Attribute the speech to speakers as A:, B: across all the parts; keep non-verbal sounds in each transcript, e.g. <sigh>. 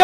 A: ก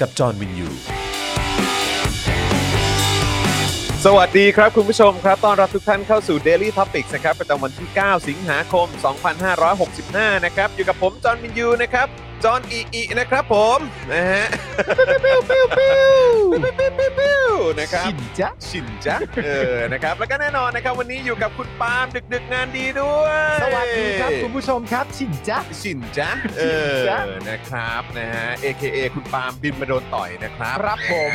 B: กับจอห์นวินยู สวัสดีครับคุณผู้ชมครับ ต้อนรับทุกท่านเข้าสู่ Daily Topics นะครับประจำวันที่ 9 สิงหาคม 2565 นะครับ อยู่กับผมจอห์นวินยูนะครับ จอห์นอีอีนะครับผมนะฮะปิ้วปิ้วปิ้วปิ้วปิ้วปิ้วปิ้ว <laughs> นะครับ
C: ชินจ๊ะ
B: ชินจ๊ะเออนะครับแล้วก็แน่นอนนะครับ วันนี้อยู่กับคุณปาล์มดึกๆงานดีด้วย
C: สวัสดีครับคุณผู้ชมครับชินจ๊ะ
B: ชินจ๊ะเอ
C: ชิ
B: อ
C: นจ๊ะ
B: นะครับนะฮะ AKA คุณปาล์มบินมาโดนต่อยนะครับ
C: ครับผม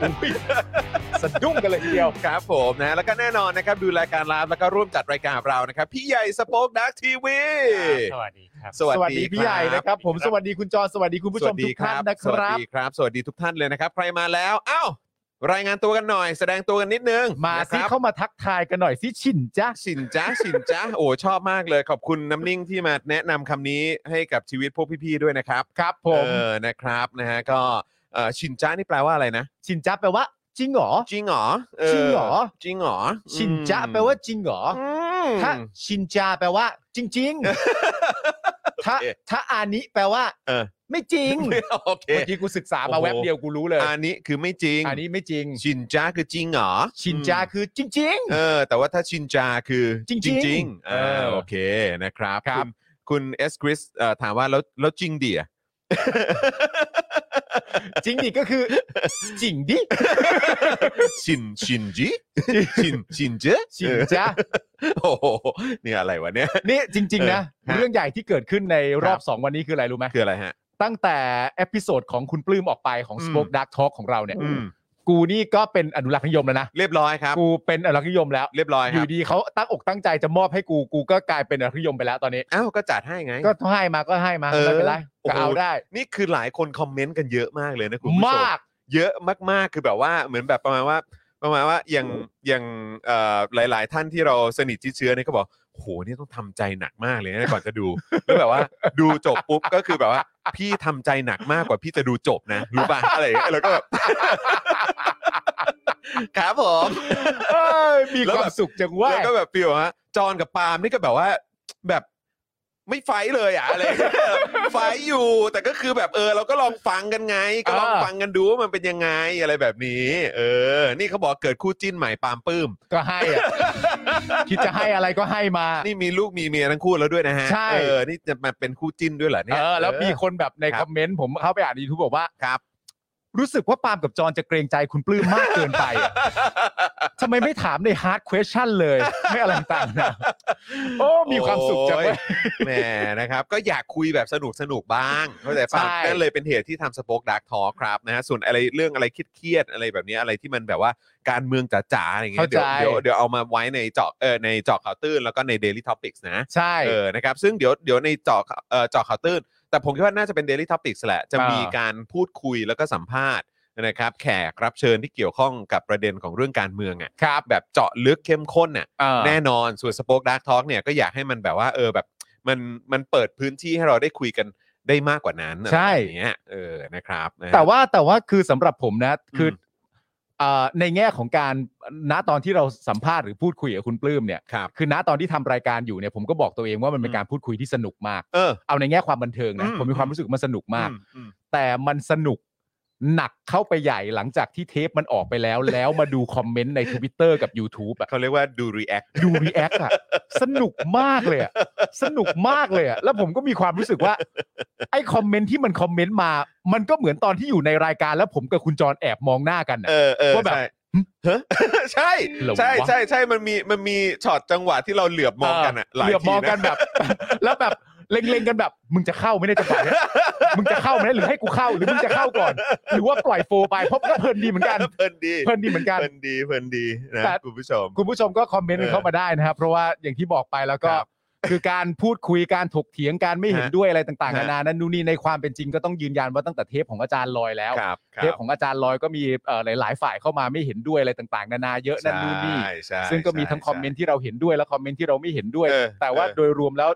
C: อุ๊ยสะดุ้งกันเลยทีเดียว
B: ครับผมนะ แล้วก็แน่นอนนะครับ ดูรายการไลฟ์แล้วก็ร่วมจัดรายการกับเรานะครับ พี่ใหญ่สป็อคดักทีวี
D: สวัสดีครับ
B: ครับ
C: พี่ใหญ่นะครับ ผมสวัสดีคุณจรสวัสดีคุณผู้ชมทุกท่านนะค
B: สวัส
C: รับ
B: ดีครับ สวัสดีทุกท่านเลยนะครับ ใครมาแล้ว อ้าว รายงานตัวกันหน่อย แสดงตัวกันนิดนึง
C: มา
B: นะค
C: ซิ
B: รับ
C: เข้ามาทักทายกันหน่อยสิชินจ๊ะ
B: ชินจ้าชินจ้าโอ้ชอบมากเลย ขอบคุณน้ำนิ่งที่มาแนะนำคำนี้ให้กับชีวิตพวกพี่ๆด้วยนะครับ
C: ครับผม
B: เออนะครับนะฮะก็เอ่อชินจ้านี่แปลว่าอะไรนะ
C: ชินจ๊ะแปลว่า จริงเหรอ
B: จริงเหรอเ
C: จริงเหรอ
B: จริงเหรอ
C: ชินจ๊ะแปลว่าจริงเหรอ
B: อืม
C: ถ้าชินจ๊ะแปลว่า จริง ๆ ถ้า
B: โอเค
C: ถ้าอานิแปลว่า
B: เออ
C: ไม่จริง
B: โอเค
C: เมื่อกี้กูศึกษา
B: โอ้
C: มา
B: โห
C: แวบเดียวกูรู้เลย
B: อันนี้คือไม่จริง
C: อันนี้ไม่จริง
B: ชินจ้าคือจริงเหรอ
C: ชินจ๊ะ
B: อืม
C: คือจริง ๆ
B: เออ แต่ว่าถ้าชินจาคือ
C: จริงๆ
B: จริงๆอ่า
C: เออ
B: โอเคนะครับ
C: ครับ
B: ณคุณเอสคริสถามว่าแล้วแล้วจริงดิอะ
C: จริงดิก็คือ <laughs> จริงดิ
B: ชินชินจิชินชินเจ
C: จริงจ้ะ
B: โอ้โหนี่อะไรวะเนี่ย
C: นี่จริง ๆ นะ
B: เออฮะ
C: เรื่องใหญ่ที่เกิดขึ้นในรอบ 2 วันนี้คืออะไรรู้ไหม
B: คืออะไรฮะ
C: ตั้งแต่เอพิโซดของคุณปลื้มออกไปของ
B: อืม
C: Spoke Dark Talk ของเราเนี่ย
B: อืม
C: กูนี่ก็เป็นอนุรักษ์นิยมแล้วนะ
B: เรียบร้อยครับ
C: กูเป็นอนุรักษ์นิยมแล้ว
B: เรียบร้อย
C: อ
B: ครับ
C: ยู่ดีเขาตั้งอกตั้งใจจะมอบให้กูกูก็กลายเป็นอนุรักษ์นิยมไปแล้วตอนนี้
B: อ้าวก็จัดให้ไง
C: ก็ให้มาก็ให้มา
B: เออ
C: ไม่เป็นไร
B: โอ้
C: ก็
B: โห
C: เอาได้
B: นี่คือหลายคนคอมเมนต์กันเยอะมากเลยนะคุณผู้ชม
C: มาก
B: เยอะมากๆ คือแบบว่าเหมือนแบบประมาณว่าประมาณว่าอย่างอย่างเอ่อหลาย ๆ ท่านที่เราสนิทชิดเชื้อเนี่ยก็บอกโหเนี่ยต้องทำใจหนักมากเลยนะก่อนจะดู แล้วแบบว่าดูจบปุ๊บก็คือแบบว่า พี่ทำใจหนักมากกว่าพี่จะดูจบนะรู้ป่ะอะไรอย่างเงี้ยแล้วก็แบบ <laughs> ครับผม
C: เอ้ยมี
B: แล้ว
C: ค
B: แบบ
C: วามสุขจังเว่า
B: แล้วก็แบบฟีลฮะจอนกับปาล์มนี่ก็แบบว่าแบบไม่ไฟท์เลยอะอะไร ไฟท์อยู่ แต่ก็คือแบบเออ เราก็ลองฟังกันไง ก็ลองฟังกันดูว่ามันเป็นยังไงอะไรแบบนี้ เออ นี่เขาบอกเกิดคู่จิ้นใหม่ปาล์มปื้ม
C: ก็ให้อะคิดจะให้อะไรก็ให้มา
B: นี่มีลูกมีเมียทั้งคู่แล้วด้วยนะฮะ
C: ใช่
B: เออนี่จะมาเป็นคู่จิ้นด้วยเหรอเนี่ย
C: เออแล้วมี
B: เอ
C: คนแบบใน
B: ครั
C: ค
B: บ
C: อมเมนต์ผมเข้าไปอ่านยูทูบบอกว่า
B: ครับ
C: รู้สึกว่าปาล์มกับจอนจะเกรงใจคุณปลื้มมากเกินไป
B: <laughs>
C: อะทำไมไม่ถามในฮาร์ด u e s t i o n เลย ไม่อะไรต่างๆนะโอ้
B: อ
C: มีความสุขจัง
B: โอ้ย
C: เลย
B: แหมนะครับ ก็อยากคุยแบบสนุกสนุกๆบ้างเข้าใจป่ะ
C: ใช่
B: นั่นเลยเป็นเหตุที่ทำสป็อกดักทอครับนะฮะส่วนอะไรเรื่องอะไรเครียดๆอะไรแบบนี้อะไรที่มันแบบว่าการเมืองจ๋าๆอะไรอย่างเงี้ยเดี๋ยวเดี๋ยวเดี๋ยวเอามาไว้ในเจาะเออในเจาะข่าวตื้นแล้วก็ใน Daily Topics นะ
C: ใช่
B: เออ นะครับ ซึ่งเดี๋ยว เดี๋ยวในเจาะเอ่อเจาะข่าวตื้น แต่ผมคิดว่าน่าจะเป็น Daily Topics แหละ จะ
C: อ่ามี
B: มีการพูดคุยแล้วก็สัมภาษณ์นะครับ แขกรับเชิญที่เกี่ยวข้องกับประเด็นของเรื่องการเมืองอ่ะ
C: ครับ
B: แบบเจาะลึกเข้มข้นน่ะ
C: เออ
B: แน่นอน ส่วนสป็อคดักทอล์กเนี่ยก็อยากให้มันแบบว่า เออ แบบ มัน มันเปิดพื้นที่ให้เราได้คุยกันได้มากกว่านั้นอะไร
C: ใช่
B: อย่างเงี้ย เออ นะครับนะฮะ
C: แต่ว่าแต่ว่าคือสำหรับผมนะ คืออ
B: ม
C: เอ่อในแง่ของการณตอนที่เราสัมภาษณ์หรือพูดคุยกับคุณปลื้มเนี่ย
B: ครับ
C: คือณตอนที่ทำรายการอยู่เนี่ยผมก็บอกตัวเองว่ามันเป็น
B: อืม
C: การพูดคุยที่สนุกมาก
B: เออ
C: เอาในแง่ความบันเทิงนะ
B: อืม
C: ผมมีความรู้สึกมันสนุกมาก
B: อือืม
C: แต่มันสนุก หนักเข้าไปใหญ่หลังจากที่เทปมันออกไปแล้ว แล้วมาดูคอมเมนต์ใน Twitter กับ YouTube อะ
B: เขาเรียกว่าดูรีแอค
C: ดูรีแอคอะสนุกมากเลยอะสนุกมากเลยอะแล้วผมก็มีความรู้สึกว่า ไอ้คอมเมนต์ที่มันคอมเมนต์มา มันก็เหมือนตอนที่อยู่ในรายการแล้วผมกับคุณจรแอบมองหน้ากันอะ
B: เออเออ
C: ว่าแบบ
B: ใช่ฮะ <laughs> ใช่
C: เหรอวะ
B: ใช่ใช่ใช่มันมีมันมีช็อตจังหวะที่เราเหลือบมองกันอะหลาย
C: เหลือบ
B: ที
C: มอง
B: นะ
C: กันแบบ <laughs> แล้วแบบเล็งๆกันแบบ มึงจะเข้าไหมเนี่ได้จังหวะเนี้ยมึงจะเข้าไหมหรือให้กูเข้าหรือมึงจะเข้าก่อน หรือว่าปล่อยโฟไปเพราะก็เพลินดีเหมือนกัน
B: เพลินดี
C: เพลินดีเหมือนกัน
B: เพลินดีเพลินดีนะ
C: แต่
B: คุณผู้ชม
C: คุณผู้ชมก็คอมเมนต์กันเข้ามาได้นะครับ เพราะว่าอย่างที่บอกไปแล้วก็
B: ครับ
C: คือการพูดคุยการถกเถียงการไม่เห็น
B: ฮะ
C: ด้วยอะไรต่างๆ
B: ฮะ
C: นานานั้นนู่นนี่ในความเป็นจริงก็ต้องยืนยันว่าตั้งแต่เทปของอาจารย์ลอยแล้ว
B: ครับครับ
C: เทปของอาจารย์ลอยก็มีเอ่อหลายๆ ฝ่ายเข้ามาไม่เห็นด้วยอะไรต่างๆ นานาเยอะนั่นนู่นนี่
B: ใช่ใช่
C: ซึ่งก็มีทั้ง
B: ใช่
C: คอมเมนต์ที่เราเห็นด้วยและคอมเมนต์ที่เราไม่เห็นด้วย
B: เออ
C: แต่ว่า
B: เออ
C: โดยรวมแล้ว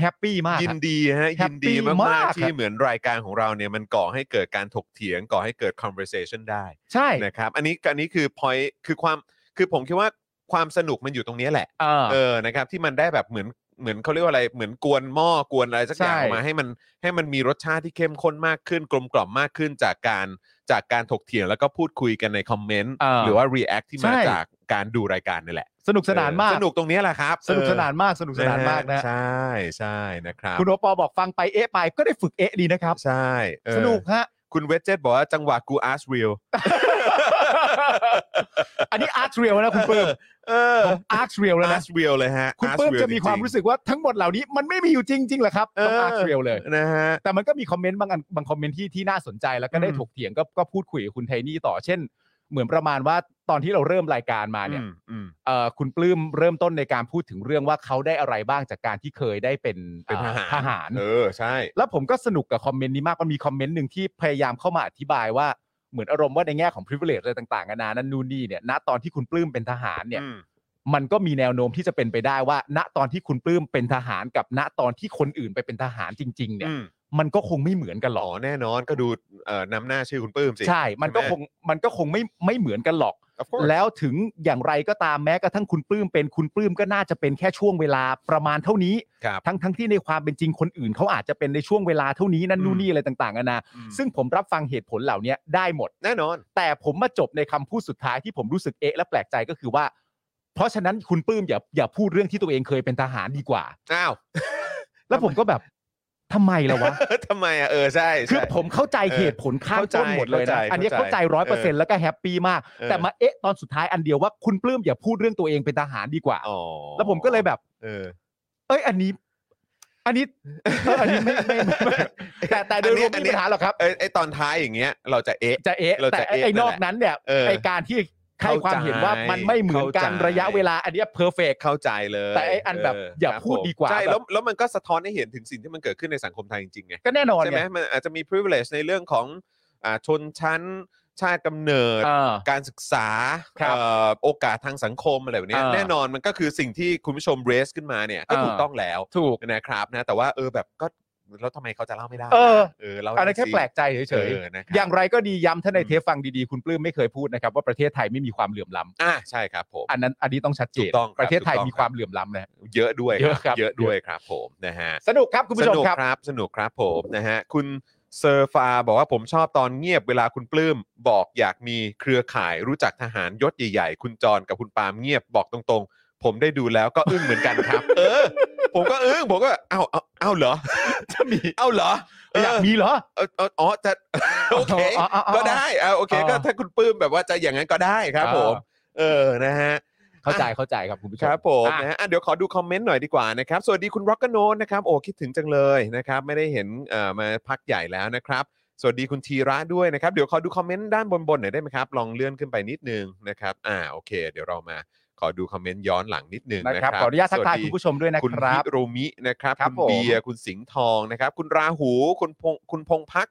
C: แฮปปี้มาก
B: ยินดีฮะ
C: แฮ
B: ยิ
C: ป
B: น
C: ปี้
B: ดีมาม
C: ากก
B: ๆ ที่
C: ครับ
B: เหมือนรายการของเราเนี่ยมันก่อให้เกิดการถกเถียงก่อให้เกิด conversation ได้
C: ใช่
B: นะครับอันนี้อันนี้คือ point คือความคือผมคิดว่าความสนุกมันอยู่ตรงเนี้ยแหละ
C: เออ
B: เออนะครับที่มันได้แบบเหมือนเหมือนเขาเรียกว่าอะไรเหมือนกวนหม้อกวนอะไรสักอย่าง
C: ใช่
B: ออกมาให้มันให้มันมีรสชาติที่เข้มข้นมากขึ้น กลมกล่อมมากขึ้นจากการจากการถกเถียงแล้วก็พูดคุยกันในคอมเมนต์
C: เออ
B: หรือว่ารีแอคที่มา
C: ใช่
B: จากการดูรายการนี่แหละ
C: สนุกสนานมาก
B: เออสนุกตรงเนี้ยแหละครับ
C: สนุกสนานมากสนุ
B: เอก อ
C: สนานมากนะ
B: ใช่ใช่นะครับ
C: คุณโอปอบอกฟังไปเอ๊ะไปก็ได้ฝึกเอ๊ะดีนะครับ
B: ใช่เออ
C: สนุกฮะ
B: คุณเวจเจตบอกว่าจังหวะกูอาร์ e เรี
C: <laughs>
B: ยล
C: อันนี้อาร์ตเรียลนะคุณเปิ้ม
B: เออ
C: อาร์ตเรียลแล้ว
B: อา
C: นะ
B: ร์เรียลเลยฮะ
C: คุณ
B: Arch
C: เปิ้ม
B: Real
C: จะมีความรู้สึกว่าทั้งหมดเหล่านี้มันไม่มีอยู่จริงจริงเหรอครับต้องอาร์ตเรียลเลย
B: จริงๆนะฮะ
C: แต่มันก็มีคอมเมนต์บางอันบางคอมเมนต์ที่ที่น่าสนใจแล้วก็ได้
B: อืม
C: ถกเถียงก็ก็พูดคุยกับคุณไทนี่ต่อเช่น เหมือนประมาณว่าตอนที่เราเริ่มรายการมาเนี่ย
B: อืมอืม
C: เอ่อคุณปลื้มเริ่มต้นในการพูดถึงเรื่องว่าเขาได้อะไรบ้างจากการที่เคยได้เป็น
B: เป็นท
C: อ่อ
B: หาร
C: ทหาร
B: เออใช่
C: แล้วผมก็สนุกกับคอมเมนต์นี้มากมันมีคอมเมนต์หนึ่งที่พยายามเข้ามาอธิบายว่าเหมือนอารมณ์ว่าในแง่ของ privilege อะไรต่างๆนานานั่นนู่นนี่เนี่ยณตอนที่คุณปลื้มเป็นทหารเนี่ย
B: อืม
C: มันก็มีแนวโน้มที่จะเป็นไปได้ว่า ณตอนที่คุณปลื้มเป็นทหารกับณตอนที่คนอื่นไปเป็นทหารจริง ๆ เนี่ย
B: อืม
C: มันก็คงไม่เหมือนกันหร
B: อ๋
C: อ
B: อก แน่นอนก็ดูเอ่อนำหน้าชื่อคุณปื้มสิ
C: ใช่ มันก็
B: ใช่ไหม
C: คงมันก็คงไม่ไม่เหมือนกันหรอก
B: Of course
C: แล้วถึงอย่างไรก็ตามแม้กระทั่งคุณปลื้มเป็นคุณปลื้มก็น่าจะเป็นแค่ช่วงเวลาประมาณเท่านี้
B: ครับ
C: ทั้งทั้งที่ในความเป็นจริงคนอื่นเขาอาจจะเป็นในช่วงเวลาเท่านี้นั่นนู่นนี่อะไรต่างๆนานา
B: อืม
C: ซึ่งผมรับฟังเหตุผลเหล่านี้ได้หมด
B: แน่นอน
C: แต่ผมมาจบในคำพูดสุดท้ายที่ผมรู้สึกเอะและแปลกใจก็คือว่า เพราะฉะนั้นคุณปลื้มอย่าอย่าพูดเรื่องที่ตัวเองเคยเป็นทหารดีกว่า
B: อ้าว <laughs>
C: แล้วผมก็แบบทำไมล่ะวะ
B: ทำไมอ่ะ เออ ใช่ใช่
C: คือผมเข้าใจ
B: เออ
C: เหตุผลข้าง
B: เข้าใจ
C: ต้นหมดเลย
B: เข้าใจ
C: นะอันเนี้ยเข้าใจร้อยเปอร์เซ็นต์แล้วก็แฮปปี้มาก
B: เออ
C: แต่มาเอ๊ะตอนสุดท้ายอันเดียวว่าคุณปลื้มอย่าพูดเรื่องตัวเองเป็นทหารดีกว่า
B: อ๋อ
C: แล้วผมก็เลยแบบ
B: เออ
C: เอ้ยอันนี้ อันนี้เอออันนี้ไม่ไม่ไม่ไม่แต่แต่โดยรวมไม่มีปัญหาหรอกครับ
B: เอ้ยไอตอนท้ายอย่างเงี้ย เราจะเอ๊ะ
C: จะเอ๊ะ
B: เรา
C: แต่
B: จะเอ๊ะ
C: ไอ้
B: นั่นแห
C: น
B: ละ
C: อกนั้นเนี่ย
B: เออ
C: ไอ้การที่ให้ความเห็นว่ามันไม่เหมือนกั
B: เข้าน ใจ
C: ระยะเวลาอันเนี้เพอร์เฟก
B: เข้าใจเลย
C: แต่ไอ้อันแบบ
B: เ
C: อย่า
B: ครับ
C: พูด
B: ผม
C: ดีกว่า
B: ใช่
C: แบบ
B: แล้วแล้วมันก็สะท้อนให้เห็นถึงสิ่งที่มันเกิดขึ้นในสังคมไทยจริงๆไง
C: ก็แน่นอน
B: ใช่ไหม
C: เนี่ย
B: มันอาจจะมี privilege ในเรื่องของอ่าชนชั้นชาติกำเนิด
C: เออ
B: การศึกษา
C: ครับ
B: เอ่อโอกาสทางสังคมอะไรแบบเนี้ย
C: เออ
B: แน่นอนมันก็คือสิ่งที่คุณผู้ชมเรสขึ้นมาเนี่ยก็
C: เออ
B: ถูกต้องแล้ว
C: ถูก
B: นะครับนะแต่ว่าเออแบบก็แล้วทำไมเขาจะเล่าไม่ได้
C: เออ
B: เออเล่า
C: อันนั้นแค่
B: สิ
C: แปลกใจเฉย
B: ออนะค
C: ๆ อบ ย่างไรก็ดีย้ำถ้าใน
B: อืม
C: เทปฟังดีๆ คุณปลื้มไม่เคยพูดนะครับ ว่าประเทศไทยไม่มีความเหลื่อมล้
B: อ่าใช่ครับผม
C: ำอันนั้นอันนี้ต้องชัดเจ
B: ถู
C: น
B: กต้องครับ
C: ประเทศไทย
B: ถูกต้อง
C: มีความเหลื่อมล้ำนะ
B: เยอะด้วย
C: เยอะครับ
B: เยอะด้วยครับผมนะฮะ
C: สนุกครับคุณผู้ช
B: ส
C: ม
B: นุก
C: ครับ
B: ครับสนุกครับผมนะฮะคุณเซอร์ฟาบอกว่าผมชอบตอนเงียบเวลาคุณปลื้มบอกอยากมีเครือข่ายรู้จักทหารยศใหญ่ๆ คุณจรกับคุณปาล์มเงียบบอกตรงๆ ผมได้ดูแล้วก็อึ้งเหมือนกัน
C: <laughs>
B: ครับ เออ ผมก็อึ้งผมก็เอ้าเอ้าเอ้าเหรอ
C: จะมี
B: เอ้าเหรอเอ
C: <laughs> อยาก
B: อ
C: มีเหรอ
B: เออเอออ๋อจะ <laughs> โอเค
C: อ๋ออ๋ออ๋อ
B: ก็ได้เอาโอเค
C: อ๋อ
B: ก็ถ้าคุณปลื้มแบบว่าจะอย่างนั้นก็ได้ครับ
C: อ่า
B: ผม เออนะฮะ
C: เข้าใจเข้าใจครับคุณผู้ช
B: ค
C: ม
B: รับผม
C: อ่ะ
B: นะฮะอ่ะเดี๋ยวขอดูคอมเมนต์หน่อยดีกว่านะครับสวัสดีคุณร็อกกโนนนะครับโอ้คิดถึงจังเลยนะครับไม่ได้เห็นเอ่อมาพักใหญ่แล้วนะครับ สวัสดีคุณธีระด้วยนะครับเดี๋ยวขอดูคอมเมนต์ด้านบนๆหน่อยได้ไหมครับลองเลื่อนขึ้นไปนิดนึงนะครับอ่าโอเค เดี๋ยวเรามาขอดูคอมเมนต์ย้อนหลังนิดนึง
C: นะ
B: นะ
C: ค
B: ค
C: รั
B: รั
C: บบ ขออนุญาตทักทาย
B: สวัสดี
C: คุณผู้ชมด้วยนะ
B: คุณ
C: ครั
B: วิ
C: บ
B: โรมินะครับ
C: ครับ
B: ณ
C: ผม
B: เบียร์คุณสิงห์ทองนะครับ คุณราหูคุณพงคุณพงพัก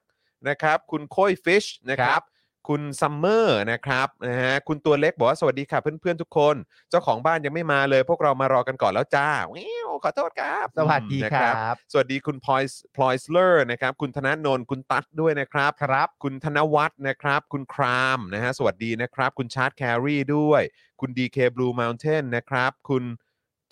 B: นะครับ คุณโค้ยฟิชนะค
C: ค
B: รั
C: รับ บ
B: คุณซัมเมอร์นะครับนะฮะคุณตัวเล็กบอกว่าสวัสดีค่ะเพื่อนๆทุกคน เจ้าของบ้านยังไม่มาเลย พวกเรามารอกันก่อนแล้วจ้าวิวขอโทษครับ
C: สวัสดี
B: นะ
C: ค
B: บ
C: รับ
B: สวัสดีคุณพลอยพลอยสเลอร์นะครับ คุณธนาโนนคุณตั๊ดด้วยนะครับ
C: ครับ
B: คุณธนวัฒน์นะครับ คุณครามนะฮะสวัสดีนะครับ คุณชาร์ตแครีด้วย คุณ DK Blue Mountain นะครับ คุณ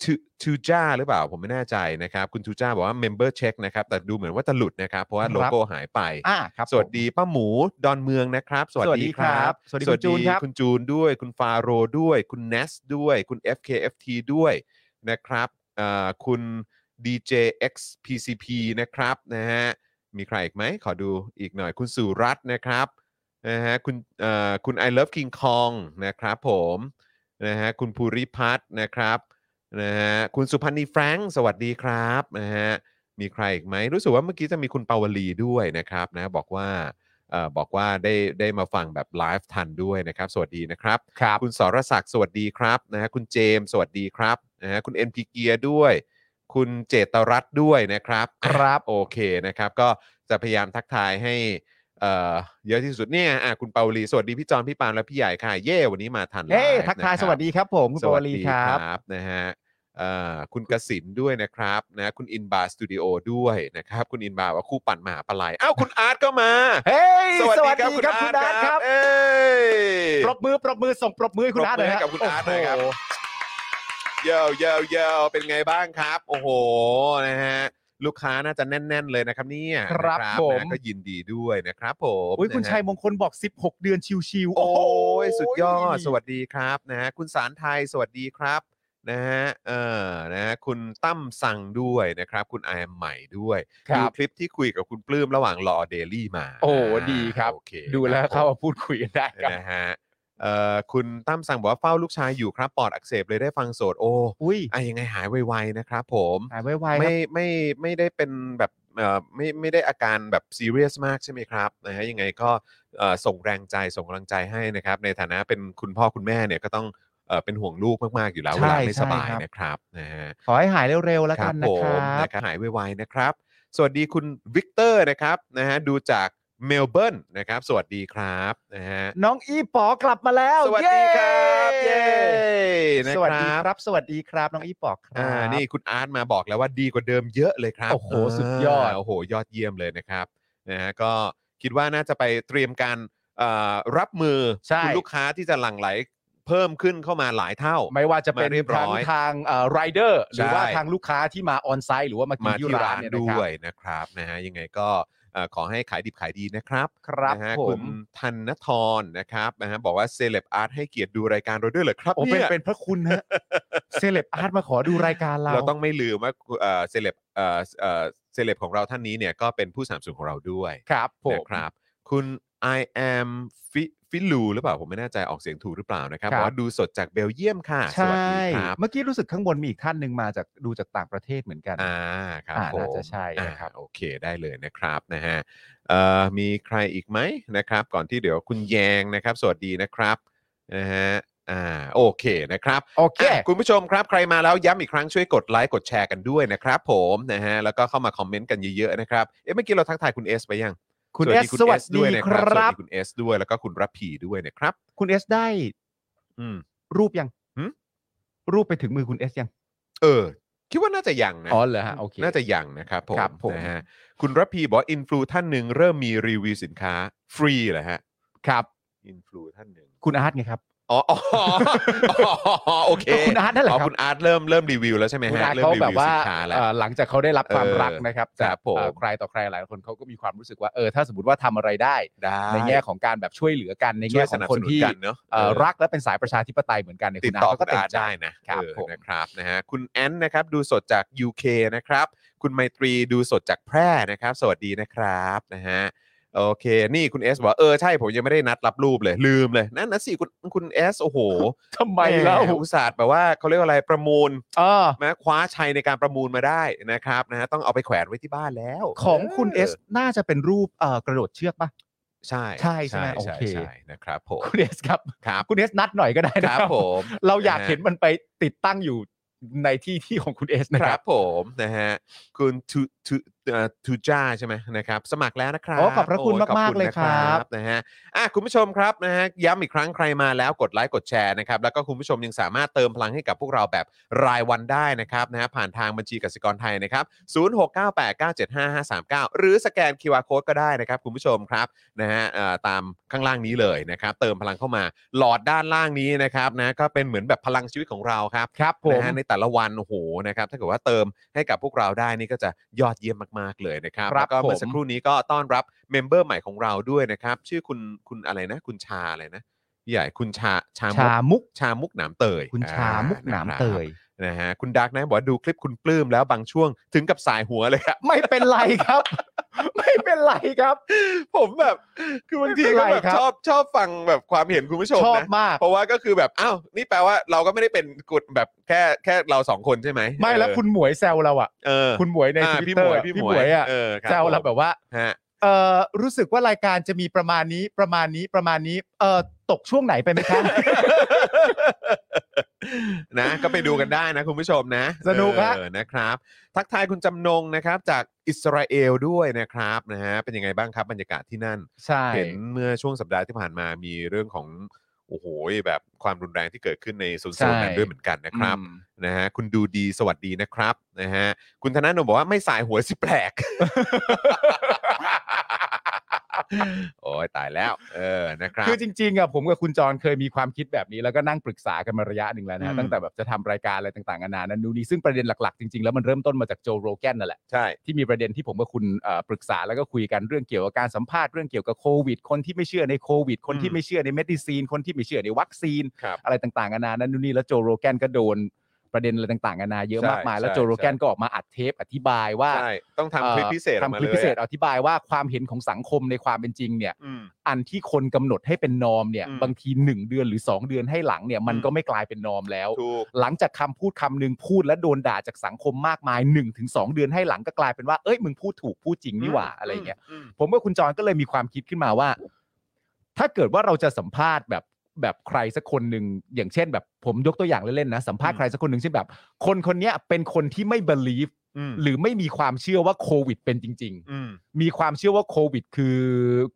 B: ทูทูจ้าหรือเปล่าผมไม่แน่ใจนะครับ คุณทูจ้าบอกว่าเมมเบอร์เช็คนะครับ แต่ดูเหมือนว่าจะหลุดนะครับ เพราะว่า
C: ครับ
B: โลโก้หายไป
C: อ่าครับ
B: สวัส
C: ผม
B: ดีป้าหมูดอนเมืองนะครับ สวัส
C: สวัส
B: ดี
C: ดี
B: ค
C: ครั
B: รับบ
C: สวัสดีคุณจูนครับ
B: คุณจูนด้วย คุณฟาโรด้วย คุณเนสด้วย คุณ FKFT ด้วยนะครับอ่าคุณ DJXPCP นะครับนะฮะมีใครอีกไหมขอดูอีกหน่อย คุณสุรัตน์นะครับนะฮะคุณเอ่อคุณ I love King Kong นะครับผมนะฮะคุณภูริพัฒน์นะครับนะฮะคุณสุพันธ์นีแฟรงค์สวัสดีครับนะฮะ มีใครอีกไหมรู้สึกว่าเมื่อกี้จะมีคุณปาวลีด้วยนะครับนะบอกว่าเอ่อบอกว่าได้ได้มาฟังแบบไลฟ์ทันด้วยนะครับ สวัสดีนะครับ
C: ครับ
B: คุณสรศักดิ์สวัสดีครับนะฮะคุณเจมส์สวัสดีครับนะฮะคุณ NP เกียร์ด้วย คุณเจตรัตน์ด้วยนะครับ
C: ครับ
B: โอเคนะครับ ก็จะพยายามทักทายให้เอ่อเยอะที่สุดเนี่ยอ่ะคุณปาวลีสวัสดีพี่จอนพี่ปาล์มและพี่ใหญ่ค่ะเย่วันนี้มาทันไล
C: เอ้ย
B: ฟ์
C: ทักทาย
B: นะครับ
C: สวัสดีครับผมคุณปวลีครับ
B: สวัสดีนะฮะเอ่อคุณกสินด้วยนะครับนะคุณอินบาร์สตูดิโอด้วยนะครับ คุณอินบาร์ว่าคู่ปั่นมหาปลายอ้าวคุณอาร์ตก็มา
C: เฮ้ย
B: อาร์ต
C: ครับ
B: เอ้ย
C: ปรบมือปรบมือส่งปรบมือให้คุณอาร์ตหน่อยฮะ
B: ปรบมือให้กับคุณอาร์ตหน่อย
C: โโห
B: ครับ เยาเยาเยาเป็นไงบ้างครับ โอ้โหนะฮะลูกค้าน่าจะแน่น ๆ เลยนะครับเนี่ย
C: ครับ
B: นะ
C: ผม
B: นะก็ยินดีด้วยนะครับผม
C: อุ้ยคุณ
B: นะฮะ
C: ชัยมงคลบอก 16 เดือนชิวๆ
B: โอ้
C: ห
B: ยสุดยอดสวัสดีครับนะฮะคุณสารไทยสวัสดีครับนะฮะเออนะฮะคุณตั้มสั่งด้วยนะครับ คุณไอมใหม่ด้วย
C: ครั
B: ดู
C: บ
B: คลิปที่คุยกับคุณปลื้มระหว่างรอเดลี่มา
C: โอ้ดีครับ
B: โอเค
C: ดูแล้ว
B: ครั
C: เข้า
B: บ
C: มาพูดคุยกันได้
B: ผม
C: ครับ
B: นะฮะเอ่อคุณตั้มสั่งบอกว่าเฝ้าลูกชายอยู่ครับ ปอดอักเสบเลยได้ฟังโสดโอ้
C: อุ้ย
B: ไอะยังไงหายไวๆนะครับผม
C: หายไวๆครับ
B: ไม่ไม่ไม่ได้เป็นแบบเอ่อไม่ไม่ได้อาการแบบซีเรียสมากใช่ไหมครับนะฮะยังไงก็เอ่อส่งแรงใจส่งกำลังใจให้นะครับ ในฐานะเป็นคุณพ่อคุณแม่เนี่ยก็ต้องเอ่อเป็นห่วงลูกมากๆอยู่แล้วเว
C: ใช่
B: ลาไม่สบาย
C: ใช่ครับ
B: นะครับนะฮะ
C: ขอให้หายเร็วๆแล้วกันนะ
B: ผม
C: ครั
B: นะ
C: บ
B: ครับหายไวๆนะครับ สวัสดีคุณวิกเตอร์นะครับนะฮะดูจากเมลเบิร์นนะครับ สวัสดีครับนะฮะ
C: น้องอีป๋อกลับมาแล้ว
B: สวัสดีครับ
C: เย้
B: เย้นะ
C: สวัสดี
B: ครับ
C: ครับ สวัสดีครับ น้องอีป๋อครั
B: อ่า
C: บ
B: นี่คุณอาร์ตมาบอกแล้วว่าดีกว่าเดิมเยอะเลยครับ
C: โอ้โหสุดยอด
B: โอ้โห ยอดเยี่ยมเลยนะครับนะฮะก็คิดว่าน่าจะไปเตรียมการเอ่อรับมือ
C: ใช่
B: คุณลูกค้าที่จะหลั่งไหลเพิ่มขึ้นเข้ามาหลายเท่า
C: ไม่ว่าจะเป็น
B: มาเรียบร้
C: ทาง
B: อย
C: ทางไรเดอร์หรือว่า
B: ใช่
C: ทางลูกค้าที่มาออนไซต์หรือว่ามากิน
B: มา
C: ที่
B: ที่
C: ร้า
B: ร้าน น
C: เนี่ยนะค
B: ด้
C: รับ
B: วยนะครับนะฮะยังไงก็เอ่อขอให้ขายดิบขายดีนะครับ
C: ครับ
B: นะฮะ
C: ผ
B: คุณ
C: ม
B: ธันทรนะครับนะฮะบอกว่าเซเลบอาร์ตให้เกียรติดูรายการเราด้วยเหรอครับ
C: โอ้เป็น
B: เนี่ย
C: เป็นพระคุณฮ <laughs> ะ เซเลบอาร์ตมาขอดูรายการเรา
B: เราต้องไม่ลืมว่าเซเลบเซเลบของเราท่านนี้เนี่ยก็เป็นผู้สามสูนของเราด้วย
C: ครับผม
B: นะครับคุณ I am ฟิฟิลูหรือเปล่า ผมไม่แน่ใจออกเสียงถูกหรือเปล่านะครับ
C: ครับ บ
B: อกว่าดูสดจากเบลเยียมค่ะ ส
C: ใช่
B: วัสดีครับ
C: เมื่อกี้รู้สึกข้างบนมีอีกท่านหนึ่งมาจากดูจากต่างประเทศเหมือนกัน
B: อ่าครับ
C: อ่า
B: ผม
C: น่าจะใช่นะครับ
B: อ่าโอเคได้เลยนะครับนะฮะเอ่อมีใครอีกไหมนะครับ ก่อนที่เดี๋ยวคุณแยงนะครับ สวัสดีนะครับนะฮะอ่าโอเคนะครับ
C: โอเค
B: อ่ะคุณผู้ชมครับ ใครมาแล้วย้ำอีกครั้งช่วยกดไลค์กดแชร์กันด้วยนะครับผมนะฮะแล้วก็เข้ามาคอมเมนต์กันเยอะๆนะครับเอ๊ะเมื่อกี้เราทักทายคุณเอสไปยัง
C: คุณ
B: สวัสดี
C: เอส
B: คุณ
C: สวั
B: เอ
C: ส
B: ส
C: ดี
B: ด้วยนะครั
C: ค
B: บส
C: รั
B: วั
C: บ
B: สดีคุณเอสด้วยแล้วก็คุณรับผีด้วยนะครับ
C: คุณเอสได้
B: อืม
C: รูปยัง
B: หืม
C: รูปไปถึงมือคุณเอสยัง
B: เออ คิดว่าน่าจะยังนะ
C: อ๋อเหรอฮะโอเค
B: น่าจะยังนะครับผม
C: ครับผม
B: นะฮะคุณรับพีบอกอินฟลูท่านหนึ่งเริ่มมีรีวิวสินค้าฟรีเหรอฮะ
C: ครับ
B: อินฟลูท่านหนึ่ง
C: คุณอาร์ตไงครับ
B: อ๋ออ๋ออ๋ออ๋อโอเค
C: ก็คุณอาร์ตนั่นแหละ
B: อ๋อ
C: ครับ
B: คุณอาร์ตเริ่มเริ่มรีวิวแล้วใช่ไหม
C: คุณ
B: ฮะ
C: อาร์ต
B: เริ่ม
C: เขา
B: รี
C: แบบ
B: วิว
C: ว่า
B: สินค้าแล้ว
C: เอ่อหลังจากเขาได้รับความ
B: เออ
C: รักนะครับ
B: ค
C: จาก
B: รับผม
C: เอ่อใครต่อใครหลายคนเขาก็มีความรู้สึกว่าเออถ้าสมมติว่าทำอะไรได้
B: ได้
C: ในแง่ของการแบบช่วยเหลือกันใน
B: ช่ว
C: แง่
B: ย
C: ข
B: ส
C: อง
B: นับ
C: ค
B: ส
C: น
B: นุน
C: ที่
B: กันเนาะ
C: เอ่อ
B: เออ
C: รักและเป็นสายประชาธิปไตยเหมือนกันเนี่ย
B: ติด
C: คุณอา
B: ต่
C: ร์ต
B: อ
C: เขา
B: ก็
C: ก็เต็ม
B: อา
C: ใจ
B: ได้นะครับ เออ
C: ผม
B: นะครับนะฮะคุณแอนนะครับดูสดจาก UK นะครับ คุณไมตรีดูสดจากแพร่นะครับ สวัสดีนะครับนะฮะโอเค นี่คุณเอสบอกเออใช่ผมยังไม่ได้นัดรับรูปเลยลืมเลย นั่นนะสิคุณคุณเอสโอ้โห
C: ท <laughs> ำไมเล่า
B: หอุตส่าห์แบบว่าเขาเรียกว่าอะไรประมูล
C: เออ
B: นะคว้าชัยในการประมูลมาได้นะครับนะฮะต้องเอาไปแขวนไว้ที่บ้านแล้ว
C: ของคุณเอสน่าจะเป็นรูปเอ่อกระโดดเชือกปะ
B: ใช่
C: ใช่ใช่ไหมโอเค
B: ใช่นะครับผม
C: คุณเอสครับ
B: ครับ
C: คุณเอสนัดหน่อยก็ได้
B: ค
C: นะ
B: รั
C: ค
B: บ
C: รับ
B: ผม
C: เราอยากเห็นมันไปติดตั้งอยู่ในที่ที่ของคุณเอสนะ
B: ค
C: ค
B: รั
C: รั
B: บบ ผมนะฮะคุณทูทู ทูจ้าใช่ไหมนะครับสมัครแล้วนะครับ
C: โอ้ขอบพระคุณ
B: โยขอบ
C: มากๆเลยครับ
B: นะนะฮะอ่ะคุณผู้ชมครับนะฮะย้ำอีกครั้งใครมาแล้วกดไลค์กดแชร์นะครับแล้วก็คุณผู้ชมยังสามารถเติมพลังให้กับพวกเราแบบรายวันได้นะครับนะฮะผ่านทางบัญชีกสิกรไทยนะครับ0698975539 หรือสแกน QR Code ก็ได้นะครับคุณผู้ชมครับ นะฮะเอ่อตามข้างล่างนี้เลยนะครับ เติมพลังเข้ามาหลอดด้านล่างนี้นะครับนะก็เป็นเหมือนแบบพลังชีวิตของเราครับ
C: ครับผม
B: นะฮะในแต่ละวันโอ้โหนะครับถ้าเกิดว่าเติมให้กับพวกเราได้นี่ก็จะยอดเยี่ยมมากๆเลยนะครับ
C: ครั
B: แล้
C: บ
B: วก็เมื่อ
C: ผม
B: สักครู่นี้ก็ต้อนรับเมมเบอร์ใหม่ของเราด้วยนะครับ ชื่อคุณคุณอะไรนะ คุณชาอะไรนะใหญ่คุณชาชา
C: ชามุ
B: มุก
C: ก
B: ชามุกหนามเตย
C: คุณชามุกหนามเต
B: อ่ะครับ
C: ย
B: นะฮะคุณดักนะบอกว่าดูคลิปคุณปลื้มแล้วบางช่วงถึงกับสายหัวเลยครับ <laughs>
C: ไม่เป็นไรครับ ไม่เป็นไรครับ
B: ผมแบบคือบางทีก็
C: ไม่เป็นไร
B: แบบ
C: ครับ
B: ชอบชอบฟังแบบความเห็นคุณผู้ชม
C: ชอบ
B: นะ
C: มาก
B: เพราะว่าก็คือแบบอ้าวนี่แปลว่าเราก็ไม่ได้เป็นกฎแบบแค่แค่เราสองคนใช่ไหม
C: ไม่แล้ว
B: เออ
C: คุณหมวยแซวเราอ่ะ
B: เออ
C: คุณหมวยใน
B: อ่า
C: ทวิ
B: พี่
C: ตเต
B: หม
C: อ
B: ว
C: ร์
B: ย
C: อะ
B: พี่
C: พี่
B: ห
C: ห
B: ม
C: ม
B: ว
C: วย ยอ่ะ
B: เออค
C: แซว
B: ผม
C: เราแบบว่า
B: ฮะ <laughs>
C: เออรู้สึกว่ารายการจะมีประมาณนี้ประมาณนี้ประมาณนี้เออตกช่วงไหนไปไหมคะ
B: <laughs> นะก็ไปดูกันได้นะคุณผู้ชมนะ
C: สนุกฮะ
B: เออนะครับ ทักทายคุณจำนงนะครับจากอิสราเอลด้วยนะครับนะฮะเป็นยังไงบ้างครับบรรยากาศที่นั่น
C: ใช่
B: เห็นเมื่อช่วงสัปดาห์ที่ผ่านมามีเรื่องของโอ้โหแบบความรุนแรงที่เกิดขึ้นในโซ
C: ใช่
B: นๆนั้นด้วยเหมือนกันนะครับ
C: อืม
B: นะฮะคุณดูดีสวัสดีนะครับนะฮะคุณธนาโนมบอกว่าไม่สายหัวสิ <laughs> แปลก โอ้ยตายแล้ว เออนะครับ
C: คือจริงๆอ่ะผมกับคุณจรเคยมีความคิดแบบนี้แล้วก็นั่งปรึกษากันมาระยะหนึ่งแล้วนะฮะ
B: อืม
C: ตั้งแต่แบบจะทำรายการอะไรต่างๆนานานั้นดูนนี่ซึ่งประเด็นหลักๆจริงๆแล้วมันเริ่มต้นมาจากโจโรแกนนั่นแหละ
B: ใช่
C: ที่มีประเด็นที่ผมกับคุณเอ่อปรึกษาแล้วก็คุยกันเรื่องเกี่ยวกับการสัมภาษณ์เรื่องเกี่ยวกับโควิด คนที่ไม่เชื่อในโควิด คน
B: อื
C: ที่
B: ม
C: ไม่เชื่อในเมดิซีน คนที่ไม่เชื่อในวัคซีน
B: ครับ
C: อะไรต่างๆนานานั่นนู่นนี่แล้วโจโรแกนก็โดนประเด็นอะไรต่างๆนานาเยอะ
B: ใช่
C: มากมายแล้ว
B: ใช่
C: โจโรแกน
B: ใช่
C: ก็ออกมาอัดเทปอธิบายว่า
B: ใช่ ต้องทำ
C: อ่อ
B: คลิปพิเศษออกมา
C: ทำค
B: เล
C: ลิป
B: ย
C: พิเศษ
B: อะ
C: อธิบายว่าความเห็นของสังคมในความเป็นจริงเนี่ย
B: อืม
C: อันที่คนกำหนดให้เป็นนอมเนี่ย
B: อืม
C: บางทีหนึ่งเดือนหรือสองเดือนให้หลังเนี่ยมัน
B: อืม
C: ก็ไม่กลายเป็นนอมแล้ว
B: ถูก
C: หลังจากคำพูดคำหนึ่งพูดและโดนด่าจากสังคมมากมาย1นถึงสเดือนให้หลังก็กลายเป็นว่าเอ้ยมึงพูดถูกพูดจริงนี่หว่าอะไรอย่างเงี้ยผมว่าคุณจรก็เลยมีความคิดขึ้นมาว่า ถ้าเกิดว่าเราจะสัมภาษณ์แบบแบบใครสักคนหนึ่งอย่างเช่น แบบผมยกตัวอย่างเล่นๆนะสัมภาษ
B: อื
C: ณ์
B: ม
C: ใครสักคนหนึ่งเช่นแบบ คนคนเนี้ยเป็นคนที่ไม่ believe
B: อืม
C: หรือไม่มีความเชื่อว่าโควิด เป็นจริง
B: อืม
C: ๆ มีความเชื่อว่าโควิด คือ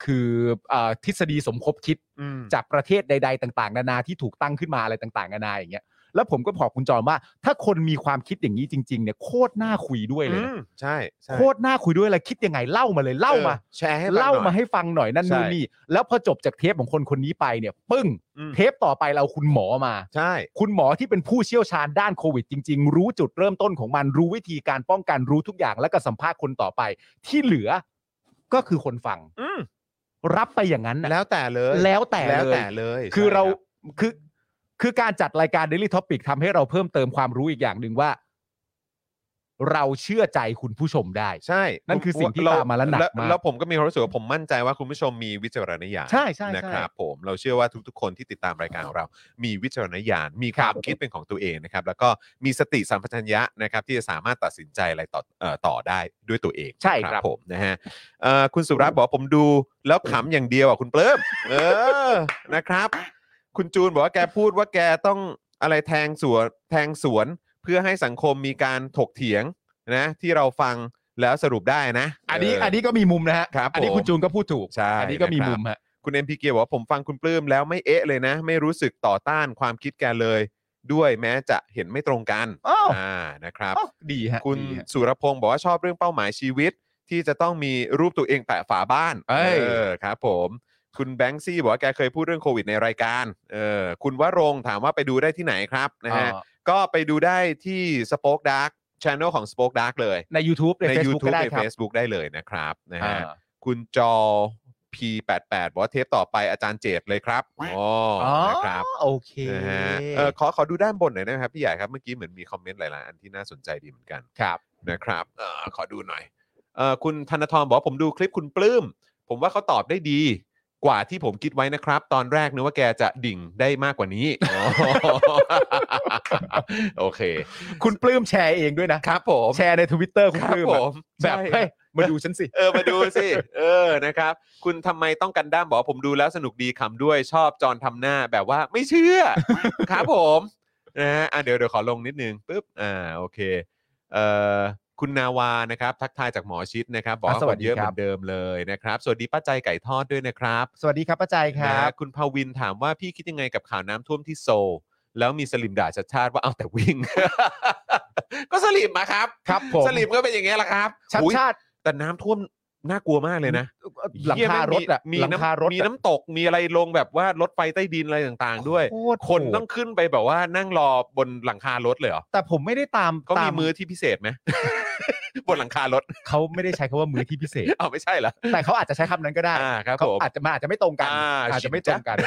C: คือเอ่อทฤษฎีสมคบคิด
B: อืม
C: จากประเทศใด ๆ ต่าง ๆ นานาที่ถูกตั้งขึ้นมาอะไรต่างๆนานาอย่างเงี้ยแล้วผมก็บอกคุณจอมว่า ถ้าคนมีความคิดอย่างนี้จริง ๆ เนี่ยโคตรน่าคุยด้วยเลย
B: อื
C: นะ
B: มใช่ใช่
C: โคตรน่าคุยด้วยอะไรคิดยังไงเล่ามาเลยเล่ามา
B: ออแชร์ให้ฟัง
C: เล่า
B: หน่
C: มา
B: อย
C: ให้ฟังหน่อยนั่นนู่น
B: ใช่
C: นี่แล้วพอจบจากเทปของคนคนนี้ไปเนี่ยปึ้ง
B: อืม
C: เทปต่อไปเราคุณหมอมา
B: ใช่
C: คุณหมอที่เป็นผู้เชี่ยวชาญด้านโควิดจริง ๆ รู้จุดเริ่มต้นของมันรู้วิธีการป้องกันรู้ทุกอย่างแล้วก็สัมภาษณ์คนต่อไป ที่เหลือก็คือคนฟัง
B: อืม
C: รับไปอย่างนั้นน่ะ
B: แล้วแต่เลย
C: แล้วแต่
B: แล้ว
C: เล
B: แต่
C: ย
B: เลย
C: คือ
B: ใช่
C: เรา
B: บ
C: คือคือการจัดรายการ Daily Topic ทำให้เราเพิ่มเติมความรู้อีกอย่างหนึ่งว่า เราเชื่อใจคุณผู้ชมได้
B: ใช่
C: นั่นคือสิ่งที่
B: เร
C: ตามมาแล้วหนักมาก
B: แล้วผมก็มีความรู้สึกว่าผมมั่นใจว่าคุณผู้ชมมีวิจารณญาณ
C: ใช่ใช่
B: นะ
C: ใช่
B: ครับผมเราเชื่อว่าทุกๆ คนที่ติดตามรายการของเรา มีวิจารณญาณมีความคิดเป็นของตัวเองนะครับ แล้วก็มีสติสัมปชัญญะนะครับ ที่จะสามารถตัดสินใจอะไรต่อเอ่อต่อได้ด้วยตัวเอง
C: ใช่ครับ
B: ผมนะฮะเอ่อคุณสุรัตน์บอกว่าผมดูแล้วขำอย่างเดียวอ่ะคุณเปลื้มเออนะครับ คุณจูนบอกว่าแกพูดว่าแกต้องอะไรแทงสวนแทงสวนเพื่อให้สังคมมีการถกเถียงนะที่เราฟังแล้วสรุปได้นะ
C: อันนี้
B: เ
C: อันนี้ก็มีมุมนะฮะ
B: ครับผม
C: อันี้คุณจูนก็พูดถูก
B: ใช่
C: อันี้ก็มี
B: นะครับ
C: มุมฮะ
B: คุณเอ็มพีเกียร์บอกว่าผมฟังคุณปลื้มแล้วไม่เอะเลยนะ ไม่รู้สึกต่อต้านความคิดแกเลย ด้วยแม้จะเห็นไม่ตรงกัน
C: อ้าว
B: นะครับ
C: อ้าวดีฮะ
B: คุณ
C: ดีฮะ
B: สุรพงศ์บอกว่าชอบเรื่องเป้าหมายชีวิต ที่จะต้องมีรูปตัวเองแปะฝาบ้าน
C: เอ้ย
B: อครับผม คุณแบงค์ซี่บอกว่าแกเคยพูดเรื่องโควิดในรายการเออคุณวรงค์ถามว่าไปดูได้ที่ไหนครับนะฮะ
C: อ่า
B: ก็ไปดูได้ที่สป็อคดักช n นลของ Spoke Dark เลย
C: ใน YouTube ใน
B: ใน
C: Facebook ก็
B: YouTube
C: ได้
B: ใน
C: ครับ
B: Facebook ได้เลยนะครับนะ
C: อ่า
B: ฮะ คุณจอ P88 บอกว่าเทปต่อไปอาจารย์เจตเลยครับอ๋ออ
C: อ
B: นะครับ
C: โอเค
B: นะฮะเออขอขอดูด้านบนหน่อยได้ไหมครับพี่ใหญ่ครับ เมื่อกี้เหมือนมีคอมเมนต์หลายๆอันที่น่าสนใจดีเหมือนกัน
C: ครับ
B: นะครับเออขอดูหน่อยเออคุณธนทรบอกว่าผมดูคลิปคุณปลื้มผมว่าเขาตอบได้ดี กว่าที่ผมคิดไว้นะครับ ตอนแรกนึกว่าแกจะดิ่งได้มากกว่านี้อ๋ <laughs> อโอเค
C: คุณปลื้มแชร์เองด้วยนะครับ
B: ผม
C: แชร์ในทวิตเตอร์คุณ
B: ค
C: ป
B: รับ
C: ลื้ม
B: ผ
C: อะ
B: ม
C: แบบ
B: ใช่
C: เฮ้ยมาดูฉันสิ
B: เออมาดูสิ เออนะครับ คุณทำไมต้องกันด้ามบอกว่าผมดูแล้วสนุกดีขำด้วยชอบจอนทำหน้าแบบว่าไม่เชื่อ
C: <laughs>
B: ครับผมนะฮะอ่ะเดี๋ยวเดี๋ยวขอลงนิดนึงปุ๊บอ่าโอเคเอ่อ คุณนาวานะครับทักทายจากหมอชิดนะครับบอกว่า
C: อ่ะส
B: ค
C: วัส
B: น
C: ดี
B: เยอะเห
C: ครับ
B: มือนเดิมเลยนะครับสวัสดีป้าใจไก่ทอดด้วยนะครับ
C: สวัสดีครับป้าใจครั
B: นะ
C: บ
B: คุณภาวินถามว่าพี่คิดยังไงกับข่าวน้ำท่วมที่โซลแล้วมีสลิมด่าชัดชาติว่าเอาแต่วิ่ง <laughs> ก็สลิมมาครับ
C: ครับผม
B: สลิมก็เป็นอย่างเงี้ยแหละครับ
C: ชัด
B: อุ๊ย
C: ชาติ
B: แต่น้ำท่วมน่ากลัวมากเลยนะ
C: หลังคารถอะ
B: มี
C: หลัง
B: น้ำ
C: คารถ
B: มี
C: อะ
B: น้ำตกมีอะไรลงแบบว่ารถไฟใต้ดินอะไรต่างๆ ด้วย
C: โตร
B: คน
C: โหด
B: ต้องขึ้นไปแบบว่านั่งรอบนหลังคารถเลยเหรอ
C: แต่ผมไม่ได้ตาม
B: เขา
C: ตา
B: มี
C: ม
B: มือที่พิเศษไหม <laughs> บนหลังคารถ
C: เขาไม่ได้ใช้คำว่ามือที่พิเศษ
B: เอาวไม่ใช่เหรอ
C: แต่เขาอาจจะใช้คำนั้นก็ได้
B: อ่าครับ
C: เขา
B: ผม
C: อาจจะมันอาจจะไม่ตรงกัน
B: อ่า
C: อาจจะไม่ต
B: <laughs>
C: รงกัน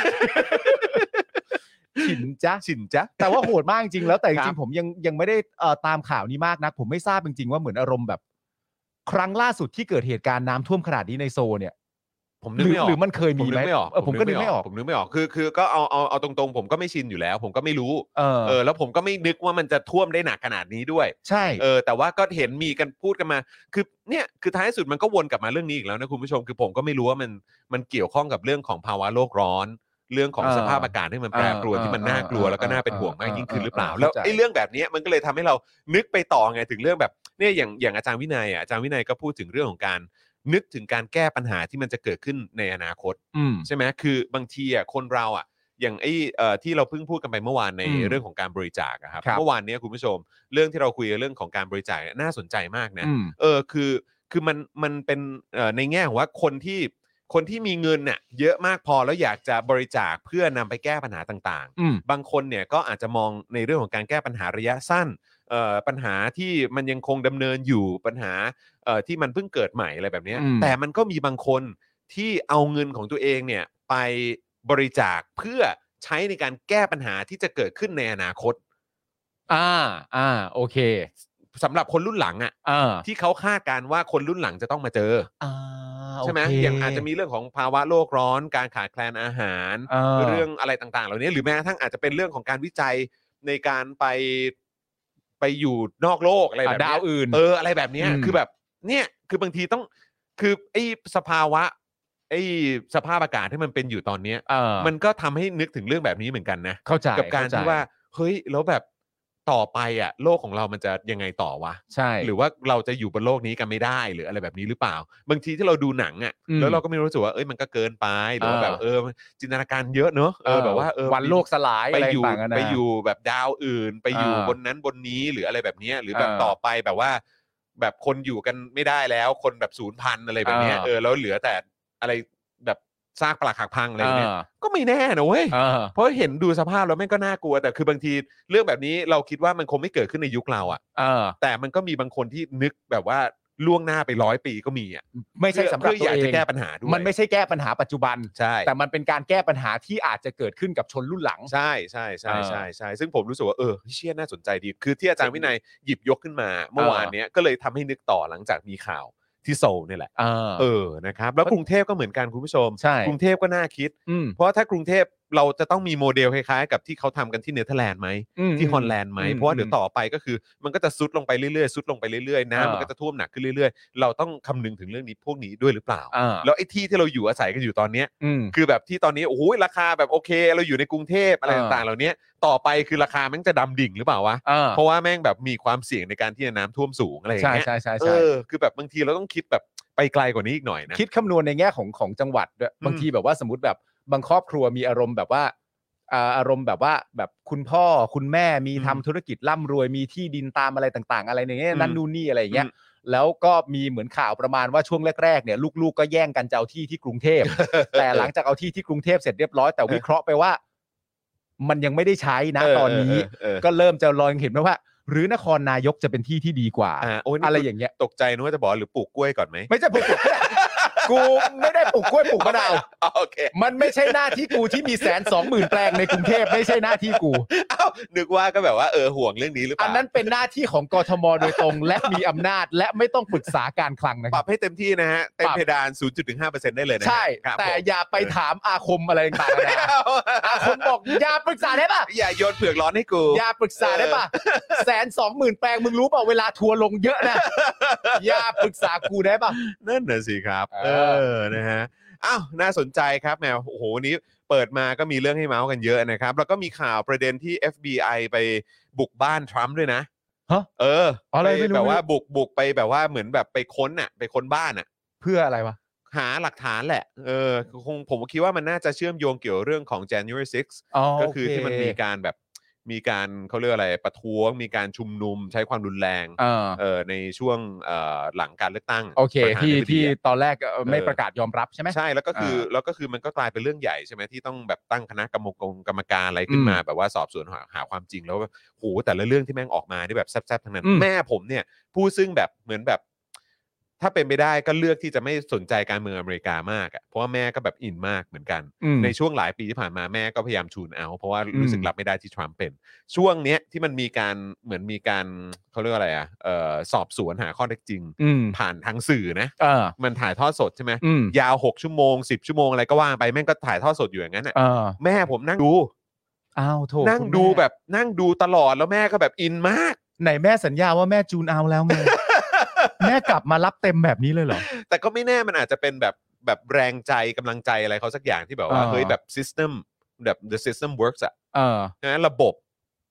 C: ฉินจ้ะ
B: ชินจ๊ะ
C: แต่ว่าโหดมากจริงๆแล้วแต่จ
B: ครั
C: ริ
B: บ
C: งๆผมยังยังไม่ได้เอ่อตามข่าวนี้มากนะผมไม่ทราบจริงๆว่าเหมือนอารมณ์แบบ ครั้งล่าสุดที่เกิดเหตุการณ์น้ำท่วมขนาดนี้ในโซนเนี่ย
B: ผม
C: ห
B: นึก
C: รื
B: ไม่ออก
C: หรือมันเคย
B: ผ
C: มี
B: ม
C: ไห
B: นึ
C: ม
B: กไม่ออก
C: เออผมก็นึกไม่ออก
B: ผมนึกไม่ออกคือคือก็เอาเอาเอาตรงๆ ผมก็ไม่ชินอยู่แล้ว ผมก็ไม่รู้
C: เออ
B: เออแล้วผมก็ไม่นึกว่ามันจะท่วมได้หนักขนาดนี้ด้วย
C: ใช่
B: เออแต่ว่าก็เห็นมีกันพูดกันมา คือเนี่ยคือท้ายสุดมันก็วนกลับมาเรื่องนี้อีกแล้วนะคุณผู้ชมคือผมก็ไม่รู้ว่ามันมันเกี่ยวข้องกับเรื่องของภาวะโลกร้อน เรื่องของ
C: เออ
B: สภาพอากาศที่มันแปรปรวน
C: เออ
B: ที่มัน
C: เออ
B: น่ากลัว
C: เออ
B: แล้วก็น่าเป็น
C: เออ
B: ห่วงมากยิ่งขึ้นหรือเปล่า
C: เออ
B: แล้ว
C: เข้าใจ
B: ไอ้เรื่องแบบเนี้ยมันก็เลยทำให้เรานึกไปต่อไงถึงเรื่องแบบเนี่ยอย่างอย่างอาจารย์วินัยอ่ะอาจารย์วินัยก็พูดถึงเรื่องของการ นึกถึงการแก้ปัญหาที่มันจะเกิดขึ้นในอนาคต
C: อืม
B: ใช่ไหมคือบางทีอ่ะคนเราอ่ะอย่างไอ้เอ่อที่เราเพิ่งพูดกันไปเมื่อวานใน
C: อืม
B: เรื่องของการบริจาคอะครับ
C: ครับ
B: เมื่อวานเนี้ยคุณผู้ชม เรื่องที่เราคุยกันเรื่องของการบริจาคเนี่ยน่าสนใจมากนะ
C: อืม
B: เออคือคือมันมันเป็นเอ่อในแง่ของว่าคนที่คนที่มีเงินน่ะเยอะมากพอแล้วอยากจะบริจาคเพื่อนำไปแก้ปัญหาต่างๆ
C: อืม
B: บางคนเนี่ยก็อาจจะมองในเรื่องของการแก้ปัญหาระยะสั้นเอ่อปัญหาที่มันยังคงดำเนินอยู่ปัญหาเอ่อที่มันเพิ่งเกิดใหม่อะไรแบบเนี้ย
C: อืม
B: แต่มันก็มีบางคนที่เอาเงินของตัวเองเนี่ยไปบริจาคเพื่อใช้ในการแก้ปัญหาที่จะเกิดขึ้นในอนาคต
C: อ่า อ่า โอเค
B: สำหรับคนรุ่นหลังอะ่ะ
C: อ่า
B: ที่เขาคาดการณ์ว่าคนรุ่นหลังจะต้องมาเจอ
C: อ่า
B: อใช่ไหม
C: โเค
B: อย่างอาจจะมีเรื่องของภาวะโลกร้อน การขาดแคลนอาหาร
C: า
B: เรื่องอะไรต่างๆ เหล่านี้หรือแม้กระทั่งอาจจะเป็นเรื่องของการวิจัยในการไปไปอยู่นอกโลกอะไรแบบ
C: อ่ะดาวอื่น
B: เอออะไรแบบเนี้ย
C: อืม
B: คือแบบเนี่ยคือบางทีต้องคือไอ้สภาวะไอ้สภาพอากาศที่มันเป็นอยู่ตอนเนี้ย
C: เออ
B: มันก็ทำให้นึกถึงเรื่องแบบนี้เหมือนกันนะ
C: เข้าใจ
B: กับการ
C: เข้ใจ
B: ที่ว่าเฮ้ยแล้วแบบต่อไปอ่ะโลกของเรามันจะยังไงต่อวะ
C: ใช่
B: หรือว่าเราจะอยู่บนโลกนี้กันไม่ได้หรืออะไรแบบนี้หรือเปล่า บางทีที่เราดูหนังอ่ะ
C: อืม
B: แล้วเราก็ไม่รู้สึกว่าเอ้ยมันก็เกินไปหรือว่า
C: อ่า
B: แบบเออจินตนาการเยอะเนอะเออแบบว่าเออ
C: วันโลกสลา
B: ไป
C: ยะร
B: อยู่
C: ต่างๆนานา
B: ไปอยู่แบบดาวอื่น ไปอยู่
C: อ่า
B: บนนั้นบนนี้หรืออะไรแบบเนี้ยหรือแบบ
C: อ่า
B: ต่อไปแบบว่า แบบคนอยู่กันไม่ได้แล้วคนแบบศูนย์พันธุ์อะไรแบบเนี้ย
C: อ่า
B: เออแล้วเหลือแต่อะไรแบบซากปลักหักพังอะไรแบบเนี้ย
C: อ่า
B: ก็ไม่แน่นะเว้ย
C: อ่า
B: เพราะเห็นดูสภาพแล้วแม่งก็น่ากลัว แต่คือบางทีเรื่องแบบนี้เราคิดว่ามันคงไม่เกิดขึ้นในยุคเราอะ
C: เออ
B: แต่มันก็มีบางคนที่นึกแบบว่าล่วงหน้าไปร้อยปีก็มีอ่ะ
C: ไม่ใช่สำหรับ
B: เพื่อ
C: ตัวย
B: อาก
C: เอ
B: จะ
C: ง
B: แก้ปัญหาด้วย
C: มันไม่ใช่แก้ปัญหาปัจจุบัน
B: ใช่
C: แต่มันเป็นการแก้ปัญหาที่อาจจะเกิดขึ้นกับชนรุ่นหลัง
B: ใช่ใช่ใช่
C: เออ
B: ใช่ใช่ซึ่งผมรู้สึกว่าเออเชี่ยน่าสนใจดี คือที่อาจารย์วินัยหยิบยกขึ้นมา เมื่อวานเนี้ยก็เลยทำให้นึกต่อหลังจากมีข่าวที่โซลเนี่ยแหละ
C: เออ
B: เออนะครับแล้วกรุงเทพก็เหมือนกันคุณผู้ชม
C: ใช่
B: กรุงเทพก็น่าคิด
C: อืม
B: เพราะถ้ากรุงเทพเราจะต้องมีโมเดลคล้ายๆ กับที่เขาทำกันที่เนเธอร์แลนด์ไหม
C: ม
B: ที่ฮอลแลนด์ไหม
C: อืม
B: เพราะว่าเดี๋ยวต่อไปก็คือมันก็จะซุดลงไปเรื่อยๆซุดลงไปเรื่อยๆน้ำ
C: อ่ามั
B: มันก็จะท่วมหนักขึ้นเรื่อยๆ เราต้องคำนึงถึงเรื่องนี้พวกนี้ด้วยหรือเปล่า
C: เออ
B: แล้วไอ้ที่ที่เราอยู่อาศัยกันอยู่ตอนเนี้ย
C: อืม
B: คือแบบที่ตอนนี้โอ้โหราคาแบบโอเค เราอยู่ในกรุงเทพอะไร
C: อ่า
B: ต่างๆ เหล่านี้ต่อไปคือราคาแม่งจะดำดิ่งหรือเปล่าวะ
C: เออ
B: เพราะว่าแม่งแบบมีความเสี่ยงในการที่จะน้ำท่วมสูงอะไรอย่าง
C: ใช่
B: เงี้ย
C: ใช่ใช่
B: เอ
C: ใช่
B: อคือแบบบางทีเราต้องคิดแบบไปไกลกว่านี้อีกหน่อยนะ
C: คิดคำนวณในแง่ของของจังหวัดด้วย
B: อืม
C: บางทีแบบว่าสมมติแบบบางครอบครัวมีอารมณ์แบบว่าอ่าอารมณ์แบบว่าแบบคุณพ่อคุณแม่มีทำธุรกิจร่ำรวยมีที่ดินตามอะไรต่างๆ อะไรในเงี้ยนั่นนู่นนี่อะไรอย่างเงี้ย แล้วก็มีเหมือนข่าวประมาณว่าช่วงแรกๆเนี่ยลูกๆก็แย่งกันจะเอาที่ที่กรุงเท
B: <laughs>
C: พ แต่หลังจากเอาที่ที่กรุงเทพเสร็จเรียบร้อยแต่วิเคราะห์ไปว่า มันยังไม่ได้ใช้นะ
B: เ
C: ตอนนี้
B: เออเออ
C: ก็เริ่มจะลอยเห็นไหมว่า หรือนครนายกจะเป็นที่ที่ดีกว่า
B: อ่าโอ้ยนี่
C: อะไรอย่างเงี้ย
B: ตกใจนึกว่าจะบอกหรือปลูกกล้วยก่อนไหม
C: ไม่ใช่ปลูก <laughs> กูไม่ได้ปลูกกล้วยปลูกมะนาว
B: อ๋อโอเค
C: มันไม่ใช่หน้าที่กูที่มีแสนสองหมื่นแปลงในกรุงเทพไม่ใช่หน้าที่กู
B: อ้าวนึกว่าก็แบบว่าเออห่วงเรื่องนี้หรือเป
C: อั
B: ล่าน
C: นั้นเป็นหน้าที่ของกทมโดยตรง และมีอำนาจและไม่ต้องปรึกษาการคลังนะค
B: ป
C: รั
B: รับบ ให้เต็มที่นะฮะ เต็ม
C: ปรับ
B: เพดาน 0.15%ได้เลยนะฮะ
C: ใช่
B: ครับ
C: แต่
B: ผม
C: อย่าไปถามอาคมอะไรต่างๆนา
B: ไม่ <laughs>
C: นา
B: เอา
C: คนบอกอย่าปรึกษาได้ป่ะ
B: อย่าโยนเผือกร้อนให้กู
C: อย่าปรึกษาได้ป่ะแสนสองหมื่นแปลงมึงรู้ป่ะเวลาทัวร์ลงเยอะนะอย่าปรึกษากูได้ป่ะ
B: นั่นน่ะสิครับ เอ
C: เออ
B: อนะฮะอ้าวน่าสนใจครับแหมโอ้โหวันนี้เปิดมาก็มีเรื่องให้เมาส์กันเยอะนะครับ แล้วก็มีข่าวประเด็นที่ FBI ไปบุกบ้านทรัมป์ด้วยนะ
C: ฮะ
B: เออ
C: ออะไร
B: ป
C: ไม่รู้
B: แบบว่าบุกบุกไปแบบว่าเหมือนแบบไปค้นน่ะ ไปค้นบ้านน่ะ
C: เพื่ออะไรวะ
B: หาหลักฐานแหละ เออคงผมคิดว่ามันน่าจะเชื่อมโยงเกี่ยวเรื่องของ January 6
C: อ๋อ
B: ก็คือ
C: โเ
B: ที่มันมีการแบบมีการเขาเรียกอะไรประท้วง มีการชุมนุมใช้ความรุนแรง
C: เออ
B: เออในช่วงเอ่อหลังการเลือกตั้ง
C: โอเค
B: ประธา
C: ที่
B: นาธิบดี
C: ที่
B: อะ
C: ตอนแรกเอ่อไม่
B: เออ
C: ประกาศยอมรับใช่ไหม
B: ใช่แล้วก็คือ
C: อ่า
B: แล้วก็คือมันก็กลายเป็นเรื่องใหญ่ใช่ไหมที่ต้องแบบตั้งคณะกรรมกรกรรมการอะไรขึ้นมา แบบว่าสอบสวนหาหาความจริงแล้วแบบโหแต่ละเรื่องที่แม่งออกมาที่แบบแซ่บๆทั้งนั้น
C: อืม
B: แม่ผมเนี่ยผู้ซึ่งแบบเหมือนแบบ ถ้าเป็นไปได้ก็เลือกที่จะไม่สนใจการเมืองอเมริกามากอะเพราะว่าแม่ก็แบบอินมากเหมือนกัน
C: อืม
B: ในช่วงหลายปีที่ผ่านมาแม่ก็พยายามชูนเอา เพราะว่า
C: อืม
B: รู้สึกรับไม่ได้ที่ทรัมป์เป็น ช่วงเนี้ยที่มันมีการเหมือนมีการเขาเรียกว่าอะไรอะเอ่อสอบสวนหาข้อเท็จจริง
C: อืม
B: ผ่านทางสื่อนะ
C: เออ
B: มันถ่ายทอดสดใช่ไหม
C: อืม
B: ยาว 6 ชั่วโมง 10 ชั่วโมงอะไรก็ว่าไปแม่งก็ถ่ายทอดสดอยู่อย่างนั้นน่ะ
C: เออ
B: แม่ผมนั่งดู
C: อ้าวโถ
B: นั่ง
C: คุณ
B: ดู
C: ม่
B: แบบนั่งดูตลอดแล้วแม่ก็แบบอินมาก
C: ไหนแม่สัญญาว่าแม่จูนเอา
B: <laughs>
C: แล้วไง แม่กลับมารับเต็มแบบนี้เลยเหรอ
B: แต่ก็ไม่แน่มันอาจจะเป็นแบบแบบแรงใจกำลังใจอะไรเขาสักอย่างที่แบบว่า
C: อ่า
B: เฮ้ยแบบ system แบบ the system works อะ
C: เออ
B: นะระบบ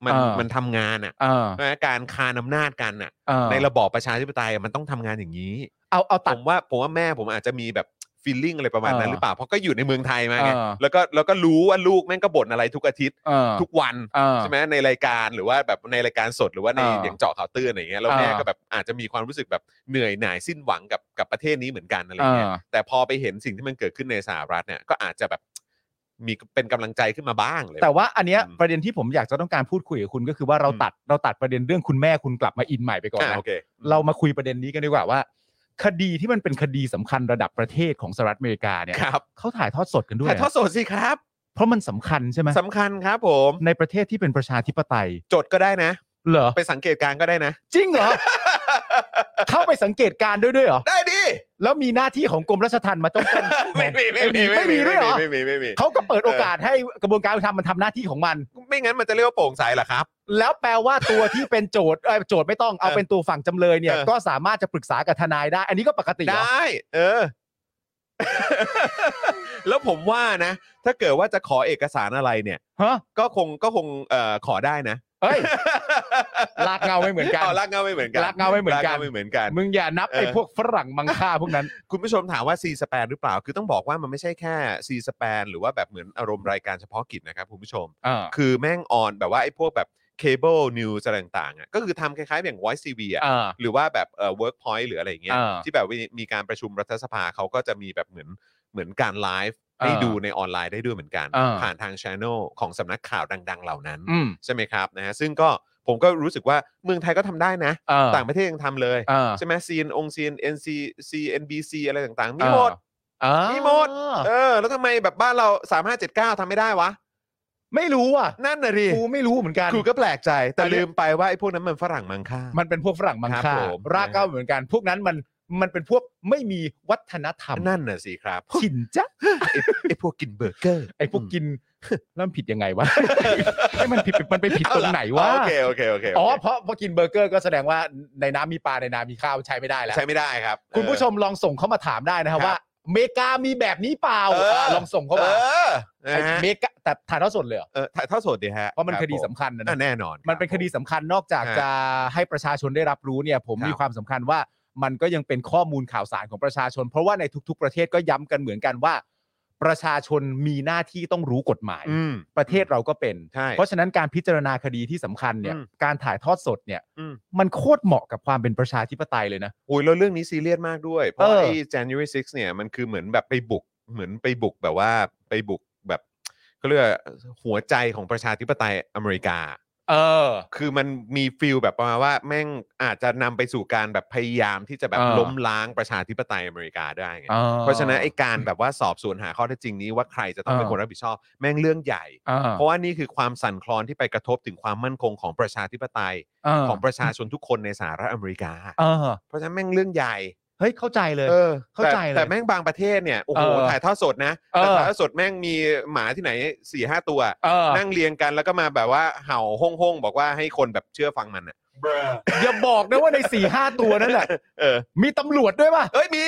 B: มัน
C: อ่ามั
B: มันทำงานอะ
C: เออ
B: นะการคานอำนาจกันอะ
C: เออ
B: ในระบอบประชาธิปไตยอะมันต้องทำงานอย่างนี้
C: เอาเอาตั
B: ผ
C: ด
B: มว่าผมว่าแม่ผมอาจจะมีแบบฟีลลิ่งอะไรประมาณนั้น
C: เออ
B: หรือเปล่าเพราะก็อยู่ในเมืองไทยมาไง
C: เออ
B: แล้วก็แล้วก็รู้ว่าลูกแม่งก็บ่นอะไรทุกอาทิตย์
C: เออ
B: ทุกวัน
C: เออ
B: ใช่ไหมในรายการหรือว่าแบบในรายการสดหรือว่าใน
C: อ่า
B: อย่างเจาะข่าวตื้นอะไรอย่างเงี้ยแล้วแม่
C: อ่า
B: ก็แบบอาจจะมีความรู้สึกแบบเหนื่อยหน่ายสิ้นหวังกับกับประเทศนี้เหมือนกันอะไรเงี้ย
C: อ่า
B: แต่พอไปเห็นสิ่งที่มันเกิดขึ้นในสหรัฐเนี่ยก็อาจจะแบบมีเป็นกำลังใจขึ้นมาบ้างเลย
C: แต่ว่าอันเนี้ย
B: อืม
C: ประเด็นที่ผมอยากจะต้องการพูดคุยกับคุณก็คือว่าเรา
B: อืม
C: ตัดเราตัดประเด็นเรื่องคุณแม่คุณกลับมาอินใหม่ไปก่อน
B: อ่า
C: นะ
B: โอเค
C: เรามาคุยประเด็นนี้กันดีกว่าว่า คดีที่มันเป็นคดีสำคัญระดับประเทศของสหรัฐอเมริกาเนี่ย
B: ครับ
C: เขาถ่ายทอดสดกันด้วย
B: ถ่าย
C: อะ
B: ทอดสดสิครับ
C: เพราะมันสำคัญใช่ไหม
B: สำคัญครับ ผม
C: ในประเทศที่เป็นประชาธิปไตย
B: จดก็ได้นะ
C: เหรอ
B: ไปสังเกตการณ์ก็ได้นะ
C: จริงเหรอ เข้าไปสังเกตการณ์ด้วยด้วยเหรอ
B: ได้ดิ
C: แล้วมีหน้าที่ของกรมราชทัณฑ์มาต้องเป็น
B: <laughs> ไม่มีไม่มี
C: ไม่มีด้วยเหรอ
B: ไม่มีไม่มี
C: เขาก็เปิดโอกาสให้กระบวนการยุติธรรมมันทำหน้าที่ของมัน
B: ไม่งั้นมันจะเรียกว่าโปร่งใสเหรอครับ
C: แล้วแปลว่าตัวที่เป็นโจทย์เอ่อโจทย์ไม่ต้องเอาเป็นตัวฝั่งจำเลยเนี่ย
B: เออ
C: ก็สามารถจะปรึกษากับทนายได้ อันนี้ก็ปกติเหรอ
B: ได้ เออ
C: <laughs>
B: แล้วผมว่านะ ถ้าเกิดว่าจะขอเอกสารอะไรเนี่ย
C: ฮะ
B: ก็คงก็คงเอ่อขอได้นะ
C: เอ้ย ลากเงาไม่เหมือนกัน
B: อ๋อลากเงาไม่เหมือนกัน
C: ลากเงาไม่เหมือนกัน
B: ลาไม่เหมือนกัน
C: มึงอย่านับไอ้
B: เออ
C: พวกฝรั่งมังค่าพวกนั้น
B: คุณผู้ชมถามว่า C span หรือเปล่า คือต้องบอกว่ามันไม่ใช่แค่ C span หรือว่าแบบเหมือนอารมณ์รายการเฉพาะกิจนะครับคุณผู้ชม
C: เออ
B: คือแม่งออนแบบว่าไอ้พวกแบบเคเบิลนิวส์อะไรต่างๆอ่ะก็คือทำคล้ายๆอย่าง Voice TV อ่ะ
C: เออ
B: หรือว่าแบบเอ่อ work point หรืออะไรอย่างเงี้ย
C: อ่า
B: ที่แบบมีมีการประชุมรัฐสภาเขาก็จะมีแบบเหมือนเหมือนการไลฟ์ให้
C: อ่า
B: ดูในออนไลน์ได้ด้วยเหมือนกัน
C: อ่า
B: ผ่านทางช anel ของสำนักข่าวดัง ๆ เหล่านั้น
C: อืม
B: ใช่ไหมครับนะฮะซึ่งก็ผมก็รู้สึกว่าเมืองไทยก็ทำได้นะ
C: เออ
B: ต่างประเทศยังทำเลย
C: เออ
B: ใช่ไหม CN อง CN NC CNBC อะไรต่างๆ มี
C: เออ
B: หมด
C: เออ
B: มีหมด เออ แล้วทำไมแบบบ้านเรา 3579ทำไม่ได้วะ
C: ไม่รู้อ่ะ
B: นั่นน่ะดิ
C: กูไม่รู้เหมือนกัน
B: ครูก็แปลกใจ แต่
C: อันนี้
B: ลืมไปว่าไอ้พวกนั้นมันฝรั่งมังค่า
C: มันเป็นพวกฝรั่งมัง
B: ครั
C: ค่า
B: บผม
C: รากเก้าเหมือนกัน พวกนั้นมันมันเป็นพวกไม่มีวัฒนธรรม
B: นั่นน่ะสิครับ
C: ขินจ้ะ
B: ไอ้ไอ้พวกกินเบอร์เกอร์
C: ไอ้พวกกินแล้วมันผิดยังไงวะ ให้มันผิดมันไปผิดตรงไหนวะ
B: อ๋อโอเคโอเคโอเคโเค
C: อ๋อเพราะพอกินเบอร์เกอร์ก็แสดงว่าในน้ำมีปลาในนามีข้าวใช้ไม่ได้แล้ว
B: ใช้ไม่ได้ครับ
C: คุณผู้ชมลองส่งเข้ามาถามได้นะครับ
B: ครับ
C: ว่าอเมริกามีแบบนี้เปล่า
B: เออ
C: เออลองส่ง
B: เอ
C: เข้ามา
B: อ
C: ไอ้
B: นะฮะ
C: อเมริกาแต่ถ่ายทอดสดเลยเหรอ
B: เออถ่ายทอดสดดีฮะ
C: เพราะมันคดีสำ
B: รับ
C: คัญ
B: ผ
C: นะ
B: อ่ะ
C: นะ
B: แน่นอน
C: มันเป็นค
B: รับ
C: ดีสำคัญนอกจาก
B: ฮะ
C: จะให้ประชาชนได้รับรู้เนี่ย ผม
B: ครับ
C: มีความสำคัญว่ามันก็ยังเป็นข้อมูลข่าวสารของประชาชน เพราะว่าในทุก ๆ ประเทศก็ย้ำกันเหมือนกันว่า ประชาชนมีหน้าที่ต้องรู้กฎหมาย
B: อืม
C: ประเทศเราก็เป็น
B: ใช่
C: เพราะฉะนั้นการพิจารณาคดีที่สำคัญเนี่ย
B: อืม
C: การถ่ายทอดสดเนี่ย
B: อืม
C: มันโคตรเหมาะกับความเป็นประชาธิปไตยเลยนะ
B: โอ้ยแล้วเรื่องนี้ซีเรียสมากด้วย เพราะ
C: เออ
B: ไอ้ January 6 เนี่ยมันคือเหมือนแบบไปบุกเหมือนไปบุกแบบว่าไปบุกแบบเขาเรียกว่าหัวใจของประชาธิปไตยอเมริกา
C: เออ
B: คือมันมีฟิลแบบประมาณว่า แม่งอาจจะนำไปสู่การแบบพยายามที่จะแบบ
C: เออ
B: ล้มล้างประชาธิปไตยอเมริกาได้ไง
C: ออ
B: เพราะฉะนั้นไอ้การแบบว่าสอบสวนหาข้อเท็จจริงนี้ว่าใครจะต้องเป็น
C: เออ
B: คนรับผิดชอบ แม่งเรื่องใหญ่
C: อ่า
B: เพราะว่านี่คือความสั่นคลอนที่ไปกระทบถึงความมั่นคงของประชาธิปไตย
C: า
B: ของประชาชนทุกคนในสหรัฐอเมริกา
C: เออ
B: เพราะฉะนั้นแม่งเรื่องใหญ่
C: เฮ้ยเข้าใจเลย
B: เออ
C: เข้าใจ
B: แต่
C: เลย
B: แต่แม่งบางประเทศเนี่ยโอ้โห
C: เออ
B: ถ่ายทอดสดนะ
C: เออ
B: แต่ถ่ายทอดสดแม่งมีหมาที่ไหนสี่ห้าตัว
C: เออ
B: นั่งเรียงกันแล้วก็มาแบบว่าเห่าห้องๆบอกว่าให้คนแบบเชื่อฟังมันอะ
C: อย่าบอกนะว่าใน4ี่ห้าตัวนั้นแหละ
B: เออ
C: มีตำรวจด้วยป่ะ
B: เอ้ยมี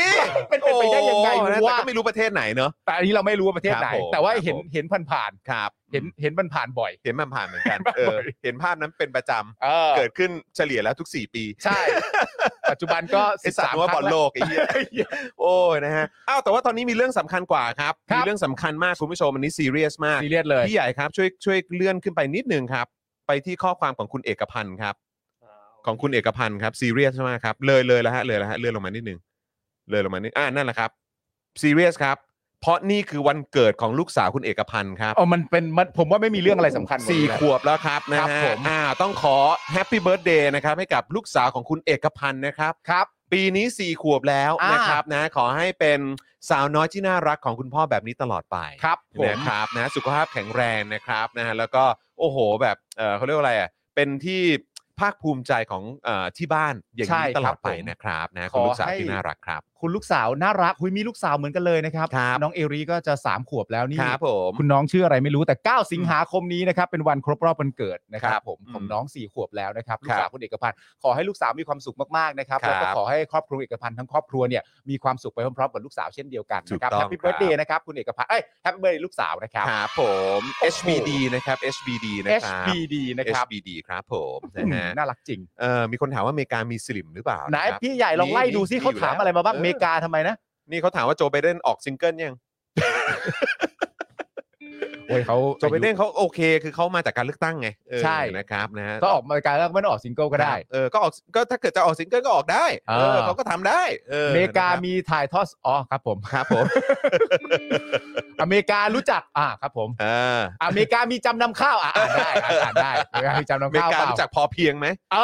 C: เป็นไปได้ยังไง
B: โอ้โหนะ
C: ว่า
B: แต่ก็ไม่รู้ประเทศไหนเนอะ
C: แต่อันนี้เราไม่รู้ว่าประเทศไหน
B: ครับผม
C: แต่ว่าเห็น
B: ครับผม
C: เห็นผ่าน
B: ครับ
C: ๆเห็นเห็นมันผ่านบ่อย
B: เห็นมันผ่านเหมือนกัน
C: เห็นมัน
B: เอ
C: บ่
B: อ
C: อย
B: เห็นภาพนั้นเป็นประจ
C: เออ
B: ำเกิดขึ้นเฉลี่ยแล้วทุก 4 ปี
C: ใช่
B: <laughs>
C: ปัจจุบันก็
B: ไอสัตว์
C: 13
B: ว่า
C: ค
B: บอ
C: รั้งแว
B: ลโลกไอ้เหี้ย โอ้ยนะฮะอ้าวแต่ว่าตอนนี้มีเรื่องสำคัญกว่าครับ
C: ครับ
B: มีเรื่องสำคัญมากคุณผู้ชมอันนี้ซีเรียสมาก
C: <laughs> ซีเรียสเลย
B: พี่ใหญ่ครับช่วยช่วยเลื่อนขึ้นไปนิดนึงครับ ไปที่ข้อความของคุณเอกพันธ์ครับ ของคุณเอกพันธ์ครับซีเรียสมากครับ เลยเลยแล้วฮะเลยแล้วฮะเลื่อนลงมานิดนึงเลยลงมานิดอ่านั่นแหละครับซีเรียสครับ เพราะนี่คือวันเกิดของลูกสาวคุณเอกพันธ์ครับ
C: เอามันเป็นมันผมว่าไม่มีเรื่องอะไรสำคัญกว่า
B: สี่
C: นี้นะ
B: ขวบแล้วครับนะครับ ฮะ
C: ผม
B: อ่าต้องขอแฮปปี้เบิร์ดเดย์นะครับให้กับลูกสาวของคุณเอกพันธ์นะครับ
C: ครับ
B: ปีนี้ 4 ขวบแล้ว
C: อ่าน
B: นะครับนะขอให้เป็นสาวน้อยที่น่ารักของคุณพ่อแบบนี้ตลอดไป
C: ครับผม
B: นะครับนะสุขภาพแข็งแรงนะครับนะฮะแล้วก็โอ้โหแบบเออเขาเรียกว่าอะไรอ่ะเป็นที่ภาคภูมิใจของเออที่บ้านอย่าง
C: ใช่
B: นี้
C: ครับ
B: ตลอดไป
C: ผม
B: นะครับนะ
C: ข
B: คุณ
C: อ
B: ลูกสาว
C: ให้
B: ที่น่ารักครับ
C: คุณลูกสาวน่ารักคุยมีลูกสาวเหมือนกันเลยนะครับ
B: ครับ
C: น้องเอรีก็จะสามขวบแล้วนี่
B: ครับผม
C: คุณน้องชื่ออะไรไม่รู้แต่ 9 สิงหาคมนี้นะครับเป็นวันครบรอบวันเกิดนะค
B: ค
C: รั
B: รั
C: บบ ผม
B: อืม
C: ของน้องสี่ขวบแล้วนะครับลูก
B: ครับ
C: สาวคุณเอกพันธ์ขอให้ลูกสาวมีความสุขมากๆนะครับ
B: ครับ
C: แล้วก็ขอให้ครอบครัวเอกพันธ์ทั้งครอบครัวเนี่ยมีความสุขไปพร้อมๆกับลูกสาวเช่นเดียวกันนะครับ
B: ถูกต้อง
C: แฮปปี้เบิร์ดเดย์
B: ครับ
C: นะครับคุณเอกพันธ์เอ้ยแฮปปี้เบิร์ดเดย์ลูกสาวนะครับ
B: ครับผม
C: โอ้โห
B: HBD นะครับ HBD นะครับ
C: HBD นะครับ
B: HBD ครับผมนะฮะ
C: น่ารักจริง
B: เออมีคนถามว่าอเมริกามีสลิมหรือเปล่า
C: ไหน
B: นะครับ
C: พี่ใหญ่ลองไล่ดูซิ
B: มี
C: เขาถามอะไรมาบ้าง
B: เออ
C: อเมริกาทำไมนะ
B: นี่เขาถามว่าโจไบเดนออกซิงเกิลยัง
C: โอ้ยเขา
B: โจไบเดนเขาโอเค คือเขามาจากการเลือกตั้งไงเออ
C: ใช่
B: นะครับนะฮะ
C: ก็ออกมาการแล้วไม่ต้องออกซิงเกิลก็ได้
B: เออ ก็ออก ก็ถ้าเกิดจะออกซิงเกิลก็ออกได้ เอ
C: เอ
B: อ
C: อ
B: เขาก็ทำได้ เออ
C: อเมริกา
B: นะครับ
C: มีถ่ายทอดอ๋อครับผม
B: ครับผม
C: <laughs> อเมริการู้จักอ่าครับผม
B: เออ
C: อเมริกามีจำนำข้าวอ่ะอ่านได้อ่ะอ่านได้อเมริกามีจำ
B: อเม
C: นำ
B: ริ
C: ข้าว
B: กา
C: เปล่า
B: รู้จักพอเพียงไหม
C: เอ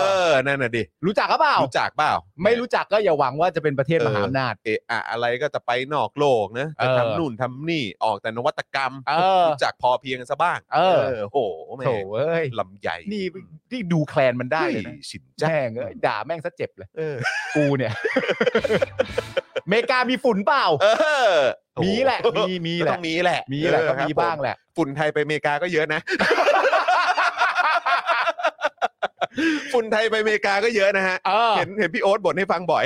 B: เอ
C: อ
B: อ นั่นน่ะดิ
C: รู้จักก็เปล่า
B: รู้จักเปล่า
C: ไม่รู้จักก็อย่าหวังว่าจะเป็นประเทศมหาอำนาจ
B: เอะอะอะไรก็จะไปนอกโลกนะ จะ
C: เออ
B: ทำนู่นทำนี่ ออกแต่นวัตกรรม
C: เออ
B: รู้จักพอเพียงกันซะบ้าง
C: เออ
B: โอ้โหแม่
C: โถเอ้ย
B: ลำใหญ่
C: นี่นี่ดูแคลนมันได้เลยนะ
B: ฮ้ชิน
C: แจ้งเอ้ยด่าแม่งซะเจ็บเลย
B: เออ
C: กูเนี่ย <laughs> อเมริกามีฝุ่นเปล่า
B: เออโอ้โ
C: มีแหละมีมี
B: ก็
C: แห
B: ต้
C: ละ
B: องมีแหละ
C: มีแหละ
B: เออ
C: ก็
B: ครั
C: มีบ้าง
B: ผ
C: แหละ
B: ฝุ่นไทยไปอเมริกาก็เยอะ <laughs> นะ ฝุ่นไทยไปอเมริกาก็เยอะนะฮะ
C: เออ
B: เห็นเห็นพี่โอ๊ตบ่นให้ฟังบ่อย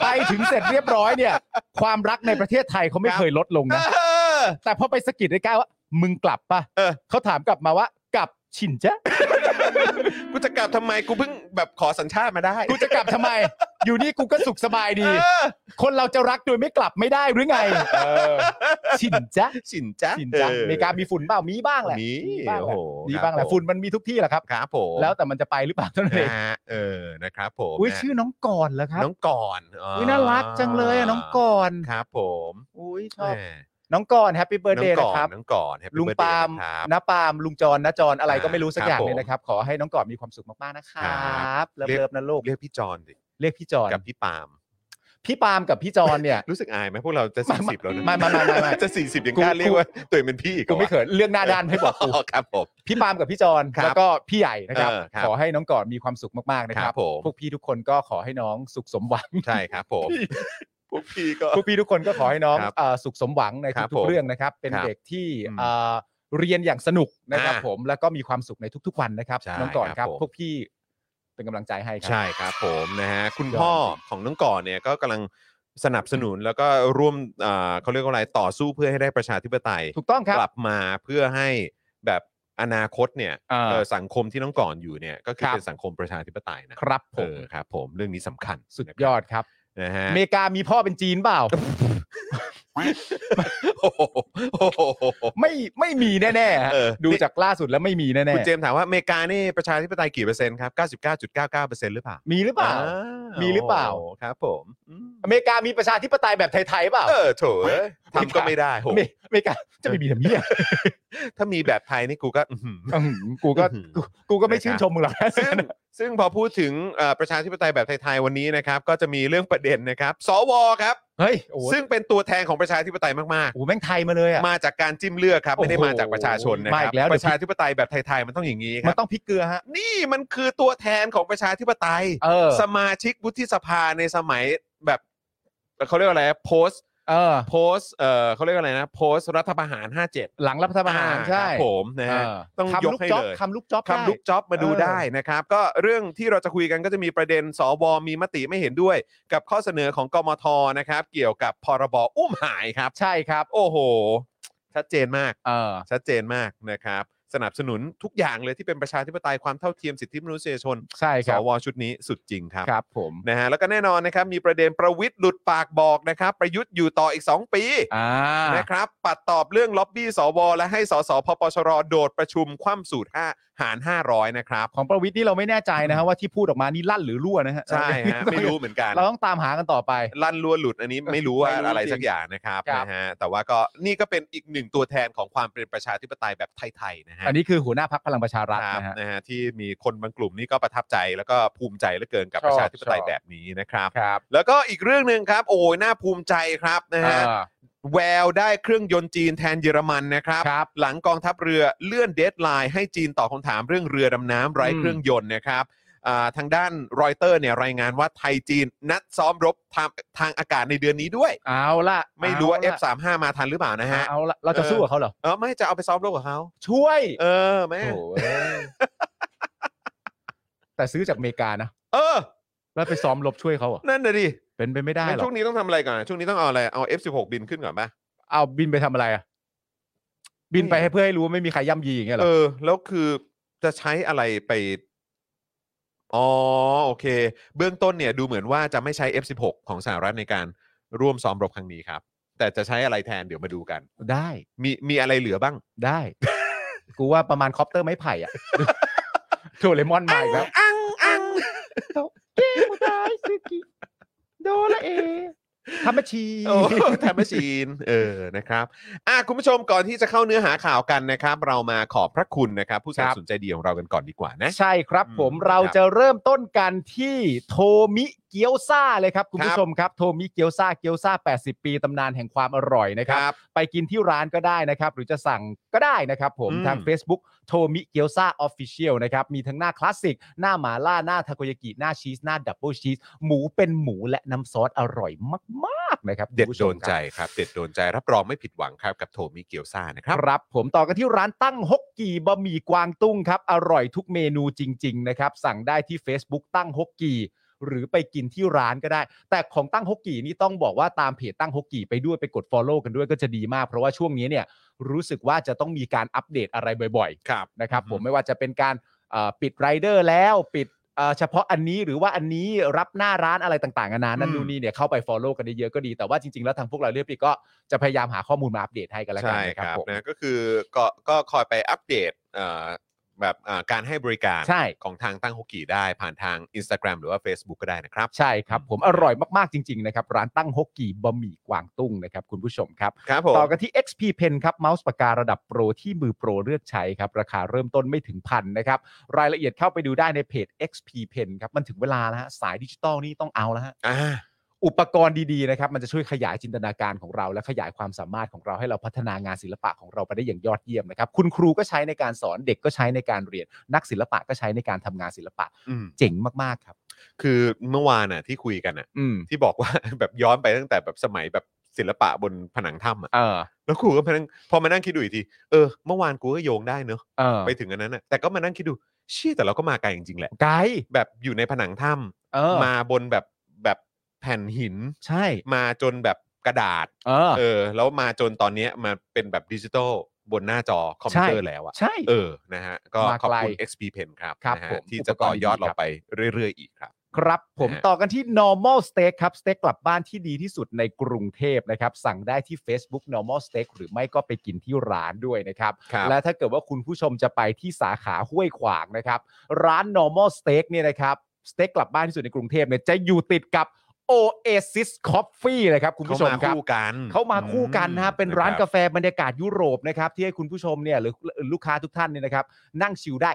C: ไปถึงเสร็จเรียบร้อยเนี่ย ความรักในประเทศไทยเขาไม่
B: ครับ
C: เคยลดลง
B: <laughs>
C: นะ
B: เออ
C: แต่พอไปสะกิดไอ้ก้าวว่า มึงกลับปะ
B: เออ
C: เขาถามกลับมาว่ากลับชินจ้ะ
B: กูจะกลับทำไมกูเพิ่งแบบขอสัญชาติมาได้
C: กูจะกลับทำไม อยู่นี่กูก็สุขสบายดี
B: เออ
C: คนเราจะรักโดยไม่กลับไม่ได้หรือไงชินจ้ะ
B: สินจ้ะ
C: ชินจ้ะ
B: เออ
C: อเมริกามีฝุ่นเปล่ามีบ้างแหละ
B: มี
C: บ้าง
B: โอ้
C: แหละ
B: โห
C: มีบ้างแหละ
B: ครับผม
C: ฝุ่นมันมีทุกที่แหละครับ
B: ครับผม
C: แล้วแต่มันจะไปหรือเปล่าเท่านั้นเอง
B: นะฮะเออนะครับผม
C: อุ้ย
B: นะ
C: ชื่อน้องก่อนเหรอครับ
B: น้องก่อน
C: อุ้ยน่ารักจังเลยอะน้องก่อน
B: ครับ ผม
C: อุ้ยชอบ
B: แหม
C: น้องก่อนแฮปปี้เบิร์ดเดย์
B: น้อง
C: นะ
B: ก่อ
C: ครับ
B: น้องก่อน Happy
C: ลุง
B: Birthday
C: ปาล์ม
B: นะครับ
C: น้าปาล์มลุงจรน้าจรอะไรก็ไม่รู้สักอย่าง
B: ครับ
C: เลยนะครับ ขอให้น้องกอดมีความสุขมากๆนะคร
B: ครั
C: ั
B: บ
C: บเลิฟๆนะลูก
B: เรียกพี่จอนดิ
C: เรียกพี่จร
B: กับพี่ปาล์ม
C: พี่ปาล์มกับพี่จรเนี่ย
B: รู้สึกอายไหมพวกเราจะ
C: ไม่
B: สี่สิบแล้วนะ
C: ไม่ไม่ไม่ไม่ไม่
B: จะสี่สิบยัง
C: กู
B: กล้าเรียก
C: กู
B: ว่าตัวเองเป็นพี่อีกหร
C: กู
B: อ
C: ไม่
B: วะ
C: เขินเรื่องหน้าด้านให้บอกกู
B: ครับผม
C: พี่ปาล์มกับพี่จร
B: ครับ
C: แล้วก็พี่ใหญ่นะครับ
B: เออครับ
C: ขอให้น้องกอดมีความสุขมากๆนะค
B: ครั
C: รั
B: บบ ผม
C: พวกพี่ทุกคนก็ขอให้น้องสุขสมหวัง
B: ใช่ครับผมพวกพี่ก็
C: <laughs> พวกพี่ทุกคนก็ขอให้น้อง
B: ครับ
C: เอ่อสุขสมหวังใน
B: ครับ
C: ทุ
B: ผ
C: กๆ
B: ม
C: เรื่องนะครับ เป็น
B: ครับ
C: เด็กที่
B: อืม
C: เอ่อเรียนอย่างสนุกนะครับ
B: อ่า
C: ผมแล้วก็มีความสุขในทุก ๆ วันนะครับ
B: ใช่
C: น้องกอด
B: ครับ
C: ครับ
B: ผม
C: พวกพี่เป็นกำลังใจให้ครั
B: ใช่ครับผมนะฮะคุณพ่อของน้องก่อนเนี่ยก็กำลังสนับสนุนแล้วก็ร่วมอ่าเขาเรียกว่าอะไรต่อสู้เพื่อให้ได้ประชาธิปไตย
C: ถูกต้องครับ
B: กลับมาเพื่อให้แบบอนาคตเนี่ย
C: อ่า
B: เอ่อสังคมที่น้องก่อนอยู่เนี่ยก็คือ
C: ครับ
B: เป็นสังคมประชาธิปไตยนะครับ
C: ผ
B: เอ
C: ม
B: อครับ ผมเรื่องนี้สำคัญ
C: สุดยอดครับ
B: นะฮะ
C: อเมริกามีพ่อเป็นจีนเปล่า <laughs>
B: โอ้โหโอ้โห
C: ไม่ไม่มีแน่ๆฮะ
B: เออ
C: ดูจากล่าสุดแล้วไม่มีแน่
B: คุณเจมส์ถามว่าอเมริกานี่ประชาธิปไตยกี่เปอร์เซ็นต์ครับ 99.99%หรือเปล่า
C: ๆมีหรือเปล่า
B: อ่
C: มีหรือเปล่า
B: โครับผมอืม
C: อเมริกามีประชาธิปไตยแบบไทยๆเปล่า
B: เออโถเอ้ยทำก็ไม่ได้โห
C: อเมอเมริกาจะไม่มีทำเนี
B: <laughs>
C: ย
B: ถ้ามีแบบไทยนี่กูก็อื้อหือ
C: อื้อหือกูก็
B: อื้อหือ
C: กูกูก็ไม่ชื่นชมมึงหรอกนะ
B: <laughs> ซึ่งซึ่งพอพูดถึงเอ่อประชาธิปไตยแบบไทย ๆ วันนี้นะครับ ก็จะมีเรื่องประเด็นนะครับ สวครับ
C: เฮ้ยโอ้
B: ซึ่งเป็นตัวแทนของประชาธิปไตยมาก
C: โหแม่งไทยมาเลยอ่ะ
B: ๆ มาจากการจิ้มเลือกครับ ไม่ได้
C: โอ้โห
B: มาจากประชาชนนะค
C: มา
B: รั
C: อี
B: บ
C: กแล้วเดี๋
B: ป
C: ยว
B: ระชาธิปไตยแบบไทย ๆ มันต้องอย่างนี้ค
C: มั
B: รั
C: น
B: บ
C: ต้องพริกเกลือฮะ
B: นี่มันคือตัวแทนของประชาธิปไตย
C: เออ
B: สมาชิกวุฒิสภาในสมัยแบบเขาเรียกว่าอะไร post
C: เออ
B: โพสต์เอ่อเขาเรียกว่าอะไรนะ โพสต์รัฐประหาร 57
C: หลังรัฐประหาร
B: อ่
C: ใช่
B: คบผมนะฮะ
C: เ
B: ต้องย
C: คำ
B: ก
C: ลูก
B: ให้
C: จ๊อบ
B: เลย
C: คำลูกจ๊อบ
B: คำลุก
C: ได้
B: จ็อบมาดู
C: เออ
B: ได้นะครับ ก็เรื่องที่เราจะคุยกันก็จะมีประเด็นสวมีมติไม่เห็นด้วย กับข้อเสนอของกมทนะครับ เกี่ยวกับพรบอุ้มหายครับ
C: ใช่ครับ
B: โอ้โห ชัดเจนมาก
C: เออ
B: ชัดเจนมากนะครับ สนับสนุนทุกอย่างเลยที่เป็นประชาธิปไตยความเท่าเทียมสิทธิมนุษยชน
C: ใช่ค
B: ส
C: รับ
B: วชุดนี้สุดจริงครับ
C: ครับผม
B: นะฮะแล้วก็แน่นอนนะครับ มีประเด็นประวิทย์หลุดปากบอกนะครับ ประยุทธ์อยู่ต่ออีก 2 ปี
C: อ่า
B: นะครับ ปัดตอบเรื่องล็อบบี้สวและให้สสพปชรโดดประชุมคว่ำสูตร5หาร 500 นะครับ
C: ของประวิทย์นี่เราไม่แน่ใจนะฮะว่าที่พูดออกมานี่ลั่นหรือรั่วนะฮะ
B: ใช่
C: <laughs>
B: ฮะ ไม่รู้เหมือนกัน
C: เราต้องตามหากันต่อไป
B: ลั่นลัวหลุดอันนี้ไม่รู้ว่า
C: ไม่รู้
B: อะไร
C: จริง
B: สักอย่างนะครับ
C: ครับ
B: นะฮะแต่ว่าก็นี่ก็เป็นอีกหนึ่งตัวแทนของความเป็นประชาธิปไตยแบบไทยๆนะฮะ
C: อันนี้คือหัวหน้าพักพลังประชารัฐ
B: ครับ
C: นะฮะ
B: นะฮะที่มีคนบางกลุ่มนี่ก็ประทับใจแล้วก็ภูมิใจเหลือเกินกับ
C: ชอบ
B: ประชาธิปไตย
C: ชอบ
B: แบบนี้นะครับ
C: ครับ
B: แล้วก็อีกเรื่องหนึ่งครับ โอ้ยน่าภูมิใจครับนะฮะ
C: เออ
B: แววได้เครื่องยนต์จีนแทนเยอรมันนะครับ
C: ครับ
B: หลังกองทัพเรือเลื่อนเดทไลน์ให้จีนตอบคำถามเรื่องเรือดำน้ำไร้
C: อืม
B: เครื่องยนต์นะครับอ่าทางด้านรอยเตอร์เนี่ยรายงานว่าไทยจีนนัดซ้อมรบทางทางอากาศในเดือนนี้ด้วย
C: เอาละ
B: ไม่รู้ว่า
C: เอละ
B: F35 มาทันหรือเปล่านะฮะ
C: เอาละเราจะ
B: เออ
C: สู้กับเขาเหรอ
B: เออไม่จะเอาไปซ้อมรบกับเขา
C: ช่วย
B: เออแม่
C: โอ้ยแต่ซื้อจากอเมริกานะ
B: เออ
C: แล้วไปซ้อมรบช่วยเขาเหรอ
B: นั่นน่ะดิ
C: เป็นไปไม่ได้
B: งั้
C: ห
B: น
C: รอ
B: ช่
C: ก
B: วงนี้ต้องทำอะไรก่อน ช่วงนี้ต้องเอาอะไรเอา F16 บินขึ้นก่อนปะ
C: เอาบินไปทำอะไรอ่ะบินไปให้เพื่อให้รู้ว่าไม่มีใครย่ำยีอย่างเงี้ยเหร
B: เอ
C: อ
B: อ แล้วคือจะใช้อะไรไปอ๋อโอเค เบื้องต้นเนี่ยดูเหมือนว่าจะไม่ใช้ F16 ของสหรัฐในการร่วมซ้อมรบครั้งนี้ครับ แต่จะใช้อะไรแทนเดี๋ยวมาดูกัน
C: ได้
B: มีมีอะไรเหลือบ้าง
C: ได้ <laughs> กูว่าประมาณคอปเตอร์ไม้ไผ่ <laughs> อะโดเรมอนมาอีกแล้ว
B: อังอัง
C: เกมตายซึกิโดละเอทำมา <laughs> ชี
B: โอ้แทมเมชีนเออนะครับอ่ะคุณผู้ชมก่อนที่จะเข้าเนื้อหาข่าวกันนะครับ เรามาขอบพระคุณนะครับ ผู้สนับ
C: ครับ
B: สนุนใจดีของเรากันก่อนดีกว่านะ
C: ใช่ครับ
B: อืม
C: ผมเราจะเริ่มต้นกันที่โทมิเกียวซาเลยครับ คุณ
B: ครั
C: ผู้
B: บ
C: ชมครับ โทมิเกียวซาเกียวซา80 ปีตำนานแห่งความอร่อยนะครับ ไปกินที่ร้านก็ได้นะครับ หรือจะสั่งก็ได้นะครับผม
B: อืม
C: ทาง Facebook โทมิเกียวซาออฟฟิเชียลนะครับ มีทั้งหน้าคลาสสิก หน้าหมาล่าหน้าทาโกยากิหน้าชีส หน้าดับเบิลชีส หมูเป็นหมูและน้ำซอสอร่อยมาก ๆ นะครับ
B: เด็ด
C: คุณผู้ช
B: โด
C: ม
B: น
C: ครับ
B: ใจครับ เด็ดโดนใจรับรองไม่ผิดหวังครับกับโทมิเกียวซ่านะครับ
C: ครับผมต่อกันที่ร้านตั้งฮกกีบะหมี่กวางตุ้งครับ อร่อยทุกเมนูจริง ๆ นะครับ สั่งได้ที่ Facebook ตั้งฮกกีหรือไปกินที่ร้านก็ได้ แต่ของตั้งฮกกีนี่ต้องบอกว่าตามเพจตั้งฮกกีไปด้วยไปกด Follow กันด้วยก็จะดีมาก เพราะว่าช่วงนี้เนี่ยรู้สึกว่าจะต้องมีการอัปเดตอะไรบ่อย
B: ครับ
C: ๆนะครับผม
B: อืม
C: ไม่ว่าจะเป็นการเอ่อปิดไรเดอร์แล้วปิดเอ่อเฉพาะอันนี้หรือว่าอันนี้รับหน้าร้านอะไรต่างๆนานานั่นนู่นนี่เนี่ยเข้าไป Follow กันเยอะๆก็ดีแต่ว่าจริงๆแล้วทางพวกเราเรียบรีก็จะพยายามหาข้อมูลมาอัปเดตให้กันแล้วกัน
B: ใช่
C: นะ
B: ค
C: ครับ
B: รับ
C: ผม
B: นะก็คือก็ก็คอยไปอัปเดตเอ่อแบบเอ่อการให้บริการ
C: ใช่
B: ของทางตั้งฮกกี้ได้ผ่านทาง Instagram หรือว่า Facebook ก็ได้นะครับ
C: ใช่ครับ ผม
B: อืม
C: อร่อยมาก ๆ จริง ๆ นะครับ ร้านตั้งฮกกี่บะหมี่กวางตุ้งนะครับ คุณผู้ชมครับ
B: ครับผม
C: ต่อกันที่ XP Pen ครับเมาส์ปากการะดับโปรที่มือโปรเลือกใช้ครับ ราคาเริ่มต้นไม่ถึงพันนะครับ รายละเอียดเข้าไปดูได้ในเพจ XP Pen ครับ มันถึงเวลาแล้วฮะสายดิจิตอลนี่ต้องเอาแล้วฮะ
B: อ่า
C: อุปกรณ์ดีๆนะครับ มันจะช่วยขยายจินตนาการของเรา และขยายความสามารถของเราให้เราพัฒนางานศิลปะของเราไปได้อย่างยอดเยี่ยมนะครับ คุณครูก็ใช้ในการสอนเด็กก็ใช้ในการเรียน นักศิลปะก็ใช้ในการทำงานศิลปะ
B: อืม
C: เจ๋งมากๆครับ
B: คือเมื่อวานน่ะที่คุยกันน่ะ
C: อืม
B: ที่บอกว่า <laughs> แบบย้อนไปตั้งแต่แบบสมัยแบบศิลปะบนผนังถ้ำอ่ะ
C: เออ
B: แล้วครูก็มานั่งพอมานั่งคิดดูอีกทีเออเมื่อวานกูก็โยงได้เนอะ
C: เออ
B: ไปถึงอันนั้นน่ะแต่ก็มานั่งคิดดูเชี่ยแต่เราก็มาไกลจริงๆแหละ
C: ไกล
B: แบบอยู่ในผนังถ้ำ
C: เออ
B: มาบนแบบแบบแผ่นหิน
C: ใช่
B: มาจนแบบกระดาษ
C: เออ
B: เออ แล้วมาจนตอนเนี้ยมาเป็นแบบดิจิตอลบนหน้าจอคอมพิวเตอร์แล้วอะ
C: ใช่
B: เออนะฮะก็
C: มา
B: ขอบ
C: ไกล
B: คุณ XP Pen ครับ
C: ครับ
B: นะฮะ
C: ผม
B: ที่จะต่อยอด
C: อุปกรณ์ดีๆ
B: เราไปเรื่อยๆอีกครับ
C: ครับผม
B: นะฮะ
C: ต่อกันที่ normal steak ครับสเต็กกลับบ้านที่ดีที่สุดในกรุงเทพนะครับ สั่งได้ที่ Facebook normal steak หรือไม่ก็ไปกินที่ร้านด้วยนะครับ
B: ครับ
C: และถ้าเกิดว่าคุณผู้ชมจะไปที่สาขาห้วยขวางนะครับ ร้าน normal steak เนี่ยนะครับสเต็กกลับบ้านที่สุดในกรุงเทพเนี่ยจะอยู่ติดกับ Oasis Coffee เลยครับคุณ
B: เขา
C: ผู้ชม
B: มา
C: ครับ
B: คู่กัน
C: เขามาคู่กันนะฮะเป็นร้าน
B: ค
C: กา
B: บ
C: แฟบรรยากาศยุโรปนะครับที่ให้คุณผู้ชมเนี่ยหรือลูกค้าทุกท่านเนี่ยนะครับ นั่งชิลได้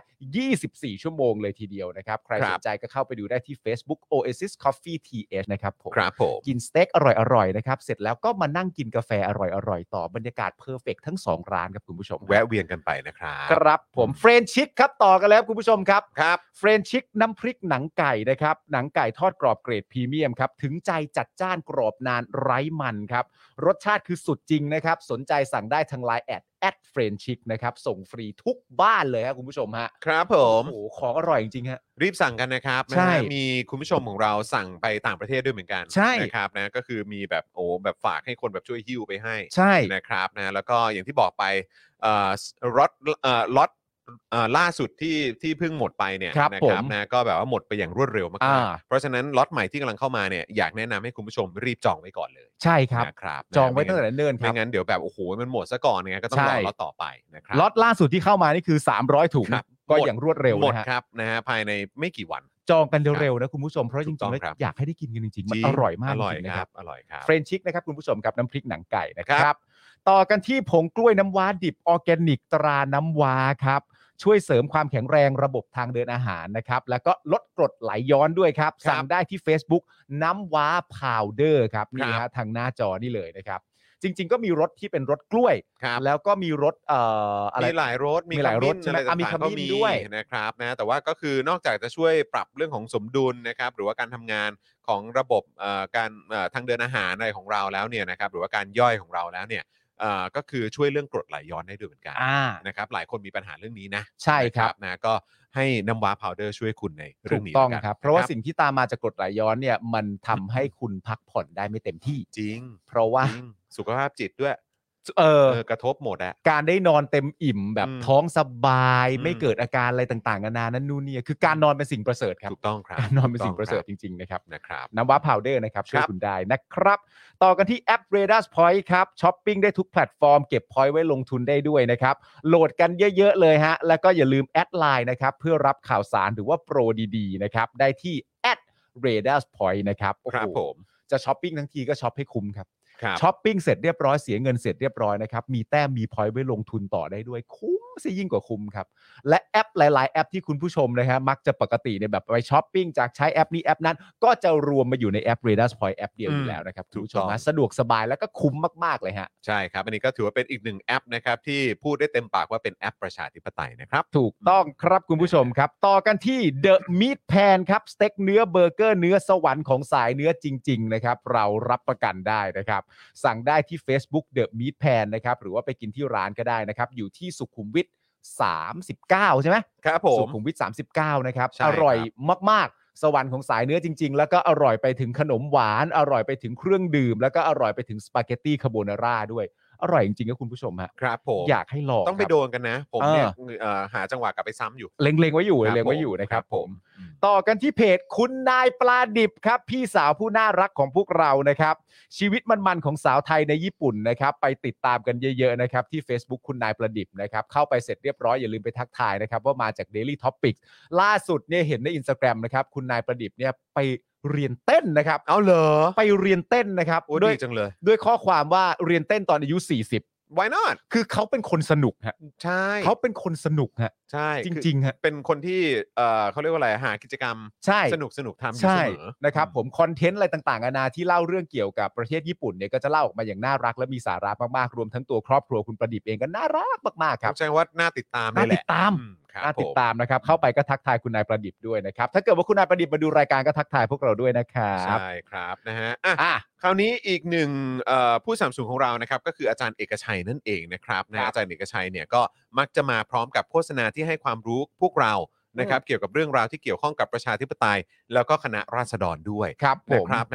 C: 24 ชั่วโมงเลยทีเดียวนะครับ ใครสนใจก็เข้าไปดูได้ที่ Facebook Oasis Coffee TH นะครับผม
B: ครับผม
C: กินสเต็กอร่อยๆนะครับ เสร็จแล้วก็มานั่งกินกาแฟอร่อยๆ ต่อบรรยากาศเพอร์เฟกทั้ง 2 ร้านครับคุณผู้ชม
B: แวะเวียนกันไปนะครั
C: ค
B: บ
C: รับผมเฟรนชิกครับต่อกันแล้วคุณผู้ชมครับ
B: ครับ
C: เฟรนชิกน้ำพริกหนังไก่นะครับ หนังไก่ทอดกรอบเกรดพรีเมียมครับ ถึงใจจัดจ้านกรอบนานไร้มันครับ รสชาติคือสุดจริงนะครับ สนใจสั่งได้ทางไลน์แอดแอดเฟรนชิกนะครับ ส่งฟรีทุกบ้านเลยครับคุณผู้ชมฮะ
B: ครับผม
C: โอ้โหของอร่อยจริงๆฮะ
B: รีบสั่งกันนะครับนะ
C: ใช่
B: ฮะมีคุณผู้ชมของเราสั่งไปต่างประเทศด้วยเหมือนกัน
C: ใช่
B: นะครับนะก็คือมีแบบโอ้แบบฝากให้คนแบบช่วยหิ้วไปให้
C: ใช่
B: นะครับนะแล้วก็อย่างที่บอกไปเอ่อล็อตเอ่อล็อตเอ่อล่าสุดที่ที่เพิ่งหมดไปเนี่ย
C: ครับ
B: นะ
C: ผม
B: นะก็แบบว่าหมดไปอย่างรวดเร็วมาก
C: อ่า
B: ๆเพราะฉะนั้นล็อตใหม่ที่กำลังเข้ามาเนี่ยอยากแนะนำให้คุณผู้ชมรีบจองไว้ก่อนเลย
C: ใช่ครับ
B: นะครับนะ
C: จองไว้
B: ม่
C: ตั้งแต่เนิ่นๆค
B: ไม่
C: รับ
B: งั้นเดี๋ยวแบบโอ้โหมันหมดซะก่อนไงก็ต้องรอ
C: ใช่
B: ล็อตต่อไปนะครับ
C: ล็อตล่าสุดที่เข้ามานี่คือ 300 ถุง
B: ครับ
C: ก็อย่างรวดเร็ว
B: หมด
C: นะฮะ
B: ครับนะฮะภายในไม่กี่วัน
C: จองกันเร็วๆนะคุณผู้ชม เพราะ
B: ถู
C: จ
B: กต้
C: ริ
B: อง
C: งๆแล้ว
B: ครับ
C: อยากให้ได้กินกันจริงๆ มัน
B: จ
C: อร่อยมาก
B: อ
C: จ
B: ร่อย
C: ริงๆ
B: ค
C: นะค
B: รั
C: รั
B: บบ อร่อยครับ
C: เฟรนชิกนะครับคุณผู้ชมครับน้ำพริกหนังไก่นะค
B: ครั
C: รับ บ ต่อกันที่ผงกล้วยน้ำว้าดิบออร์แกนิกตราน้ำว้าครับ ช่วยเสริมความแข็งแรงระบบทางเดินอาหารนะครับ แล้วก็ลดกรดไหลย้อนด้วยครับ
B: ครับ
C: สั่งได้ที่ Facebook น้ำว้าพาวเดอร์ครับ
B: ครั
C: นี่
B: บ
C: ฮะทางหน้าจอนี่เลยนะครับ จริง ๆ ก็มีรสที่เป็นรสกล้วย
B: ครับ
C: แล้วก็มีรสเอ่ออะไร
B: มีหลายรส
C: มีหลายรส
B: ขมิ้น
C: ใช่ไหม
B: อะต่างๆ
C: อ่ะมีขมิ้น
B: ก็
C: ด้วย
B: นะครับนะแต่ว่าก็คือนอกจากจะช่วยปรับเรื่องของสมดุลนะครับหรือว่าการทำงานของระบบเอ่อการเอ่อทางเดินอาหารอะไรของเราแล้วเนี่ยนะครับหรือว่าการย่อยของเราแล้วเนี่ยเอ่อก็คือช่วยเรื่องกรดไหลย้อนได้ด้วยเหมือนกัน่
C: า
B: นะครับหลายคนมีปัญหาเรื่องนี้นะ
C: ใช่ครับ
B: นะนะก็ให้น้ำว้าพาวเดอร์ช่วยคุณในเรื่
C: ถู
B: อง
C: ก
B: นี้
C: ต้อง
B: แล้วกัน
C: ครับ เพราะว่า
B: คบ
C: สิ่งที่ตามมาจากกรดไหลย้อนเนี่ยมันทำให้คุณพักผ่อนได้ไม่เต็มที่
B: จริง
C: เพราะว่า
B: จริงสุขภาพจิตด้วย
C: เออ
B: เออกระทบหมดอะ
C: การได้นอนเต็มอิ่มแบบ
B: อืม
C: ท้องสบาย
B: อืม
C: ไม่เกิดอาการอะไรต่างๆนานานั่นนู่นเนี่ยคือการนอนเป็นสิ่งประเสริฐครับ
B: ถูกต้องครับ
C: การนอนเป็นสิ่ง
B: ถู
C: ป
B: กต้
C: ระเสริฐจริงๆนะครับ
B: นะครับ
C: น้ำว้าพาวเดอร์นะครับช่วย
B: ครับ
C: คุณได้นะครับ ต่อกันที่แอป r a d a r Point ครับช้อปปิ้งได้ทุกแพลตฟอร์มเก็บ point ไว้ลงทุนได้ด้วยนะครับโหลดกันเยอะๆเลยฮะแล้วก็อย่าลืมแอดไลน์นะครับเพื่อรับข่าวสารหรือว่าโปรดีๆนะครับได้ที่แอด r a d a r Point นะครับโอ้
B: ค
C: โห
B: รับผม
C: จะช้อปปิ้งทั้งทีก็ช้อปให้คุ้มครับ
B: ครับ
C: ช้อปปิ้งเสร็จเรียบร้อยเสียเงินเสร็จเรียบร้อยนะครับ มีแต้มมีพอยต์ไว้ลงทุนต่อได้ด้วย คุ้มซะยิ่งกว่าคุ้มครับ และแอปหลาย ๆ แอปที่คุณผู้ชมนะฮะมักจะปกติเนี่ยแบบไปช้อปปิ้งจากใช้แอปนี้แอปนั้น ก็จะรวมมาอยู่ในแอป r a d a r Point แอปเดียวอ
B: อื
C: ยู่
B: ม
C: แล้วนะครับ
B: ถู
C: คุณ
B: ก
C: ผู้ช
B: ต้
C: ม
B: อง
C: ฮะสะดวกสบายแล้วก็คุ้มมาก ๆ เลยฮะ
B: ใช่ครับ อันนี้ก็ถือว่าเป็นอีกหนึ่งแอปนะครับ ที่พูดได้เต็มปากว่าเป็นแอปประชาธิปไตยนะครับ
C: ถูกต้องครับคุณผู้ชมครับ ต่อกันที่เดอะม a ทแพนครับ สเต็กเนื้อเบอร์เกอร์เนื้อสวรรค์ของสายเนื้อจริง ๆ นะครับ เรารับประกันได้นะครับ สั่งได้ที่ Facebook The Meat Pan นะครับ หรือว่าไปกินที่ร้านก็ได้นะครับ อยู่ที่สุขุมวิท39 ใช่ไหม
B: ครับผม
C: สุขุมวิท39 นะครับ
B: ใช่ครั
C: อบ ร่อยมาก ๆ สวรรค์ของสายเนื้อจริง ๆ แล้วก็อร่อยไปถึงขนมหวาน อร่อยไปถึงเครื่องดื่ม แล้วก็อร่อยไปถึงสปาเกตตี้คาโบนาร่าด้วยอร่อยจริงๆครับคุณผู้ชมฮะ
B: ครับผม
C: อยากให้ลอง
B: ต้องไป
C: ครับ
B: โดนกันนะ ผมเนี่ย
C: เออ
B: เอ่อหาจังหวะกลับไปซ้ำอยู่
C: เล็งๆไว้อยู่
B: ครับ
C: เล็งๆไว้อยู่
B: ผม
C: นะครับผม
B: อืม
C: ต่อกันที่เพจคุณนายปลาดิบครับ พี่สาวผู้น่ารักของพวกเรานะครับ ชีวิตมันๆของสาวไทยในญี่ปุ่นนะครับ ไปติดตามกันเยอะๆนะครับ ที่ Facebook คุณนายปลาดิบนะครับ เข้าไปเสร็จเรียบร้อยอย่าลืมไปทักทายนะครับ ว่ามาจาก Daily Topics ล่าสุดเนี่ยเห็นใน Instagram นะครับคุณนายประดิบเนี่ยไปเรียนเต้นนะครับ
B: เอาเหรอ
C: ไปเรียนเต้นนะครับ
B: โอ้ย
C: ด้ว
B: ดี
C: ย
B: จังเลย
C: ด้วยข้อความว่าเรียนเต้นตอนอายุ 40
B: why not
C: คือเขาเป็นคนสนุกฮะ
B: ใช่
C: เขาเป็นคนสนุกฮะ
B: ใช่
C: จ
B: คือ
C: ริงๆฮะ
B: เป็นคนที่เอ่อเขาเรียกว่าอะไรหากิจกรรม
C: ใช่
B: สนุกสนุกๆทำอยู่
C: ใช่
B: เสมอ
C: นะครับผมคอนเทนต์อะไรต่างๆนานาที่เล่าเรื่องเกี่ยวกับประเทศญี่ปุ่นเนี่ยก็จะเล่าออกมาอย่างน่ารักและมีสาระมากๆ รวมทั้งตัวครอบครัวคุณประดิษฐ์เองก็น่ารักมากๆค
B: ต้
C: รั
B: อบ งใช้ว่าน่าติดตามเล
C: น่าย
B: แห
C: ติ
B: ละ
C: ดตาม
B: อืครับ
C: น่าติด
B: ผม
C: ตามนะครับ เข้าไปก็ทักทายคุณนายประดิษฐ์ด้วยนะครับ ถ้าเกิดว่าคุณนายประดิษฐ์มาดูรายการก็ทักทายพวกเราด้วยนะครับ
B: ใช่ครับนะฮะอ่ะ
C: อ่ะ
B: คราวนี้อีกหนึ่งเอ่อผู้สามสูงของเรานะครับก็คืออาจารย์เอกชัยนั่นเองนะครับนะอาจารย์เอกชัยเนี่ยก็มักจะมาพร้อมกับโฆษณาที่ให้ความรู้พวกเรานะครับเกี่ยวกับเรื่องราวที่เกี่ยวข้องกับประชาธิปไตย แล้วก็คณะราษฎรด้วย
C: ครับผ
B: นะ
C: ม
B: ครับ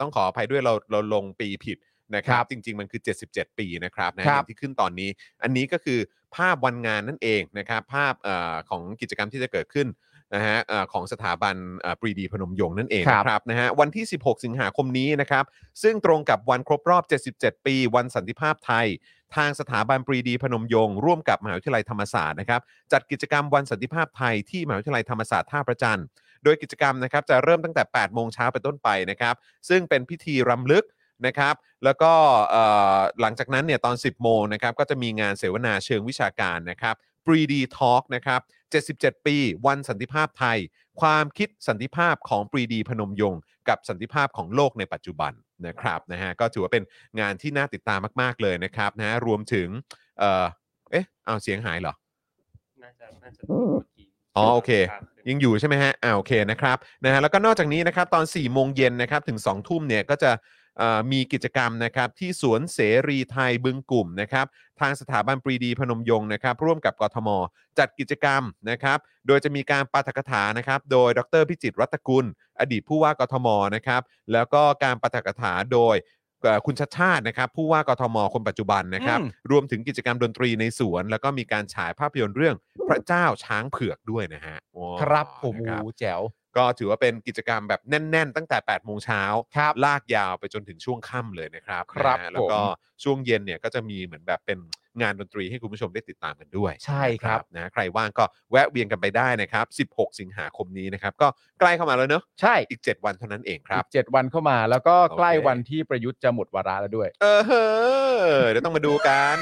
B: ต้องขออภัยด้วยเราเราลงปีผิดนะครั
C: ค
B: บ
C: รับ
B: จริง ๆ มันคือ 77 ปีนะครับนะ
C: ค
B: อ
C: รับ
B: ย่างที่ขึ้นตอนนี้ อันนี้ก็คือภาพวันงานนั่นเองนะครับ ภาพเอ่อของกิจกรรมที่จะเกิดขึ้นนะฮะเอ่อของสถาบันเอ่อปรีดีพนมยงค์นั่นเอง
C: ครับ
B: นะครับนะฮะวันที่ 16 สิงหาคมนี้นะครับ ซึ่งตรงกับวันครบรอบ 77 ปี วันสันติภาพไทย ทางสถาบันปรีดีพนมยงค์ร่วมกับมหาวิทยาลัยธรรมศาสตร์นะครับ จัดกิจกรรมวันสันติภาพไทยที่มหาวิทยาลัยธรรมศาสตร์ท่าประจันทร์โดยกิจกรรมนะครับจะเริ่มตั้งแต่ 8 โมงเช้าเป็นต้นไปนะครับ ซึ่งเป็นพิธีรำลึกนะครับ แล้วก็เอ่อหลังจากนั้นเนี่ยตอน 10 โมงนะครับก็จะมีงานเสวนาเชิงวิชาการนะครับปรีดีทอล์กนะครับ 77 ปี วันสันติภาพไทย ความคิดสันติภาพของปรีดีพนมยงค์กับสันติภาพของโลกในปัจจุบัน นะครับนะฮะก็ถือว่าเป็นงานที่น่าติดตามมาก ๆ เลยนะครับนะฮะรวมถึงเอ่อเอ๊ะเอาเสียงหายเหรอ
D: น่าจะน่าจะเมื่อกี้
B: อ๋อโอเค
D: รับ
B: ยังอยู่ใช่ไหมฮะอ่าโอเคนะครับนะฮะแล้วก็นอกจากนี้นะครับตอน4ี่โมงเย็นนะครับถึง2องทุ่มเนี่ยก็จะเอ่อมีกิจกรรมนะครับที่สวนเสรีไทยบึงกลุ่มนะครับทางสถาบันปรีดีพนมยงค์นะครับร่วมกับกทม จัดกิจกรรมนะครับโดยจะมีการปาฐกถานะครับโดยดรพิจิตรรัตนกุล อดีตผู้ว่ากทมนะครับแล้วก็การปาฐกถาโดยเอ่อคุณชัดชาตินะครับผู้ว่ากทมคนปัจจุบันนะครับ
C: อืม
B: รวมถึงกิจกรรมดนตรีในสวน แล้วก็มีการฉายภาพยนตร์เรื่องพระเจ้าช้างเผือกด้วยนะฮะโอ้
C: ครับผม
B: นะครับ
C: โอ้แจ๋ว
B: ก็ถือว่าเป็นกิจกรรมแบบแน่น ๆ ตั้งแต่ 8 โมงเช้า ลากยาวไปจนถึงช่วงค่ำเลยนะครับ
C: ครับ
B: นะฮะแล้วก็ช่วงเย็นเนี่ยก็จะมีเหมือนแบบเป็นงานดนตรีให้คุณผู้ชมได้ติดตามกันด้วย
C: ใช่ครับ
B: นะใครว่างก็แวะเวียนกันไปได้นะครับ 16 สิงหาคมนี้นะครับ ก็ใกล้เข้ามาแล้วเนอะ
C: ใช่
B: อีก 7 วันเท่านั้นเองครับ
C: อีกเจ็ดวันเข้ามาแล้วก็ใกล้
B: โอเควั
C: วันที่ประยุทธ์จะหมดวาระแล้วด้วย
B: เออเฮ้อเดี๋ยวต้องมาดูกัน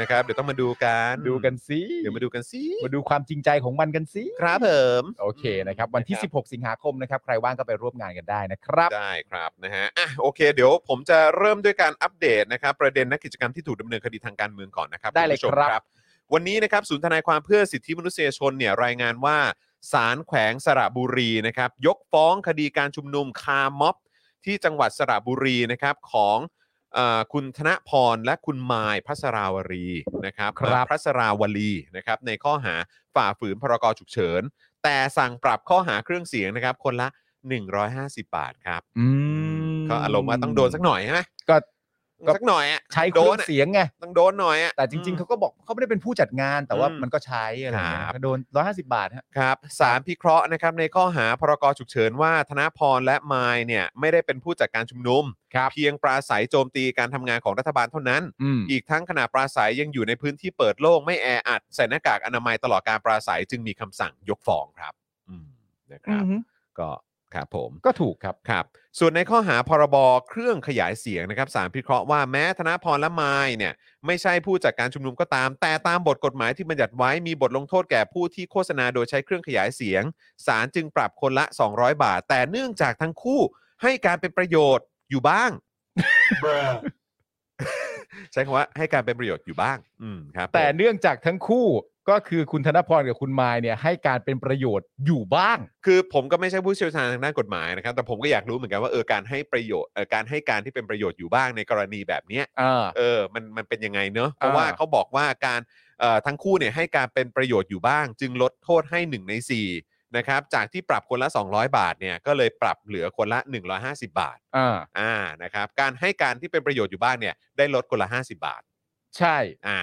B: นะครับ เดี๋ยวต้องมาดูกัน
C: ดูกันสิ
B: เดี๋ยวมาดูกันสิ
C: มาดูความจริงใจของมันกันสิ
B: ครับผม
C: โอเคนะครับ วันที่ 16 สิงหาคมนะครับ ใครว่างก็ไปร่วมงานกันได้นะครับ
B: ได้ครับนะฮะอ่ะโอเค เดี๋ยวผมจะเริ่มด้วยการอัปเดตนะครับ ประเด็นนักกิจกรรมที่ถูกดำเนินคดีทางการเมืองก่อนนะครับ
C: ได้เลย
B: ณผู้ชม
C: ครับ
B: วันนี้นะครับศูนย์ทนายความเพื่อสิทธิมนุษยชนเนี่ยรายงานว่าศาลแขวงสระบุรีนะครับยกฟ้องคดีการชุมนุมคาร์ม็อบ ที่จังหวัดสระบุรีนะครับของเออคุณธนพรและคุณมายพัสราวรีนะครับ
C: ครับ
B: พัสราวลีนะครับในข้อหาฝ่าฝืนพรกฉุกเฉิน แต่สั่งปรับข้อหาเครื่องเสียงนะครับคนละ 150 บาทครับ
C: อืม
B: ก็อารมณ์ว่าต้องโดนสักหน่อยใช่ไหม
C: ก็ ก็
B: สักหน่อยอ่ะ
C: ใช้เค
B: โด
C: รื่อน ง
B: อะ
C: เสียงไง
B: ต้องโดนหน่อยอ่ะ
C: แต่จริง ๆ เขาก็บอกเขาไม่ได้เป็นผู้จัดงาน แต่ว่า
B: อืม
C: มันก็ใช้อะไรอย่างเงี้
B: ครั
C: ย
B: บ
C: ก็โดน 150 บาทฮะ
B: ครับสารพิเคราะห์นะครับในข้อหาพรกฉุกเฉินว่าธนพรและมายเนี่ยไม่ได้เป็นผู้จัดการชุมนุม
C: ครับ
B: เพียงปราศัยโจมตีการทำงานของรัฐบาลเท่านั้น
C: อืม
B: อีกทั้งขณะปราศัยยังอยู่ในพื้นที่เปิดโล่งไม่แออัดใส่หน้ากากอนามัยตลอดการปราศัยจึงมีคำสั่งยกฟ้องครับอืมนะครับก็ครับผม
C: ก็ถูกครับ
B: ครับส่วนในข้อหาพรบเครื่องขยายเสียงนะครับสารพิเคราะห์ว่าแม้ธนาพรและไมายเนี่ยไม่ใช่ผู้จัดการชุมนุมก็ตาม แต่ตามบทกฎหมายที่บัญญัติไว้มีบทลงโทษแก่ผู้ที่โฆษณาโดยใช้เครื่องขยายเสียงศาลจึงปรับคนละ 200 บาท แต่เนื่องจากทั้งคู่ให้การเป็นประโยชน์อยู่บ้าง <laughs> ใช้คำว่าให้การเป็นประโยชน์อยู่บ้าง อืมครับผม
C: แต่เนื่องจากทั้งคู่ก็คือคุณธนพรกับคุณมายเนี่ยให้การเป็นประโยชน์อยู่บ้าง
B: คือผมก็ไม่ใช่ผู้เชี่ยวชาญทางด้านกฎหมายนะครับ แต่ผมก็อยากรู้เหมือนกันว่าเออการให้ประโยชน์เออการให้การที่เป็นประโยชน์อยู่บ้างในกรณีแบบเนี้ย
C: เออ
B: เออ มัน มันเป็นยังไงเนอะเพราะว่า
C: อ่า
B: เขาบอกว่าการเอ่อทั้งคู่เนี่ยให้การเป็นประโยชน์อยู่บ้าง จึงลดโทษให้ 1 ใน 4 นะครับ จากที่ปรับคนละ 200 บาท เนี่ย ก็เลยปรับเหลือคนละ 150 บาท
C: เออ
B: อ่า นะครับ การให้การที่เป็นประโยชน์อยู่บ้างเนี่ย ได้ลดคนละ 50 บาท
C: ใช่
B: อ่า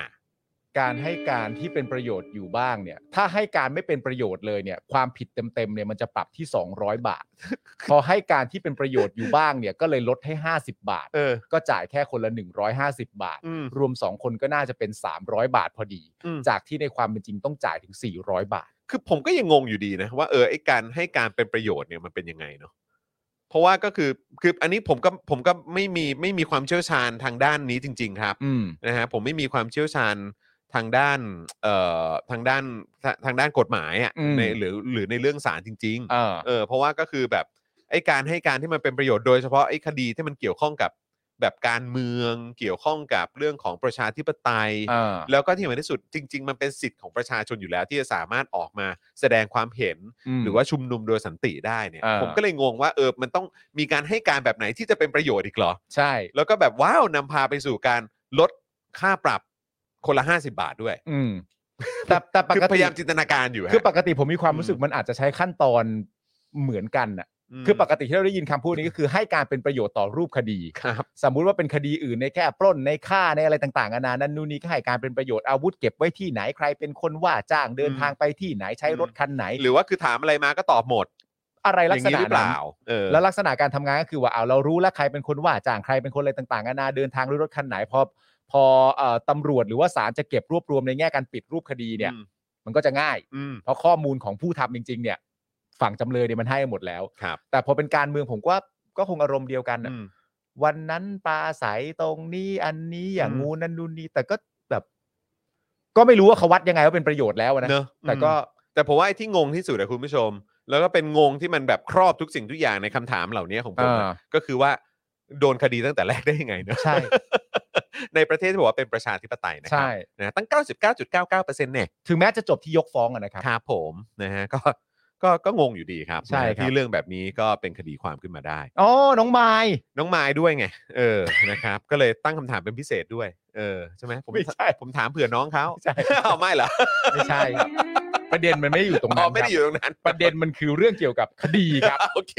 C: การให้การที่เป็นประโยชน์อยู่บ้างเนี่ย ถ้าให้การไม่เป็นประโยชน์เลยเนี่ย ความผิดเต็มๆเนี่ยมันจะปรับที่ 200
B: <laughs>
C: บาท พอให้การที่เป็นประโยชน์อยู่บ้างเนี่ยก็เลยลดให้ 50 บาท
B: เออ
C: ก็จ่ายแค่คนละ 150 บาท
B: อืม
C: รวม 2 คนก็น่าจะเป็น 300 บาทพอดี
B: อืม
C: จากที่ในความเป็นจริงต้องจ่ายถึง 400 บาท
B: คือผมก็ยังงงอยู่ดีนะว่าเออไอการให้การเป็นประโยชน์เนี่ยมันเป็นยังไงเนาะเพราะว่าก็คือคืออันนี้ผมก็ผมก็ไม่มีไม่มีความเชี่ยวชาญทางด้านนี้จริง ๆ ครับ
C: อืม
B: นะฮะผมไม่มีความเชี่ยวชาญทางด้านเอ่อทางด้านทาทางด้านกฎหมายอ่ะ
C: อืม
B: ในหรือหรือในเรื่องศาลจริง
C: เออ
B: ๆเออเพราะว่าก็คือแบบไอ้การให้การที่มันเป็นประโยชน์โดยเฉพาะไอ้คดีที่มันเกี่ยวข้องกับแบบการเมืองเกี่ยวข้องกับเรื่องของประชาธิปไตย
C: เออ
B: แล้วก็ที่สำคัญที่สุดจริง ๆ มันเป็นสิทธิ์ของประชาชนอยู่แล้วที่จะสามารถออกมาแสดงความเห็น หรือว่าชุมนุมโดยสันติได้เนี่ย
C: อ่า
B: ผมก็เลยงงว่าเออมันต้องมีการให้การแบบไหนที่จะเป็นประโยชน์อีกเหรอ
C: ใช่
B: แล้วก็แบบว้าวนำพาไปสู่การลดค่าปรับคนละ 50 บาทด้วย
C: อืม แต่แต่ป
B: คือก พ
C: ติ
B: ยายามจินตนาการอยู่ฮะ
C: คือปกติผมมีความ
B: อืม
C: รู้สึกมันอาจจะใช้ขั้นตอนเหมือนกันน่ะ
B: ม
C: คือปกติที่เราได้ยินคำพูดนี้ก็คือให้การเป็นประโยชน์ต่อรูปคดี
B: ครับ
C: สมมุติว่าเป็นคดีอื่นในแค่ปล้นในฆ่าในอะไรต่างๆนานานั่นนู่นนี่ก็ให้การเป็นประโยชน์อาวุธเก็บไว้ที่ไหนใครเป็นคนว่าจ้างเดินทางไปที่ไหนใช้รถคันไหน
B: หรือว่าคือถามอะไรมาก็ตอบหมด
C: อะไร
B: อ
C: ลัก
B: ย่าง
C: ษณะ
B: นี้หรือเป
C: นั้น
B: ล่าเออ
C: แล้วลักษณะการทำงานก็คือว่าเอาเรารู้แล้วใครเป็นคนว่าจ้างใครเป็นคนอะไรต่างๆนานาเดินทางด้วยรถคันไหนพอพอเอ่อตำรวจหรือว่าศาลจะเก็บรวบรวมในแง่การปิดรูปคดีเนี่ย
B: อืม
C: มันก็จะง่าย
B: อืม
C: เพราะข้อมูลของผู้ทำจริง ๆ เนี่ย ฝั่งจำเลยเนี่ยมันให้หมดแล้ว
B: ครับ
C: แต่พอเป็นการเมืองผมก็ก็คงอารมณ์เดียวกันน่ะ
B: อืม
C: วันนั้นปลาใสตรงนี้อันนี้อย่าง
B: อืม
C: งูนั่นนู่นนี่แต่ก็แบบ ก็ไม่รู้ว่าเขาวัดยังไงว่าเป็นประโยชน์แล้วนะ
B: เนอะ
C: แต่ก็
B: อืมแต่ผมว่าไอ้ที่งงที่สุดอะคุณผู้ชม แล้วก็เป็นงงที่มันแบบครอบทุกสิ่งทุกอย่างในคำถามเหล่านี้ของผมอะ
C: อ่า
B: ก็คือว่า โดนคดีตั้งแต่แรกได้ยังไงเนอะ <laughs>
C: ใช่
B: ในประเทศที่บอกว่าเป็นประชาธิปไตย <laughs> นะครั
C: ใช่
B: นะตั้ง 99.99%เนี่ย
C: ถึงแม้จะจบที่ยกฟ้องอะนะครับ
B: ครับผมนะฮะก็ก็ก็งงอยู่ดีครับ
C: ใช่
B: นะฮะ
C: ครับ
B: ที่เรื่องแบบนี้ก็เป็นคดีความขึ้นมาได้
C: อ๋อน้องไม้
B: น้องไม้ด้วยไง เออ นะครับ ก็เลยตั้งคำถามเป็นพิเศษด้วย เออ ใช่ไหมผม
C: ไม่ใช่
B: ผมถามเผื่อน้องเขา <laughs>
C: ใช่
B: อ้าวไม่เหรอ
C: ไม่ใช่ ประเด็นมันไม่ได้อยู่ตรง
B: อ๋
C: นั้
B: อน ไม่ได้อยู่ตรงนั้น
C: ครับประเด็นมันคือเรื่องเกี่ยวกับคดีครับ
B: <laughs> โอเค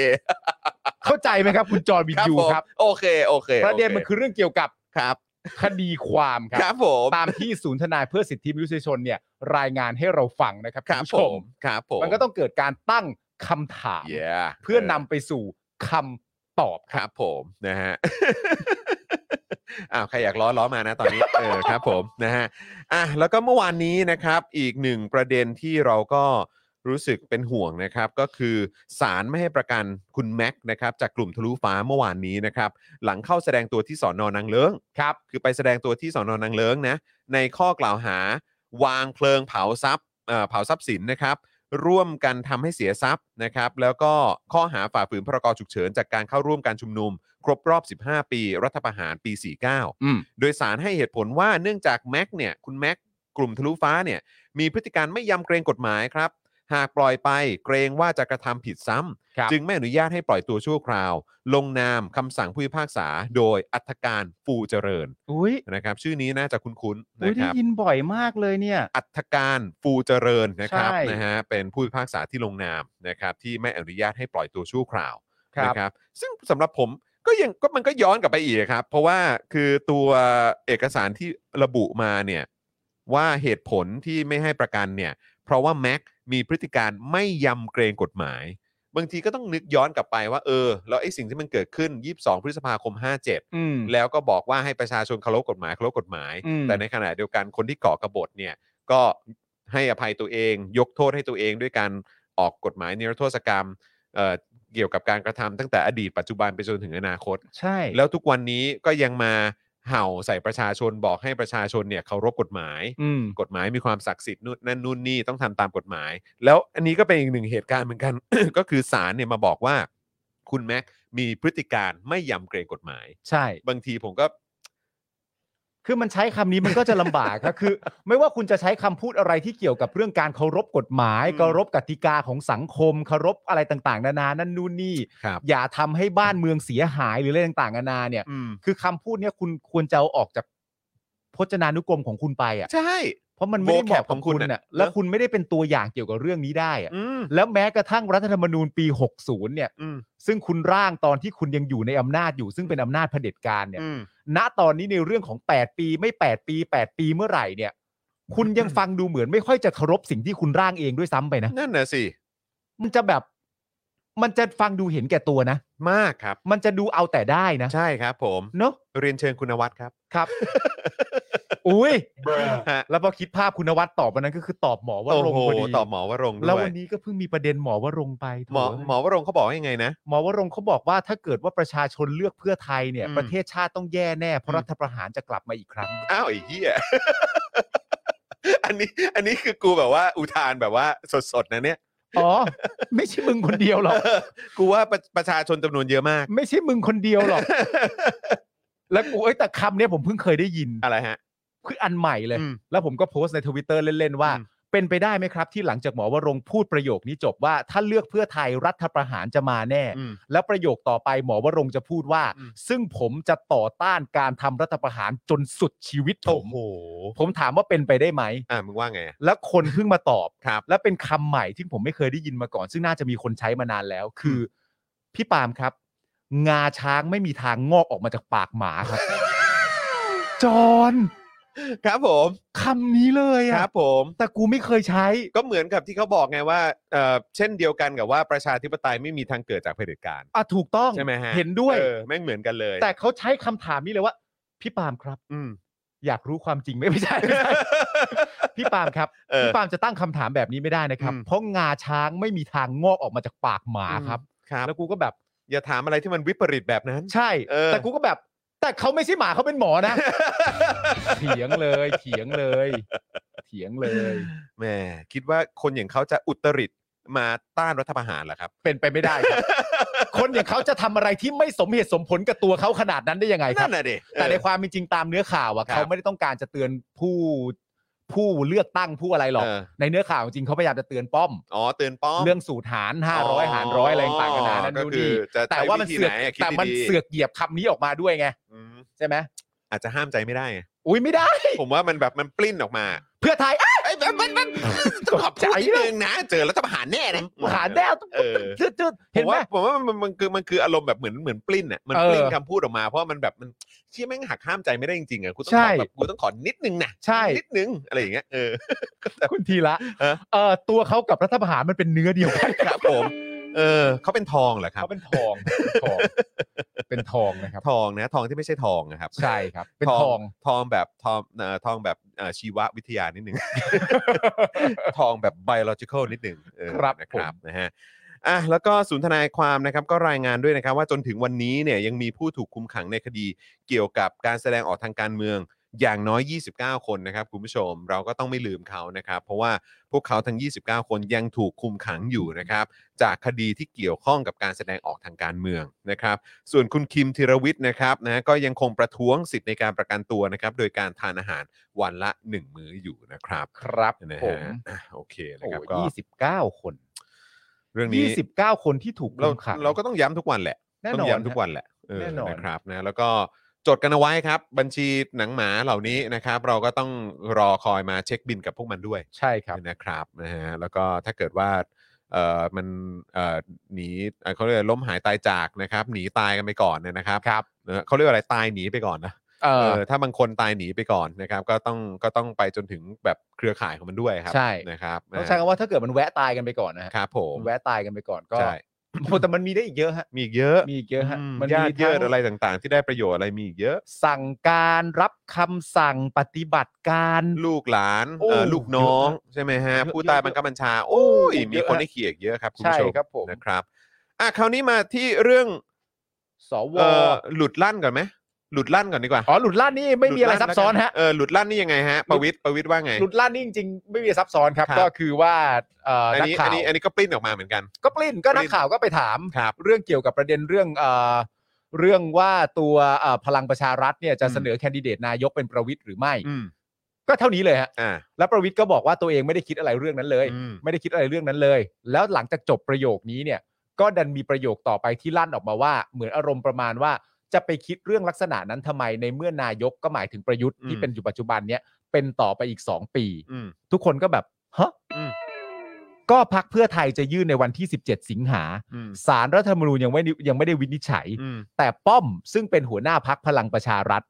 C: เข้าใจไหมครับ คุณจอร์นวินยู
B: ผม
C: ครับ
B: โอเค โอเค
C: ประเด็นมัน
B: โอค
C: คือเรื่องเกี่ยวกับ
B: ครับ
C: คดีความครับ
B: ครับผม
C: ตามที่ศูนย์ทนายเพื่อสิทธิมนุษยชนเนี่ยรายงานให้เราฟังนะครับ
B: ค
C: คุณ
B: รับ
C: ผู้
B: ผ
C: ช
B: ม
C: ม
B: ครับผม
C: มันก็ต้องเกิดการตั้งคำถาม
B: เย้
C: เพื่อนำไปสู่คำตอบ
B: ครับผมนะฮ <laughs> ะ อ้าวใครอยากล้อล้อมานะตอนนี้ เออครับผมนะฮะอ่ะแล้วก็เมื่อวานนี้นะครับ อีกหนึ่งประเด็นที่เราก็รู้สึกเป็นห่วงนะครับ ก็คือศาลไม่ให้ประกันคุณแม็กซ์นะครับ จากกลุ่มทะลุฟ้าเมื่อวานนี้นะครับ หลังเข้าแสดงตัวที่สอนอนางเลิ้งครับ คือไปแสดงตัวที่สอนอนางเลิ้งนะ ในข้อกล่าวหาวางเพลิงเผาทรัพย์เอ่อเผาทรัพย์สินนะครับ ร่วมกันทำให้เสียทรัพย์นะครับ แล้วก็ข้อหาฝ่าฝืนพรกฉุกเฉิน จากการเข้าร่วมการชุมนุม ครบรอบ 15 ปี รัฐประหารปี 49
C: อืม
B: โดยสารให้เหตุผลว่าเนื่องจากแม็กเนี่ยคุณแม็กกลุ่มทะลุฟ้าเนี่ยมีพฤติการไม่ยำเกรงกฎหมายครับ หากปล่อยไปเกรงว่าจะกระทำผิดซ้ำ
C: ครับ
B: จึงไม่อนุญาตให้ปล่อยตัวชั่วคราว ลงนามคำสั่งผู้พิพากษา โดยอัธการฟูเจริญ
C: อุ้ย
B: นะครับ ชื่อนี้น่าจะคุ้นๆ
C: อุ๊ย
B: นะค
C: ได้
B: รับ
C: ยินบ่อยมากเลยเนี่ย
B: อัธการฟูเจริญนะครับ
C: ใช่
B: นะฮะเป็นผู้พิพากษาที่ลงนามนะครับ ที่ไม่อนุญาตให้ปล่อยตัวชั่วคราวนะครับ ซึ่งสำหรับผมก็ยังก็มันก็ย้อนกลับไปอีกครับ เพราะว่าคือตัวเอกสารที่ระบุมาเนี่ยว่าเหตุผลที่ไม่ให้ประกันเนี่ย เพราะว่าแม็กมีพฤติการไม่ยำเกรงกฎหมาย บางทีก็ต้องนึกย้อนกลับไปว่าเออแล้วไอ้สิ่งที่มันเกิดขึ้น 22 พฤษภาคม 57
C: อืม
B: แล้วก็บอกว่าให้ประชาชนเคารพกฎหมายเคารพกฎหมาย
C: อืม
B: แต่ในขณะเดียวกันคนที่ก่อกบฏเนี่ยก็ให้อภัยตัวเอง ยกโทษให้ตัวเองด้วยการออกกฎหมายนิรโทษกรรมเอ่อเกี่ยวกับการกระทำตั้งแต่อดีตปัจจุบันไปจนถึงอนาคต
C: ใช่
B: แล้วทุกวันนี้ก็ยังมาเห่าใส่ประชาชนบอกให้ประชาชนเนี่ยเคารพกฎหมาย
C: อืม
B: กฎหมายมีความศักดิ์สิทธิ์นู่นนั่นนู่นนี่ต้องทำตามกฎหมาย แล้วอันนี้ก็เป็นอีกหนึ่งเหตุการณ์เหมือน <coughs> กัน ก็คือศาลเนี่ยมาบอกว่า คุณแม็กมีพฤติการไม่ยำเกรงกฎหมาย
C: ใช่
B: บางทีผมก็
C: คือมันใช้คำนี้มันก็จะล <laughs> ำบากครับ คือ ไม่ว่าคุณจะใช้คำพูดอะไรที่เกี่ยวกับเรื่องการเคารพกฎหมาย
B: อืม
C: เคารพกติกาของสังคมเคารพอะไรต่างๆ นานานั่นนู่นนี่
B: ครับ
C: อย่าทำให้บ้านเมืองเสียหายหรืออะไรต่างๆนานาเนี่ย
B: อืม
C: คือคำพูดเนี่ยคุณควรจะเอาออกจากพจนานุกรมของคุณไปอ่ะ
B: ใช่
C: เพราะมันไม่ได้เหมาะกับคุณ
B: vocab ของคุณน่ะ
C: น่ะและคุณไม่ได้เป็นตัวอย่างเกี่ยวกับเรื่องนี้ได้อ่ะ
B: อืม
C: แล้วแม้กระทั่งรัฐธรรมนูญปี 60 เนี่ย
B: อืม
C: ซึ่งคุณร่างตอนที่คุณยังอยู่ในอำนาจอยู่ ซึ่งเป็นอำนาจเผด็จการเนี่ย
B: อืม
C: ณตอนนี้ในเรื่องของ 8 ปีไม่ 8 ปี 8 ปีเมื่อไหร่เนี่ย คุณยังฟังดูเหมือนไม่ค่อยจะเคารพสิ่งที่คุณร่างเองด้วยซ้ำไปนะ
B: นั่นน่ะสิ
C: มันจะแบบ มันจะฟังดูเห็นแก่ตัวนะ
B: มากครับ
C: มันจะดูเอาแต่ได้นะ
B: ใช่ครับผม
C: เนาะ
B: เรียนเชิญคุณวัตรครับ
C: ครับ
B: <laughs>
C: อุ้ย
B: ฮะ
C: แล้วพอคิดภาพคุณนวัดตอบวันนั้นก็คือตอบหมอว่า
B: โอ้
C: รงค์
B: โห
C: พอดี
B: ตอบหมอวรงค์ด้วย
C: แล้ววันนี้ก็เพิ่งมีประเด็นหมอว่ารงค์ไปโถ
B: หมอหมอวรงค์เขาบอกว่ายังไงนะ
C: หมอว่ารงค์เขาบอกว่าถ้าเกิดว่าประชาชนเลือกเพื่อไทยเนี่ย
B: อืม
C: ประเทศชาติต้องแย่แน่เพราะรัฐประหารจะกลับมาอีกครั้ง
B: อ้าวไอ้เหี้ย <laughs> อันนี้ อันนี้คือกูแบบว่า อุทานแบบว่าสดๆนะเนี่ย <laughs>
C: อ๋อ ไม่ใช่มึงคนเดียวหรอก
B: กูว่าประประชาชนจำนวนเยอะมาก <laughs>
C: ไม่ใช่มึงคนเดียวหรอก แล้วกูเอ้ยแต่คำเนี้ยผมเพิ่งเคยได้ยิน
B: อะไรฮะ
C: คืออันใหม่เลย
B: อืม
C: แล้วผมก็โพสต์ในทวิตเตอร์เล่น ๆ ว่า
B: อืม
C: เป็นไปได้ไหมครับ ที่หลังจากหมอวรงค์พูดประโยคนี้จบว่า ถ้าเลือกเพื่อไทยรัฐประหารจะมาแน่
B: อืม
C: แล้วประโยคต่อไปหมอวรงค์จะพูดว่า
B: อืม
C: ซึ่งผมจะต่อต้านการทำรัฐประหารจนสุดชีวิตผ
B: โอ้
C: ม
B: โห
C: ผมถามว่าเป็นไปได้ไหม
B: อ่ะมึงว่าไงอะ
C: แล้วคนเพิ่งมาตอบ
B: ครับ
C: และเป็นคำใหม่ที่ผมไม่เคยได้ยินมาก่อน ซึ่งน่าจะมีคนใช้มานานแล้ว คือ พี่ปาล์มครับ งาช้างไม่มีทางงอกออกมาจากปากหมา
B: <laughs>
C: ครับ จอน
B: ครับผม
C: คำนี้เลย
B: ค
C: อะ
B: รับผม
C: แต่กูไม่เคยใช้
B: ก็เหมือนกับที่เขาบอกไงว่าเอ่อเช่นเดียวกันกับว่าประชาธิปไตยไม่มีทางเกิดจากเผด็จการ
C: อ่ะถูกต้อง
B: ใช่ไหมฮะ
C: เห็นด้วย
B: เออแม่งเหมือนกันเลย
C: แต่เขาใช้คำถามนี้เลยว่า พี่ปาล์มครับ
B: อืม
C: อยากรู้ความจริ
B: <laughs>
C: งไหมไม่ใช่ไม่ใช่ พี่ปาล์มครับ
B: เออ
C: พี่ปาล์มจะตั้งคำถามแบบนี้ไม่ได้นะครับ
B: อืม
C: เพราะงาช้างไม่มีทางงอกออกมาจากปากหมาครับ
B: ครับ
C: แล้วกูก็แบบ
B: อย่าถามอะไรที่มันวิปริตแบบนั้น
C: ใช่
B: เออ
C: แต่กูก็แบบ แต่เขาไม่ใช่หมาเขาเป็นหมอนะ เถียงเลยเถียงเลย เถียงเลย
B: <laughs> แหมคิดว่าคนอย่างเขาจะอุตริต มาต้านรัฐประหารเหรอครับ
C: เป็นไปไม่ได้
B: <laughs>
C: ครับ คนอย่างเขาจะทำอะไรที่ไม่สมเหตุสมผลกับตัวเขาขนาดนั้นได้ยังไงครั
B: นั่
C: บ
B: นน่ะดิ
C: แต่ในความเป็นจริงตามเนื้อข่าวอ่ะ
B: ครับ
C: เขาไม่ได้ต้องการจะเตือนผู้ผู้เลือกตั้งผู้อะไรหรอก
B: เออ
C: ในเนื้อข่าวจริงเขาพยายามจะเตือนป้อม
B: อ๋อเตือนป้อม
C: เรื่องสูตรหาร500หารร้อยอะไรต่างๆกันานานั่น
B: ก็
C: นู่น
B: คือ
C: นี่
B: จะ
C: แต่
B: ใช้
C: ว่า
B: วิ
C: มัน
B: ธี
C: เสื
B: ไห
C: อก
B: นอะคิด
C: แต่มัน
B: ดีๆ
C: เสือกเหยียบคำนี้ออกมาด้วยไง
B: อืม
C: ใช่ไหม
B: อาจจะห้ามใจไม่ได้ไง
C: อุ้ยไม่ได้
B: ผมว่ามันแบบมันปลิ้นออกมา
C: เพื่อไทยอ่ะ
B: ไอ้ยแบบมันมัน
C: ตกใจ
B: นิดนึงนะ เจอรัฐประหารแน่นะ
C: หาแน่
B: เออ
C: จุดจุด
B: ผ
C: เห็น
B: ม
C: ไหม
B: ว่าผมว่ามันมันคือมันคืออารมณ์แบบเหมือนเหมือนปลิ้นอ่ะมัน
C: เออ
B: ปลิ้นคำพูดออกมาเพราะว่ามันแบบมันเชี่ยแม่งหักห้ามใจไม่ได้จริงๆอ่ะกูต้อง
C: ใช่
B: ขอแบบกูต้องขอนิดนึงนะ
C: ใช่
B: นิดนึงอะไรอย่างเงี้ยเออ
C: คุณทีละ
B: เออ
C: เออตัวเขากับรัฐประหารมันเป็นเนื้อเดียวกัน
B: ครับผม เออเขาเป็นทอง <laughs> เหรอครับ
C: เขาเป็นทองเป็นทองเป็นทองนะครับ
B: ทองนะทองที่ไม่ใช่ทองนะครับ
C: ใช่ครับ เป็นทอง
B: ทองแบบทองเอ่อทองแบบเอ่อชีววิทยานิดนึ
C: <laughs>
B: ง ทองแบบ biological นิดหนึ่งเออ
C: ครับ
B: นะครับนะฮะอ่ะแล้วก็ศูนย์ทนายความนะครับก็รายงานด้วยนะครับ ว่าจนถึงวันนี้เนี่ยยังมีผู้ถูกคุมขังในคดีเกี่ยวกับการแสดงออกทางการเมืองอย่างน้อย 29 คนนะครับคุณผู้ชม เราก็ต้องไม่ลืมเขานะครับ เพราะว่าพวกเขาทั้ง 29 คนยังถูกคุมขังอยู่นะครับ จากคดีที่เกี่ยวข้องกับการแสดงออกทางการเมืองนะครับ ส่วนคุณคิมธีรวิทย์นะครับนะก็ยังคงประท้วงสิทธิ์ในการประกันตัวนะครับ โดยการทานอาหารวันละ 1 มื้ออยู่นะครับ
C: ครับ
B: นะ
C: ผ
B: ฮะ
C: ม
B: อ่ะโอเคนะ
C: โอ้
B: ครับก็
C: ยี่สิบเก้าคน
B: เรื่อง
C: ยี่
B: นี้
C: สิบเก้าคนที่ถูก
B: เรา
C: คุมขัง
B: เราก็ต้องย้ำทุกวันแหละ
C: แน่
B: ต้
C: น
B: อ
C: องน
B: ย้ำทุกวันแหละเ
C: แน่นอน
B: นะครับนะแล้วก็จดกันเอาไว้ครับ บัญชีหนังหมาเหล่านี้นะครับ เราก็ต้องรอคอยมาเช็คบินกับพวกมันด้วย
C: ใช่ครับ
B: นะครับนะฮะแล้วก็ถ้าเกิดว่าเอ่อมันเอ่อหนีเอ่อเขาเรียกว่าล้มหายตายจากนะครับ หนีตายกันไปก่อนเนี่ยนะครับ
C: ครับ
B: เออเขาเรียกว่าอะไรตายหนีไปก่อนนะ
C: เอ
B: เอ
C: อ
B: อถ้าบางคนตายหนีไปก่อนนะครับ ก็ต้องก็ต้องไปจนถึงแบบเครือข่ายของมันด้วยครั
C: ใช่
B: นะครับ
C: ต้องใช้คำว่าถ้าเกิดมันแวะตายกันไปก่อนนะฮะ
B: ครับผม
C: แวะตายกันไปก่อนก็
B: ใช่
C: โอ้แต่มันมีได้อีกเยอะฮะ
B: มีอีกเยอะ
C: มีอีกเยอะฮะ
B: ม
C: มัน
B: ญา
C: มี
B: ติเย
C: ทั้ง
B: อะอะไรต่างๆ ที่ได้ประโยชน์อะไรมีอีกเยอะ
C: สั่งการรับคำสั่งปฏิบัติการ
B: ลูกหลาน
C: โอ้
B: เอ่อลูกน้อง
C: เยอะนะ
B: ใช่ไหมฮะ
C: เยอะ
B: ผู้ใต้บังคับบัญชา โอ้ย
C: เยอะ
B: มีคน
C: ฮะ
B: ให้เขียอีกเยอะครับคุณ
C: ใช่
B: ผู้ชม
C: ครับผม
B: นะครับอ่ะคราวนี้มาที่เรื่อง
C: สว
B: เออหลุดลั่นก่อนไหมหลุดลั่นก่อนดีกว่า
C: อ๋อหลุดล่านนี่ไม่มีอะไร
B: หลุด
C: ซั
B: ลั่
C: บซ้อน
B: แล้ว
C: ฮะ
B: กัเออหลุดลั่นนี่ยังไงฮะประวิทย์ประวิทย์ว่าไง
C: หลุดล่านนี่จริงๆไม่มีซับซ้อนครับ
B: ครับ
C: ก็คือว่าเอ่อ
B: อัน
C: นัก
B: นี้
C: ข่า
B: อั
C: วน
B: นี้อันนี้ก็ปลิ้นออกมาเหมือนกัน
C: ก็ปลิ้นก็นั
B: ปลิ้
C: ก
B: น
C: ข่าวก็ไปถาม
B: ครับ
C: เรื่องเกี่ยวกับประเด็นเรื่องเอ่อเรื่องว่าตัวเอ่อพลังประชารัฐเนี่ยจะ
B: อืม
C: เสนอแคนดิเดตนายกเป็นประวิทย์หรือไม่
B: อืม
C: ก็เท่านี้เลยฮะ
B: อ่า
C: แล้วประวิทย์ก็บอกว่าตัวเองไม่ได้คิดอะไรเรื่องนั้นเลย
B: อืม
C: ไม่ได้คิดอะไรเรื่องนั้นเลย แล้วหลังจากจบประโยคนี้เนี่ย ก็ดันมีประโยคต่อไปที่ลั่นออกมาว่า เหมือนอารมณ์ประมาณว่า จะไปคิดเรื่องลักษณะนั้นทำไมในเมื่อนายกก็หมายถึงประยุทธ์ที่เป็นอยู่ปัจจุบันเนี่ยเป็นต่อไปอีกสองปี
B: อืม
C: ทุกคนก็แบบฮะ
B: อืม
C: ก็พักเพื่อไทยจะยื่นในวันที่ 17 สิงหา
B: อืม
C: สารรัฐธรรมนูญยังไม่นิยังไม่ได้วินิจฉัย
B: อืม
C: แต่ป้อมซึ่งเป็นหัวหน้าพักพลังประชารัฐ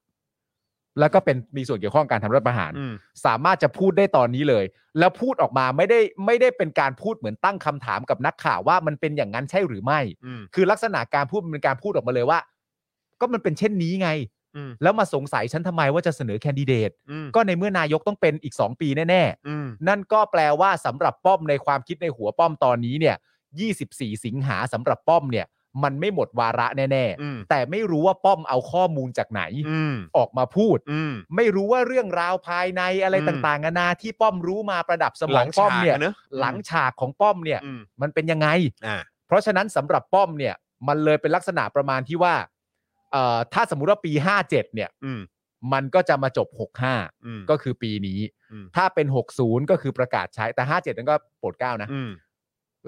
C: แล้วก็เป็นมีส่วนเกี่ยวข้องการทำรัฐประหาร
B: อืม
C: สามารถจะพูดได้ตอนนี้เลย แล้วพูดออกมาไม่ได้ไม่ได้เป็นการพูดเหมือนตั้งคำถามกับนักข่าวว่ามันเป็นอย่างนั้นใช่หรือไม่
B: อืม
C: คือลักษณะการพูดมันเป็นการพูดออกมาเลยว่า ก็มันเป็นเช่นนี้ไง
B: อืม
C: แล้วมาสงสัยฉันทำไมว่าจะเสนอแคนดิเดต
B: อืม
C: ก็ในเมื่อนายกต้องเป็นอีก 2 ปีแน่ๆ
B: อืม
C: นั่นก็แปลว่าสำหรับป้อมในความคิดในหัวป้อมตอนนี้เนี่ย 24 สิงหาสำหรับป้อมเนี่ย มันไม่หมดวาระแน่
B: อืม
C: ๆ แต่ไม่รู้ว่าป้อมเอาข้อมูลจากไหน
B: อืม
C: ออกมาพูด
B: อืม
C: ไม่รู้ว่าเรื่องราวภายในอะไร
B: อืม
C: ต่างๆนานาที่ป้อมรู้มาประดับสม
B: ห
C: อ
B: ลั
C: ง
B: ง
C: ป้อ
B: ฉาม ก
C: เนี่ย
B: อะเนอะ
C: หลังฉากของป้อมเนี่ย
B: อืม
C: มันเป็นยังไง
B: อ่า
C: เพราะฉะนั้นสำหรับป้อมเนี่ย มันเลยเป็นลักษณะประมาณที่ว่าเอ่อถ้าสมมุติว่าปี 57 เนี่ย
B: อืม
C: มันก็จะมาจบ
B: อืม
C: 65 ก็คือปีนี้
B: อืม
C: ถ้าเป็น 60 ก็คือประกาศใช้แต่ 57 นั้นก็โปรดเกล้านะ
B: อืม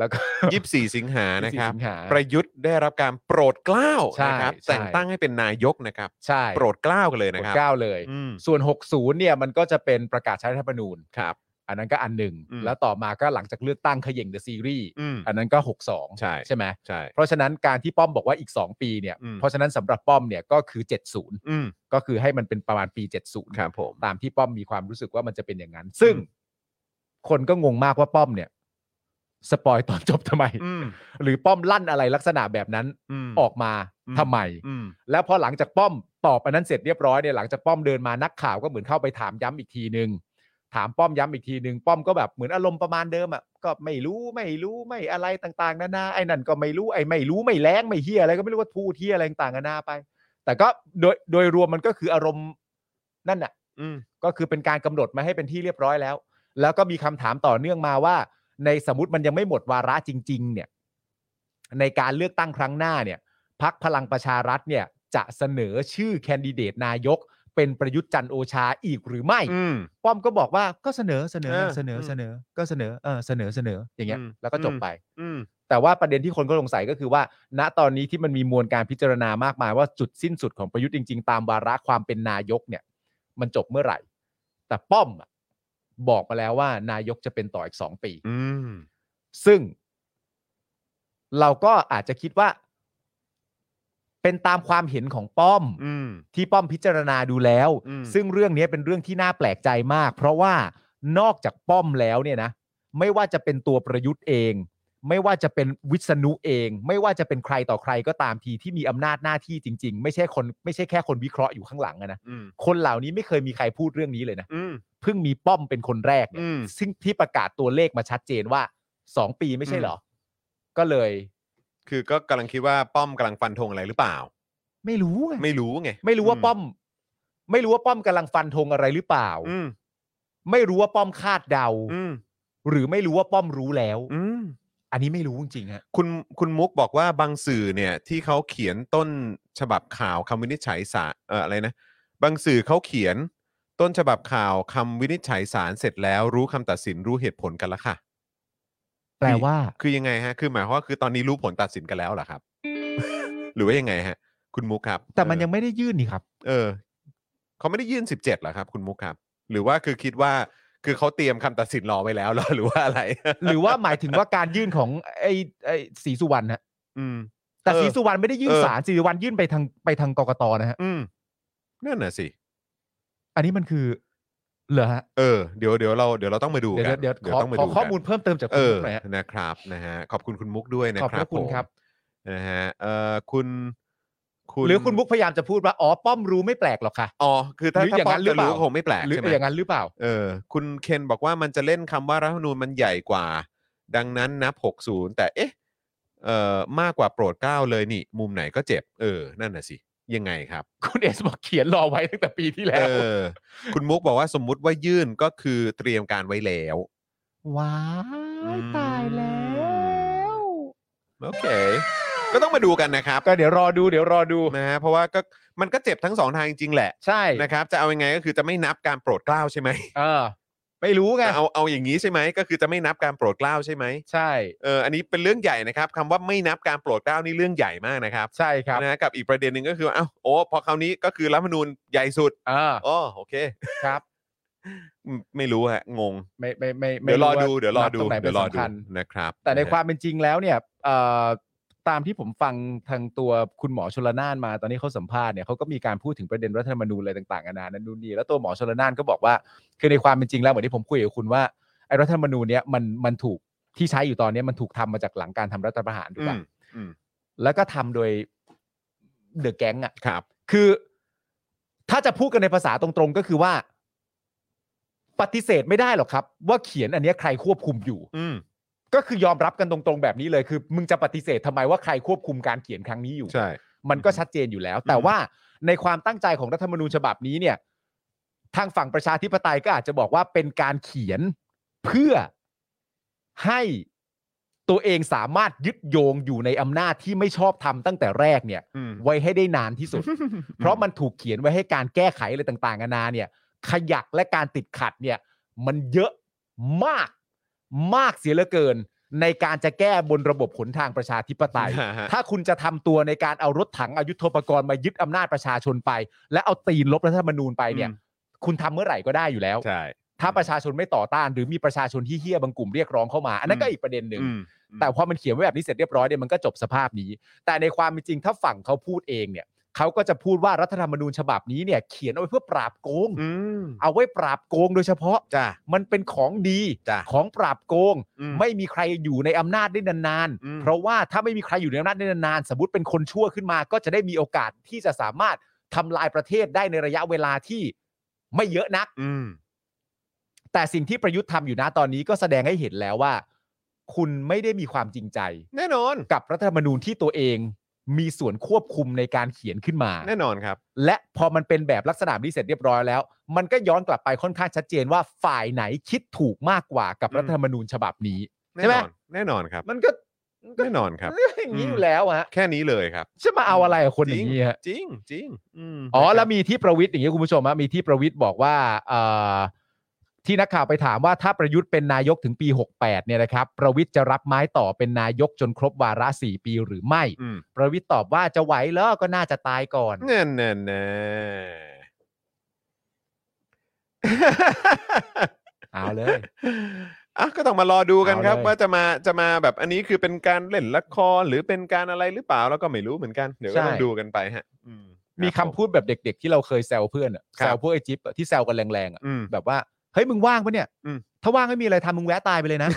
C: แล้วก็
B: <laughs> ยี่สิบสี่สิงหานะครับ
C: สิงหา
B: ประยุทธ์ได้รับการโปรดเกล้า
C: ใช่
B: นะครับ
C: ใช่
B: แต่งตั้งให้เป็นนายกนะครับ
C: ใช่
B: โปรดเกล้ากันเลย
C: โปร
B: นะ
C: ด
B: ครับ
C: เกล้าเลย
B: อืม
C: ส่วน 60 เนี่ยมันก็จะเป็นประกาศใช้รัฐธรรมนูญ
B: ครับ
C: อันนั้นก็อันหนึ่ง
B: อืม
C: แล้วต่อมาก็หลังจากเลือกตั้งเขย่งเดอะซีรีส์
B: อืม
C: อันนั้นก็ 62
B: ใช่
C: ใช่ไหม
B: ใช่
C: เพราะฉะนั้นการที่ป้อมบอกว่าอีก 2 ปีเนี่ย
B: อืม
C: เพราะฉะนั้นสำหรับป้อมเนี่ยก็คือ
B: อืม
C: 70 ก็คือให้มันเป็นประมาณปี 70
B: ครับผม
C: ตามที่ป้อมมีความรู้สึกว่ามันจะเป็นอย่างนั้น ซึ่งคนก็งงมากว่าป้อมเนี่ยสปอยตอนจบทำไม
B: อืม
C: หรือป้อมลั่นอะไรลักษณะแบบนั้น
B: อืม
C: ออกมา
B: อืม
C: ทำไม
B: อืม
C: แล้วพอหลังจากป้อมตอบอันนั้นเสร็จเรียบร้อยเนี่ยหลังจากป้อมเดินมานักข่าวก็เหมือนเข้าไปถามย้ำอีกทีนึง ถามป้อมย้ำอีกทีนึงป้อมก็แบบเหมือนอารมณ์ประมาณเดิมอ่ะก็ไม่รู้ไม่รู้ไม่อะไรต่างๆนานาไอ้นั่นก็ไม่รู้ไอ้ไม่รู้ไม่แรงไม่เฮียอะไรก็ไม่รู้ว่าพูดเฮียอะไรต่างๆนานาไป แต่ก็โดยโดยรวมมันก็คืออารมณ์นั่นน่ะ
B: อืม
C: ก็คือเป็นการกำหนดมาให้เป็นที่เรียบร้อยแล้ว แล้วก็มีคำถามต่อเนื่องมาว่า ในสมมติมันยังไม่หมดวาระจริง ๆ เนี่ย ในการเลือกตั้งครั้งหน้าเนี่ยพักพลังประชารัฐเนี่ยจะเสนอชื่อแคนดิเดตนายก เป็นประยุทธ์จันทร์โอชาอีกหรือไม่
B: อืม
C: ป้อมก็บอกว่าก็เสนอเสนอ
B: เออ
C: เสนอ
B: อืม
C: เสนอก็เสนอเออเสนอเสนออย่างเงี้ย
B: อืม
C: แล้วก็จบ
B: อืม
C: ไป
B: อืม
C: แต่ว่าประเด็นที่คนก็สงสัยก็คือว่า ณตอนนี้ที่มันมีมวลการพิจารณามากมายว่าจุดสิ้นสุดของประยุทธ์จริงๆ ตามวาระความเป็นนายกเนี่ย มันจบเมื่อไหร่ แต่ป้อมอะบอกมาแล้วว่านายกจะเป็นต่ออีกสองปี
B: อืม
C: ซึ่ง เราก็อาจจะคิดว่า เป็นตามความเห็นของป้อม
B: อืม
C: ที่ป้อมพิจารณาดูแล้ว
B: อืม
C: ซึ่งเรื่องนี้เป็นเรื่องที่น่าแปลกใจมาก เพราะว่านอกจากป้อมแล้วเนี่ยนะ ไม่ว่าจะเป็นตัวประยุทธ์เอง ไม่ว่าจะเป็นวิษณุเอง ไม่ว่าจะเป็นใครต่อใครก็ตามทีที่มีอำนาจหน้าที่จริง ๆ ไม่ใช่คนไม่ใช่แค่คนวิเคราะห์อยู่ข้างหลังอะนะ
B: อืม
C: คนเหล่านี้ไม่เคยมีใครพูดเรื่องนี้เลยนะ
B: อืม
C: เพิ่งมีป้อมเป็นคนแรกเนี่ย
B: อืม
C: ซึ่งที่ประกาศตัวเลขมาชัดเจนว่าสองปีไม่ใช่เหรอ ก็เลย
B: คือก็กำลังคิดว่าป้อมกำลังฟันธงอะไรหรือเปล่า
C: ไม่รู้ไง
B: ไม่รู้ไง
C: ไม่รู้ว่าป้อม ไม่รู้ว่าป้อมกำลังฟันธงอะไรหรือเปล่า
B: อืม
C: ไม่รู้ว่าป้อมคาดเดา
B: อืม
C: หรือไม่รู้ว่าป้อมรู้แล้ว
B: อืม
C: อันนี้ไม่รู้จริงๆฮะ
B: คุณคุณมุกบอกว่าบางสื่อเนี่ยที่เขาเขียนต้นฉบับข่าวคำวินิจฉัยสารเอ่ออะไรนะบางสื่อเขาเขียนต้นฉบับข่าวคำวินิจฉัยสารเสร็จแล้วรู้คำตัดสินรู้เหตุผลกันแล้วค่ะ
C: แปลว่า
B: คือยังไงฮะ คือหมายความว่าคือตอนนี้รู้ผลตัดสินกันแล้วเหรอ
C: <laughs>
B: ครับ หรือว่ายังไงฮะ คุณมุกครับ
C: แต่มันยัง
B: เออ
C: ไม่ได้ยื่นนี่ครับ
B: เออเขาไม่ได้ยื่น 17เหรอครับ คุณมุกครับ หรือว่าคือคิดว่าคือเขาเตรียมคำตัดสินรอไว้แล้วเหรอ <laughs> หรือว่าอะไร
C: หรือว่าหมายถึงว่าการยื่นของไอ้ไอ้ศรีสุวรรณฮะ
B: อืม
C: แต่
B: เออ
C: ศรีสุวรรณไม่ได้ยื่น
B: เออ
C: ศาลศรีสุวรรณยื่นไปทางไปทางกกตนะฮะ
B: อืมนั่นน่ะสิ
C: อันนี้มันคือเหรอฮะ
B: เออเดี๋ยวเดี๋ยวเราเดี๋ยวเราต้องมาดู
C: เดี๋ย
B: กั
C: วนเดี๋ยวขอ
B: ต้องมา
C: ขอ
B: ดูกัน
C: ข้อมูลเพิ่มเติมจาก
B: เอ
C: คุณ
B: อ
C: หน่อยฮะ
B: นะครับนะฮะขอบคุณคุณมุกด้วยนะ
C: ขอบ
B: ครั
C: พ
B: บ
C: ระคุณ
B: ผม
C: ครับ
B: นะฮะเอ่อคุณคุณ
C: หรือคุณมุกพยายามจะพูดว่าอ๋อป้อมรู้ไม่แปลกหรอกค่ะ
B: อ๋อคือถ้า
C: หรือ
B: ถ้า
C: อย่าง
B: ป้อ
C: นั้
B: ม
C: นหรือ
B: จะ
C: เปล่า
B: รู้ก็คงไม่แปลก
C: หรือ
B: ใช่ไหม
C: อย่างนั้นหรือเปล่า
B: เออคุณเคนบอกว่ามันจะเล่นคำว่ารัฐธรรมนูญมันใหญ่กว่า ดังนั้นนับ 60 แต่เอ๊ะเอ่อมากกว่าโปรดเกล้าเลยนี่ มุมไหนก็เจ็บ เออ นั่นน่ะสิ ยังไงครับ
C: คุณเอสบอกเขียนรอไว้ตั้งแต่ปีที่แล้
B: เอ
C: ว
B: อ คุณมุกบอกว่าสมมุติว่ายื่นก็คือเตรียมการไว้แล้ว
C: ว้า
B: อื
C: ย
B: ม
C: ตายแล้ว
B: โอเค ก็ต้องมาดูกันนะครับ
C: ก็เดี๋ยวรอดูเดี๋ยวรอดู
B: นะฮะเพราะว่าก็มันก็เจ็บทั้งสองทางจริงๆแหละ
C: ใช่
B: นะครับจะเอายังไงก็คือจะไม่นับการโปรดเกล้าใช่ไหม
C: เออ ไม่รู้ไง
B: จะเอาเอาอย่างนี้ใช่ไหมก็คือจะไม่นับการโปรดเกล้าใช่ไหม
C: ใช่
B: เอออันนี้เป็นเรื่องใหญ่นะครับคำว่าไม่นับการโปรดเกล้านี่เรื่องใหญ่มากนะครับ
C: ใช่ครับ
B: นะฮะกับอีกประเด็นหนึ่งก็คือเอ้าโอ้พอคราวนี้ก็คือรัฐธรรมนูญใหญ่สุด
C: อ่า
B: อ๋อโอเค
C: ครับ
B: อืมไม่รู้ฮะงง
C: ไม่ไม่ไม่ไม่
B: เดี๋ยวรอดู
C: า
B: เดี๋ยวรอดู
C: นับตงไหน
B: เดี๋ยวรอ
C: ป็น
B: ดู
C: สำคัญ
B: นะครับ
C: แต่ในะ
B: ฮะ
C: ความเป็นจริงแล้วเนี่ยเอ่อตามที่ผมฟังทางตัวคุณหมอชลนานมาตอนนี้เขาสัมภาษณ์เนี่ยเขาก็มีการพูดถึงประเด็นรัฐธรรมนูญอะไรต่างๆนานานั่นนู่นนี่แล้วตัวหมอชลนานก็บอกว่า คือในความเป็นจริงแล้วเหมือนที่ผมคุยกับคุณว่าไอ้รัฐธรรมนูญเนี่ยมันมันถูกที่ใช้อยู่ตอนเนี้ยมันถูกทำมาจากหลังการทำรัฐประหารถูก
B: อื
C: ป่ะ
B: มอืม
C: แล้วก็ทำโดยเดอะแก๊งอ่ะ
B: ครับ
C: คือ ถ้าจะพูดกันในภาษาตรงๆก็คือว่า ปฏิเสธไม่ได้หรอกครับ ว่าเขียนอันเนี้ยใครควบคุมอยู่
B: อืม
C: ก็คือยอมรับกันตรงๆแบบนี้เลยคือ มึงจะปฏิเสธทำไมว่าใครควบคุมการเขียนครั้งนี้อยู่
B: ใช่
C: มันก็ชัดเจนอยู่แล้ว แต่ว่าในความตั้งใจของรัฐธรรมนูญฉบับนี้เนี่ย ทางฝั่งประชาธิปไตยก็อาจจะบอกว่าเป็นการเขียนเพื่อให้ตัวเองสามารถยึดโยงอยู่ในอำนาจที่ไม่ชอบทำตั้งแต่แรกเนี่ย
B: อืม
C: ไว้ให้ได้นานที่สุด เพราะมันถูกเขียนไว้ให้การแก้ไขอะไรต่างๆนานาเนี่ย ขยักและการติดขัดเนี่ย มันเยอะมากมากเสียเหลือเกิน ในการจะแก้บนระบบขนทางประชาธิปไตย
B: ฮะฮะ
C: ถ้าคุณจะทำตัวในการเอารถถังเอายุทโธปกรณ์มายึดอำนาจประชาชนไป และเอาตีนลบรัฐธรรมนูญไปเนี่ย คุณทำเมื่อไหร่ก็ได้อยู่แล้ว
B: ใช่
C: ถ้าประชาชนไม่ต่อต้าน หรือมีประชาชนที่เฮี้ยบางกลุ่มเรียกร้องเข้ามา อันนั้นก็อีกประเด็นหนึ่ง
B: อืม
C: แต่พอมันเขียนไว้แบบนี้เสร็จเรียบร้อยเนี่ยมันก็จบสภาพนี้ แต่ในความเป็นจริงถ้าฝั่งเขาพูดเองเนี่ยเขาก็จะพูดว่ารัฐธรรมนูญฉบับนี้เนี่ยเขียนเอาไว้เพื่อปราบโกง
B: อืม
C: เอาไว้ปราบโกงโดยเฉพาะ
B: จ้ะ
C: มันเป็นของดี
B: จ้ะ
C: ของปราบโกง
B: อืม
C: ไม่มีใครอยู่ในอำนาจได้นาน
B: อืม
C: ๆ เพราะว่าถ้าไม่มีใครอยู่ในอำนาจได้นานๆ สมมติเป็นคนชั่วขึ้นมา ก็จะได้มีโอกาสที่จะสามารถทำลายประเทศได้ในระยะเวลาที่ไม่เยอะนัก
B: อืม
C: แต่สิ่งที่ประยุทธ์ทำอยู่นะตอนนี้ก็แสดงให้เห็นแล้วว่า คุณไม่ได้มีความจริงใจ
B: แน่นอน
C: กับรัฐธรรมนูญที่ตัวเองมีส่วนควบคุมในการเขียนขึ้นมา
B: แน่นอนครับ
C: และพอมันเป็นแบบลักษณะนี้เสร็จเรียบร้อยแล้ว มันก็ย้อนกลับไปค่อนข้างชัดเจนว่าฝ่ายไหนคิดถูกมากกว่ากับ
B: อืม
C: รัฐธรรมนูญฉบับนี้
B: แน่นอนแน่นอนครับ
C: มันก็
B: แน่นอนครับ
C: อย่างนี้อยู่แล้วอะ
B: แค่นี้เลยครับ
C: จะมาเอาอะไรกับคนอย่างนี้ฮะ
B: จริงจริงม
C: อ๋อ
B: นะครับ
C: แล้วมีที่ประวิทย์อย่างนี้ยคุณผู้ชมฮะมีที่ประวิทย์บอกว่าเอ่อที่นักข่าวไปถามว่าถ้าประยุทธ์เป็นนายกถึงปี 68เนี่ยนะครับ ประวิทย์จะรับไม้ต่อเป็นนายกจนครบวาระ 4 ปีหรือไม่
B: อืม
C: ประวิทย์ตอบว่าจะไหวเหรอก็น่าจะตายก่อน
B: แน่แน่แน่
C: เอาเลย
B: อ่ะก็ต้องมารอดูกันครับ
C: เอาเลย
B: ว่าจะมาจะมาแบบอันนี้คือเป็นการเล่นละครหรือเป็นการอะไรหรือเปล่าแล้วก็ไม่รู้เหมือนกัน เดี๋ยวก็ต้องดูกันไปฮะ อื
C: มีคำ
B: รับผ
C: พูดแบบเด็ก ๆ ที่เราเคยแซวเพื่อนอะ
B: ครับ
C: แซวพวกไอ้จิ๊บอะที่แซวกันแรงๆอะ
B: อืม
C: แบบว่าเฮ้ยมึงว่างปะเนี่ย
B: อืม
C: ถ้าว่างไม่มีอะไรทำมึงแวะตายไปเลยนะ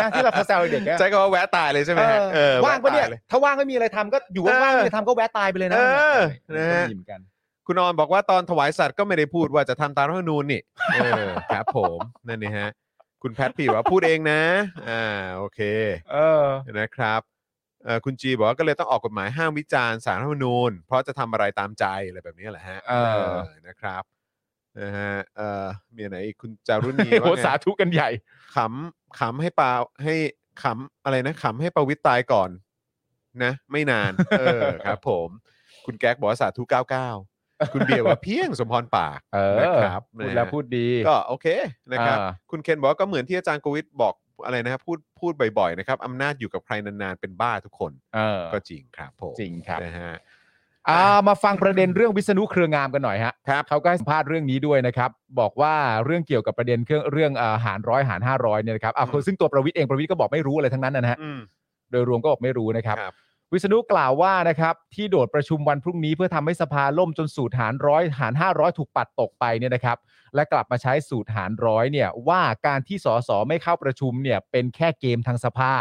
C: นะที่เราเคยแซวเด็กๆอะ
B: ใช้คำว่าแวะตายเลยใช่ไหมฮะ
C: เออ
B: เออ
C: ว่างปะเนี่ย
B: แตล
C: ถ้าว่างไม่มีอะไรทำก็อยู่ว่างๆไม่มีอะไรทำก็แวะตายไปเลยนะ
B: เออ
C: เออ
B: นะฮะ
C: ก็มีเหมือนกัน
B: คุณออนบอกว่าตอนถวายสัตว์ก็ไม่ได้พูดว่าจะทำตามรัฐธรรมนูญนี่ เออครับผมนั่นนี่ฮะ คุณแพทพี่บอกว่าพูดเองนะ อ่าโอเค
C: เออ
B: นะครับเอ่อคุณจีบอกว่าก็เลยต้องออกกฎหมายห้ามวิจารณ์สารรัฐธรรมนูญ เพราะจะทำอะไรตามใจอะไรแบบนี้แหละฮะ
C: เออ
B: นะครับนะฮะเอ่อมีอันไหนอีกคุณจารุณี
C: <laughs> โอ้โห
B: ว่าไง
C: สาธุกันใหญ่
B: ขำขำให้ปาให้ขำอะไรนะขำให้ประวิตรตายก่อนนะ ไม่นานเออ
C: <laughs>
B: ครับ ผม คุณแก๊กบอกว่าสาธุ99 คุณเบียร์บอกว่าเพียงสมพรปาก
C: เออ
B: นะครับ
C: พูดแล้ว
B: นะฮะ
C: พูดดี
B: ก็โอเคนะครับ
C: อ่า
B: คุณเคนบอกว่าก็เหมือนที่อาจารย์โกวิทบอกอะไรนะครับพูดพูดบ่อยๆนะครับอำนาจอยู่กับใครนานๆเป็นบ้าทุกคน
C: เออ
B: ก็จริงครับผม
C: จริงครับ
B: นะฮะ
C: อ่ามาฟังประเด็นเรื่องวิษณุเครืองามกันหน่อยฮะ
B: ครับ
C: เขาก็ให้สัมภาษณ์เรื่องนี้ด้วยนะครับ บอกว่าเรื่องเกี่ยวกับประเด็นเครื่องเรื่องอ่าหารร้อยหารห้าร้อยเนี่ยนะครับอ่าซึ่งตัวประวิทย์เองประวิทย์ก็บอกไม่รู้อะไรทั้งนั้นนะฮะ
B: อืม
C: โดยรวมก็บอกไม่รู้นะครับ
B: ครับ
C: วิษณุกล่าวว่านะครับ ที่โดดประชุมวันพรุ่งนี้เพื่อทำให้สภาล่มจนสูตรหารร้อยหารห้าร้อยถูกปัดตกไปเนี่ยนะครับ และกลับมาใช้สูตรหารร้อยเนี่ยว่าการที่สสไม่เข้าประชุมเนี่ยเป็นแค่เกมทางสภา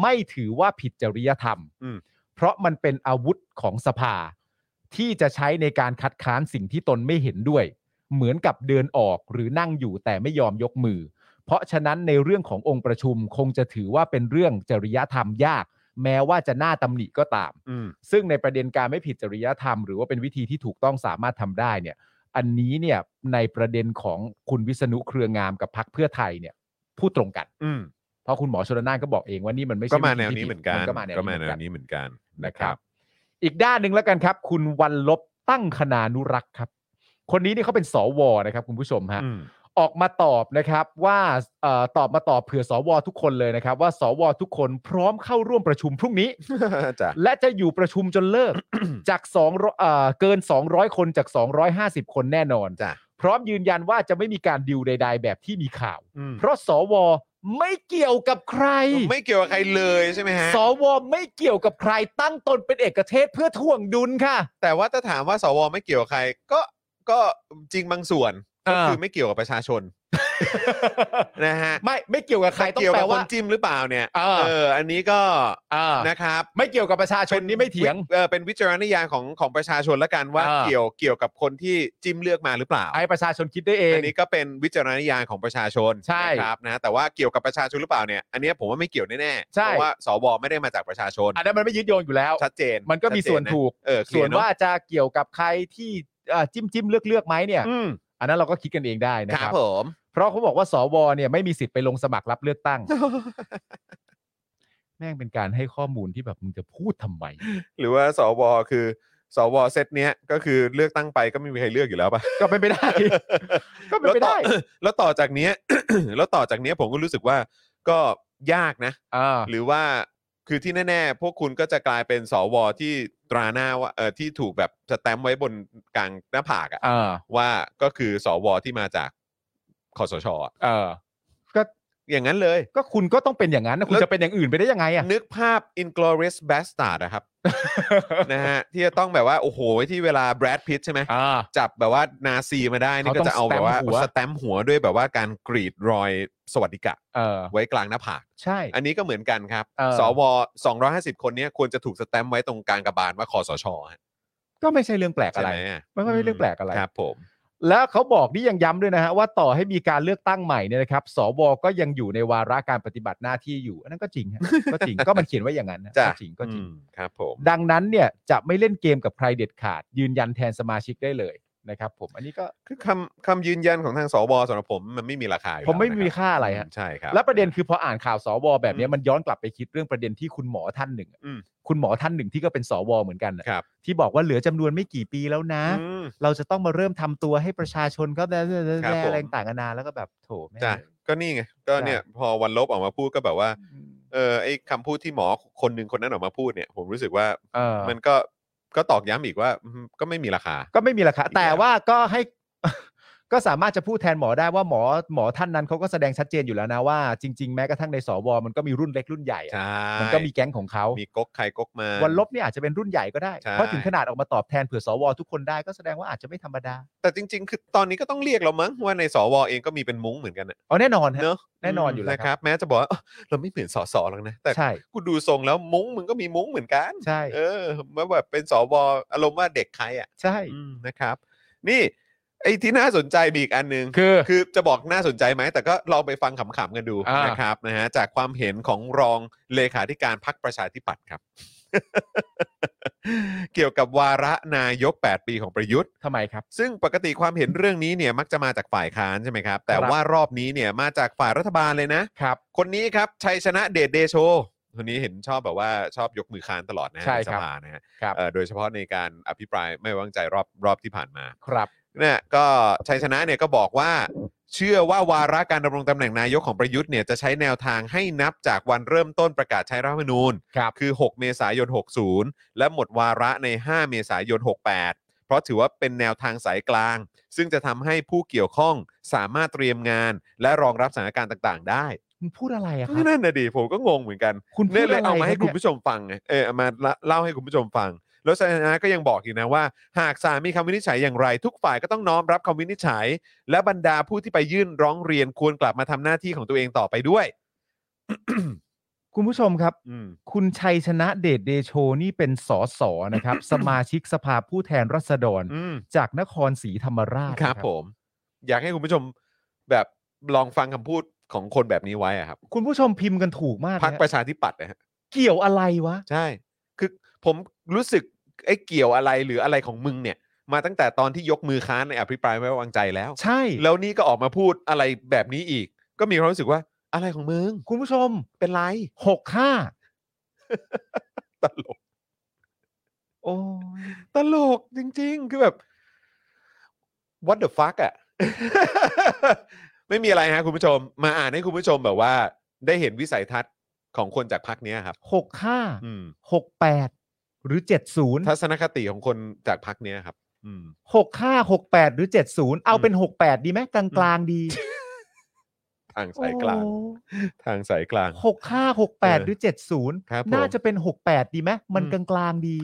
C: ไม่ถือว่าผิดจริยธรรม
B: อืม
C: เพราะมันเป็นอาวุธของสภา ที่จะใช้ในการคัดค้านสิ่งที่ตนไม่เห็นด้วย เหมือนกับเดินออกหรือนั่งอยู่แต่ไม่ยอมยกมือ เพราะฉะนั้นในเรื่องขององค์ประชุมคงจะถือว่าเป็นเรื่องจริยธรรมยาก แม้ว่าจะน่าตำหนิก็ตาม
B: อืม
C: ซึ่งในประเด็นการไม่ผิดจริยธรรม หรือว่าเป็นวิธีที่ถูกต้องสามารถทำได้เนี่ย อันนี้เนี่ยในประเด็นของคุณวิษณุเครืองามกับพักเพื่อไทยเนี่ยพูดตรงกัน
B: อืม
C: เพราะคุณหมอชลนานก็บอกเองว่านี่มันไม่ใช่
B: ก็มา
C: ธี
B: แนว
C: ที่
B: นี้
C: ผิด
B: เหมือนกัน
C: ก็มาแนวนี้เหมือนกัน
B: นี้เหมือนกันนะ
C: นะ
B: ค
C: ค
B: รั
C: รับ บ อีกด้านหนึ่งแล้วกันครับ คุณวันลบตั้งคณานุรักษ์ครับ คนนี้นี่เขาเป็นสวนะครับคุณผู้ชมฮะ
B: อืม <laughs>
C: ออกมาตอบนะครับว่าเออตอบมาตอบเผื่อสวทุกคนเลยนะครับ ว่าสวทุกคนพร้อมเข้าร่วมประชุมพ
B: <laughs>
C: รุ่งนี้
B: จ้ะ
C: และจะอยู่ประชุมจนเลิก
B: <coughs>
C: จากสองเอ่อเกิน 200 คนจาก 250 คนแน่นอน
B: จ้ะ
C: พร้อมยืนยันว่าจะไม่มีการดิวใด ๆ แบบที่มีข่าว
B: อืม
C: เพราะสวไม่เกี่ยวกับใคร
B: ไม่เกี่ยวกับใครเลยใช่ไหมฮะ
C: สวไม่เกี่ยวกับใครตั้งตนเป็นเอกเทศเพื่อท่วงดุล
B: <laughs>
C: ค่ะ
B: แต่ว่าถ้าถามว่าสวไม่เกี่ยวกับใคร ก็ก็จริงบางส่วนก็คือ
C: เออ
B: ไม่เกี่ยวกับประชาชนนะฮะ
C: ไม่ไม่เกี่ยวกับใครต้อง
B: เกี่ยว
C: แปล
B: กับค
C: ว่า
B: นจิ้มหรือเปล่าเนี่ย
C: เออ
B: ออันนี้ก็
C: อ่า
B: นะครับ
C: ไม่เกี่ยวกับประชาชนนี่ไม่เถียง
B: เออเป็นวิจารณญาณของของประชาชนละกันว่า
C: เออ
B: เกี่ยวเกี่ยวกับคนที่จิ้มเลือกมาหรือเปล่า
C: ให้ประชาชนคิดได้เอง
B: อันนี้ก็เป็นวิจารณญาณของประชาชน
C: ใช่
B: นะครับนะแต่ว่าเกี่ยวกับประชาชนหรือเปล่าเนี่ยอันเนี้ยผมว่าไม่เกี่ยวแน่ๆ
C: ใช่
B: เพราะว่าสวไม่ได้มาจากประชาชน
C: อันนั้นมันไม่ยึดโยงอยู่แล้ว
B: ชัดเจน
C: มันก็มี
B: ชัดเจ
C: ส่วน
B: นะ
C: ถูก
B: เออเคลี
C: ส่
B: ย
C: วน
B: ร์เนอะ
C: ว่าจะเกี่ยวกับใครที่เอ่อจิ้มจิ้มเลือกเลือกไหมเนี่ย
B: อืม
C: อันนั้นเราก็คิดกันเองได้นะ
B: ค
C: ค
B: รั
C: รั
B: บบ ผม <laughs>
C: เพราะเขาบอกว่าสวเนี่ยไม่มีสิทธิ์ไปลงสมัครรับเลือกตั้ง แม่งเป็นการให้ข้อมูลที่แบบมึงจะพูดทำไม <laughs>
B: หรือว่าสวคือสวเซตเนี้ยก็คือเลือกตั้งไปก็ไม่มีใครเลือกอยู่แล้วป่ะ
C: ก็เป็นไปได้ <laughs> ก็เป็นไปได้
B: แล้วต่อ <coughs> แล้วต่อจากเนี้ย แล้วต่อจากเนี้ยผมก็รู้สึกว่าก็ยากนะ
C: อ่า
B: หรือว่าคือที่แน่ ๆ พวกคุณก็จะกลายเป็นสวที่ตราหน้าว่าเออที่ถูกแบบสแตมป์ไว้บนกลางหน้าผากอะ
C: อ่า
B: ว่าก็คือสวที่มาจากคอสชอะ
C: เออก็
B: อย่างนั้นเลย
C: ก็คุณก็ต้องเป็นอย่างนั้นนะคุณ
B: แล้ว
C: จะเป็นอย่างอื่นไปได้ยังไงอ่ะ
B: นึกภาพ Inglorious Bastard นะครับ นะฮะที่จะต้องแบบว่า โอ้โห ที่เวลาแบรดพิตใช่ไหม
C: อ่า
B: จับแบบว่านาซีมาได้นี่
C: เขา
B: ก็
C: ต้อง
B: จะเอาแบบว่า
C: stamp หัว
B: สแตมป์หัวด้วยแบบว่าการกรีดรอยสวัสดิกะ
C: เออ
B: ไว้กลางหน้าผาก
C: ใช่
B: อันนี้ก็เหมือนกันครับ
C: เออ
B: สว 250 คนเนี้ยควรจะถูกสแตมป์ไว้ตรงกลางกระบาลว่าคอสชฮะ
C: ก็ไม่ใช่เรื่องแปลกอะไร
B: ใช่ไหมอะ
C: มันก็ไม่เรื่องแปลกอะไร
B: ครับผม
C: แล้วเขาบอกนี่ยังย้ำด้วยนะฮะว่าต่อให้มีการเลือกตั้งใหม่เนี่ยนะครับ สวก็ยังอยู่ในวาระการปฏิบัติหน้าที่อยู่ อันนั้นก็จริงฮะ ก็จริงก็มันเขียนไว้อย่างนั้นนะ
B: จ้ะ
C: ก็จริงก็จริง
B: อืมครับผม
C: ดังนั้นเนี่ยจะไม่เล่นเกมกับใครเด็ดขาด ยืนยันแทนสมาชิกได้เลย นะครับผมอันนี้ก็
B: คือคำคำยืนยันของทางสวสำหรับผมมันไม่มีราคาอยู่
C: ผมไม่
B: แล้วนะ
C: มี
B: รับ
C: ค่าอะไรฮะ
B: ใช่ครับ
C: และประเด็นคือพออ่านข่าวสวแบบเนี้ยมันย้อนกลับไปคิดเรื่องประเด็นที่คุณหมอท่านหนึ่งอะ
B: อืม
C: คุณหมอท่านหนึ่งที่ก็เป็นสวเหมือนกันอะ
B: ครับ
C: ที่บอกว่าเหลือจำนวนไม่กี่ปีแล้วนะ
B: อืม
C: เราจะต้องมาเริ่มทำตัวให้ประชาชนเขาแน่ๆ
B: ครับผม
C: อะไรต่างกันานาแล้วก็แบบโถแม่
B: จ้ะก็นี่ไงก็เนี่ยพอวันลบออกมาพูดก็แบบว่าเออไอ้คำพูดที่หมอคนหนึ่งคนนั้นออกมาพูดเนี่ย ผมรู้สึกว่า
C: เออ
B: มันก็ก็ตอกย้ำอีกว่าอืมก็ไม่มีราคา
C: ก็ไม่มีราคา
B: อีกแล้ว
C: แต่ว่าก็ให้ <laughs> ก็สามารถจะพูดแทนหมอได้ว่าหมอหมอท่านนั้นเขาก็แสดงชัดเจนอยู่แล้วนะว่าจริง ๆ แม้กระทั่งในสวมันก็มีรุ่นเล็กรุ่นใหญ่อะ
B: ใช่
C: มันก็มีแก๊งของเขา
B: มีก๊กใครก๊กมา
C: วันลบเนี่ยอาจจะเป็นรุ่นใหญ่ก็ได้
B: ใช่
C: เพราะถึงขนาดออกมาตอบแทนเผื่อสวทุกคนได้ก็แสดงว่าอาจจะไม่ธรรมดา
B: แต่จริง ๆ คือตอนนี้ก็ต้องเรียกเรามั้งว่าในสวเองก็มีเป็นมุ้งเหมือนกันน่ะ
C: อ๋อแน่นอนฮะ
B: เนอะ
C: แน่นอนอยู่แล้ว
B: นะค
C: ครั
B: รับ
C: บ
B: แม้จะบอกว่าเอ้อเราไม่เหมือนสสหรอกนะแต่
C: ใช่
B: กูดูทรงแล้วมุ้งมึงก็มีมุ้งเหมือนกัน
C: ใช่
B: เออว่าแบบเป็นสวอารมณ์ว่าเด็กใครอ่ะ
C: ใช่
B: อืมนะครับ นี่ไอ้ที่น่าสนใจมีอีกอันหนึง
C: คือ
B: คือจะบอกน่าสนใจไหม แต่ก็ลองไปฟังขำๆกันดู
C: อ่าน
B: นะครับนะฮะจากความเห็นของรองเลขาธิการพักประชาธิปัตย์
C: <laughs>
B: ครับ เกี่ยวกับวาระนายก 8 ปีของประยุทธ์
C: ทำไมครับ
B: ซึ่งปกติความเห็นเรื่องนี้เนี่ยมักจะมาจากฝ่ายค้านใช่ไหมครับ แต่
C: ครับ
B: ว่ารอบนี้เนี่ยมาจากฝ่ายรัฐบาลเลยนะ
C: ครับ
B: คนนี้ครับชัยชนะเดชเดโชคนนี้เห็นชอบแบบว่าชอบยกมือค้านตลอดนะฮะ
C: ใช่
B: ใน
C: ค
B: ส
C: รับ
B: ภานะฮะ
C: ครับ
B: เอ่อโดยเฉพาะในการอภิปรายไม่ไว้วางใจรอบรอบที่ผ่านมา
C: ครับ
B: เนี่ยก็ชัยชนะเนี่ยก็บอกว่า เชื่อว่าวาระการดำรงตำแหน่งนายกของประยุทธ์เนี่ยจะใช้แนวทางให้นับจากวันเริ่มต้นประกาศใช้รัฐธรรมนูญ
C: ครับ
B: คือ 6 เมษายน 60 และหมดวาระใน 5 เมษายน 68 เพราะถือว่าเป็นแนวทางสายกลาง ซึ่งจะทำให้ผู้เกี่ยวข้องสามารถเตรียมงาน และรองรับสถานการณ์ต่างๆ ได้
C: คุณพูดอะไรอะครั
B: ก็
C: บ
B: นั่นนะดิผมก็งงเหมือนกัน
C: คุณพู
B: เนี่
C: ด
B: ย
C: อะ
B: เล
C: ไร
B: ยเอามาให้
C: รับ
B: คุณ
C: นี่ย
B: ผู้ชมฟังไงเออเอามาเล่าให้คุณผู้ชมฟัง แล้วสนาก็ยังบอกอีกนะว่า หากศาลมีคำวินิจฉัยอย่างไร ทุกฝ่ายก็ต้องน้อมรับคำวินิจฉัย และบรรดาผู้ที่ไปยื่นร้องเรียนควรกลับมาทำหน้าที่ของตัวเองต่อไปด้วย
C: คุณผู้ชมครับ
B: อืม
C: คุณชัยชนะเดชเดโชนี่เป็นสส
B: <coughs>
C: นะครับ สมาชิกสภาผู้แทนรัษฎร
B: อืม
C: จากนครศรีธรรมราช
B: ครับ
C: นะ
B: ผม อยากให้คุณผู้ชมแบบลองฟังคำพูดของคนแบบนี้ไว้อะครับ
C: คุณผู้ชมพิมพ์กันถูกมาก
B: พัก
C: นะฮะ
B: ประชาธิปัตย์นะฮะ
C: เกี่ยวอะไรวะ
B: ใช่ คือผมรู้สึกไอ้เกี่ยวอะไรหรืออะไรของมึงเนี่ย มาตั้งแต่ตอนที่ยกมือค้านในอภิปรายไม่ไว้วางใจแล้ว
C: ใช่
B: แล้วนี่ก็ออกมาพูดอะไรแบบนี้อีก ก็มีความรู้สึกว่าอะไรของมึง
C: คุณผู้ชม
B: เป็นไร
C: หกห้า
B: ตลก
C: โอ้ย
B: ตลกจริง ๆ คือแบบ what the fuck อะ <laughs> ไม่มีอะไรฮะคุณผู้ชม มาอ่านให้คุณผู้ชมแบบว่า ได้เห็นวิสัยทัศน์ของคนจากพักนี้ยครับ
C: หกห้า
B: อืม
C: หกแปดหรือเจ็ดศูนย์
B: ทัศนคติของคนจากพักนี้ยครับ อืม
C: หกห้าหกแปดหรือเจ็ดศูนย์เอาเป็นหกแปดดีไหมกลางกลางๆดี
B: ทางสายกลาง ทางสายกลาง
C: หกห้าหกแปดหรือเจ็ดศูนย์
B: ครับผม
C: น่าจะเป็นหกแปดดีไหมมัน
B: อืม
C: กลางกลางๆดี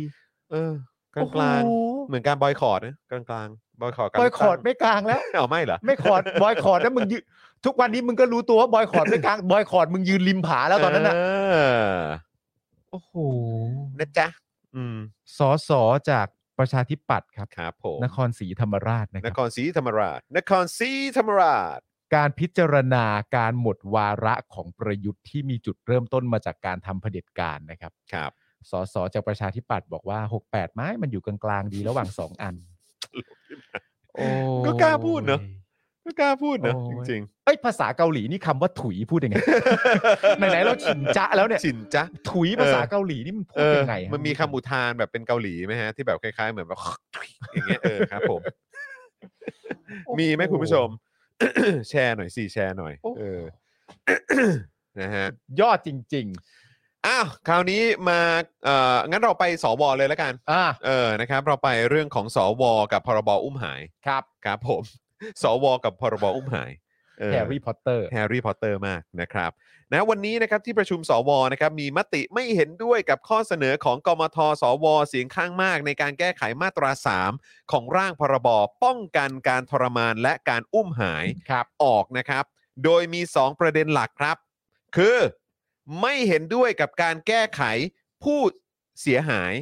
B: เออ กลางกลาง
C: โอ้โห
B: ๆเหมือนการบอยคอร์ดนะกลางกลางๆบอยคอร์ดการ
C: บอ
B: เลื
C: ย
B: ก
C: ค
B: ตั้
C: อร์ดไม่กลางแล้ว
B: <laughs> เอาไม่เหรอ
C: ไม่คอร์ดบอยคอร์ดนะมึงยืนทุกวันนี้มึงก็รู้ตัวว่าบอยคอร์ดไม่กลางบอยคอร์ดมึงยืนริมผาแล้วตอนนั้นน่ะ
B: เอ
C: โอ้โห
B: นะจ๊ะ อืม
C: สอสอจากประชาธิปัตย์ครับ
B: ครับผม
C: นครศรีธรรมราชนะคน รับ
B: ครศรีธรรมราช นครศรีธรรมราช
C: การพิจารณาการหมดวาระของประยุทธ์ที่มีจุดเริ่มต้นมาจากการทำเผด็จการนะครับ
B: ครับ
C: สอสอจากประชาธิปัตย์บอกว่า 68 ไม้มันอยู่กลางๆดีระหว่างสองอันโอ้ย
B: <laughs> ก็กล้าพูดเนอะ ไม่กล้าพูดนะ
C: โอ้
B: จ
C: ย
B: ริง
C: เอ้ยภาษาเกาหลีนี่คำว่าถุยพูดยังไง
B: ๆ
C: ไหนๆเราฉินจ๊ะแล้วเนี่ย
B: ฉินจ๊ะ
C: ถุย
B: เออ
C: ภาษาเกาหลีนี่มันพู
B: เอ
C: ด
B: อ
C: ยังไงฮะ
B: มันมีคำอุทานแบบเป็นเกาหลีไหมฮะ ที่แบบคล้ายๆ เหมือนแบบ อย่างเงี้ยเออครับ ผม
C: โอ้โ
B: มีไหมคุณผู้ชม <coughs> แชร์หน่อยสิแชร์หน่อย
C: โอ้
B: เอ <coughs> อ นะฮะ
C: ยอดจริง
B: อ้าว คราวนี้มาเอ่องั้นเราไปสวเลยแล้วกัน
C: ๆ อ่า
B: เออ นะครับ เราไปเรื่องของสว กับพรบอุ้มหาย
C: ครับ
B: ครับผม <laughs> สว กับพรบอุ้มหายเออ
C: แฮร์รี่พอตเตอร์
B: แฮร์รี่พอตเตอร์มากนะครับนะวันนี้นะครับที่ประชุมสวนะครับมีมติไม่เห็นด้วยกับข้อเสนอของกมทสว เสียงข้างมาก ในการแก้ไขมาตรา 3 ของร่างพรบป้องกันการทรมานและการอุ้มหาย
C: ครับ
B: ออกนะครับ โดยมี 2 ประเด็นหลักครับ คือไม่เห็นด้วยกับการแก้ไขผู้เสียหาย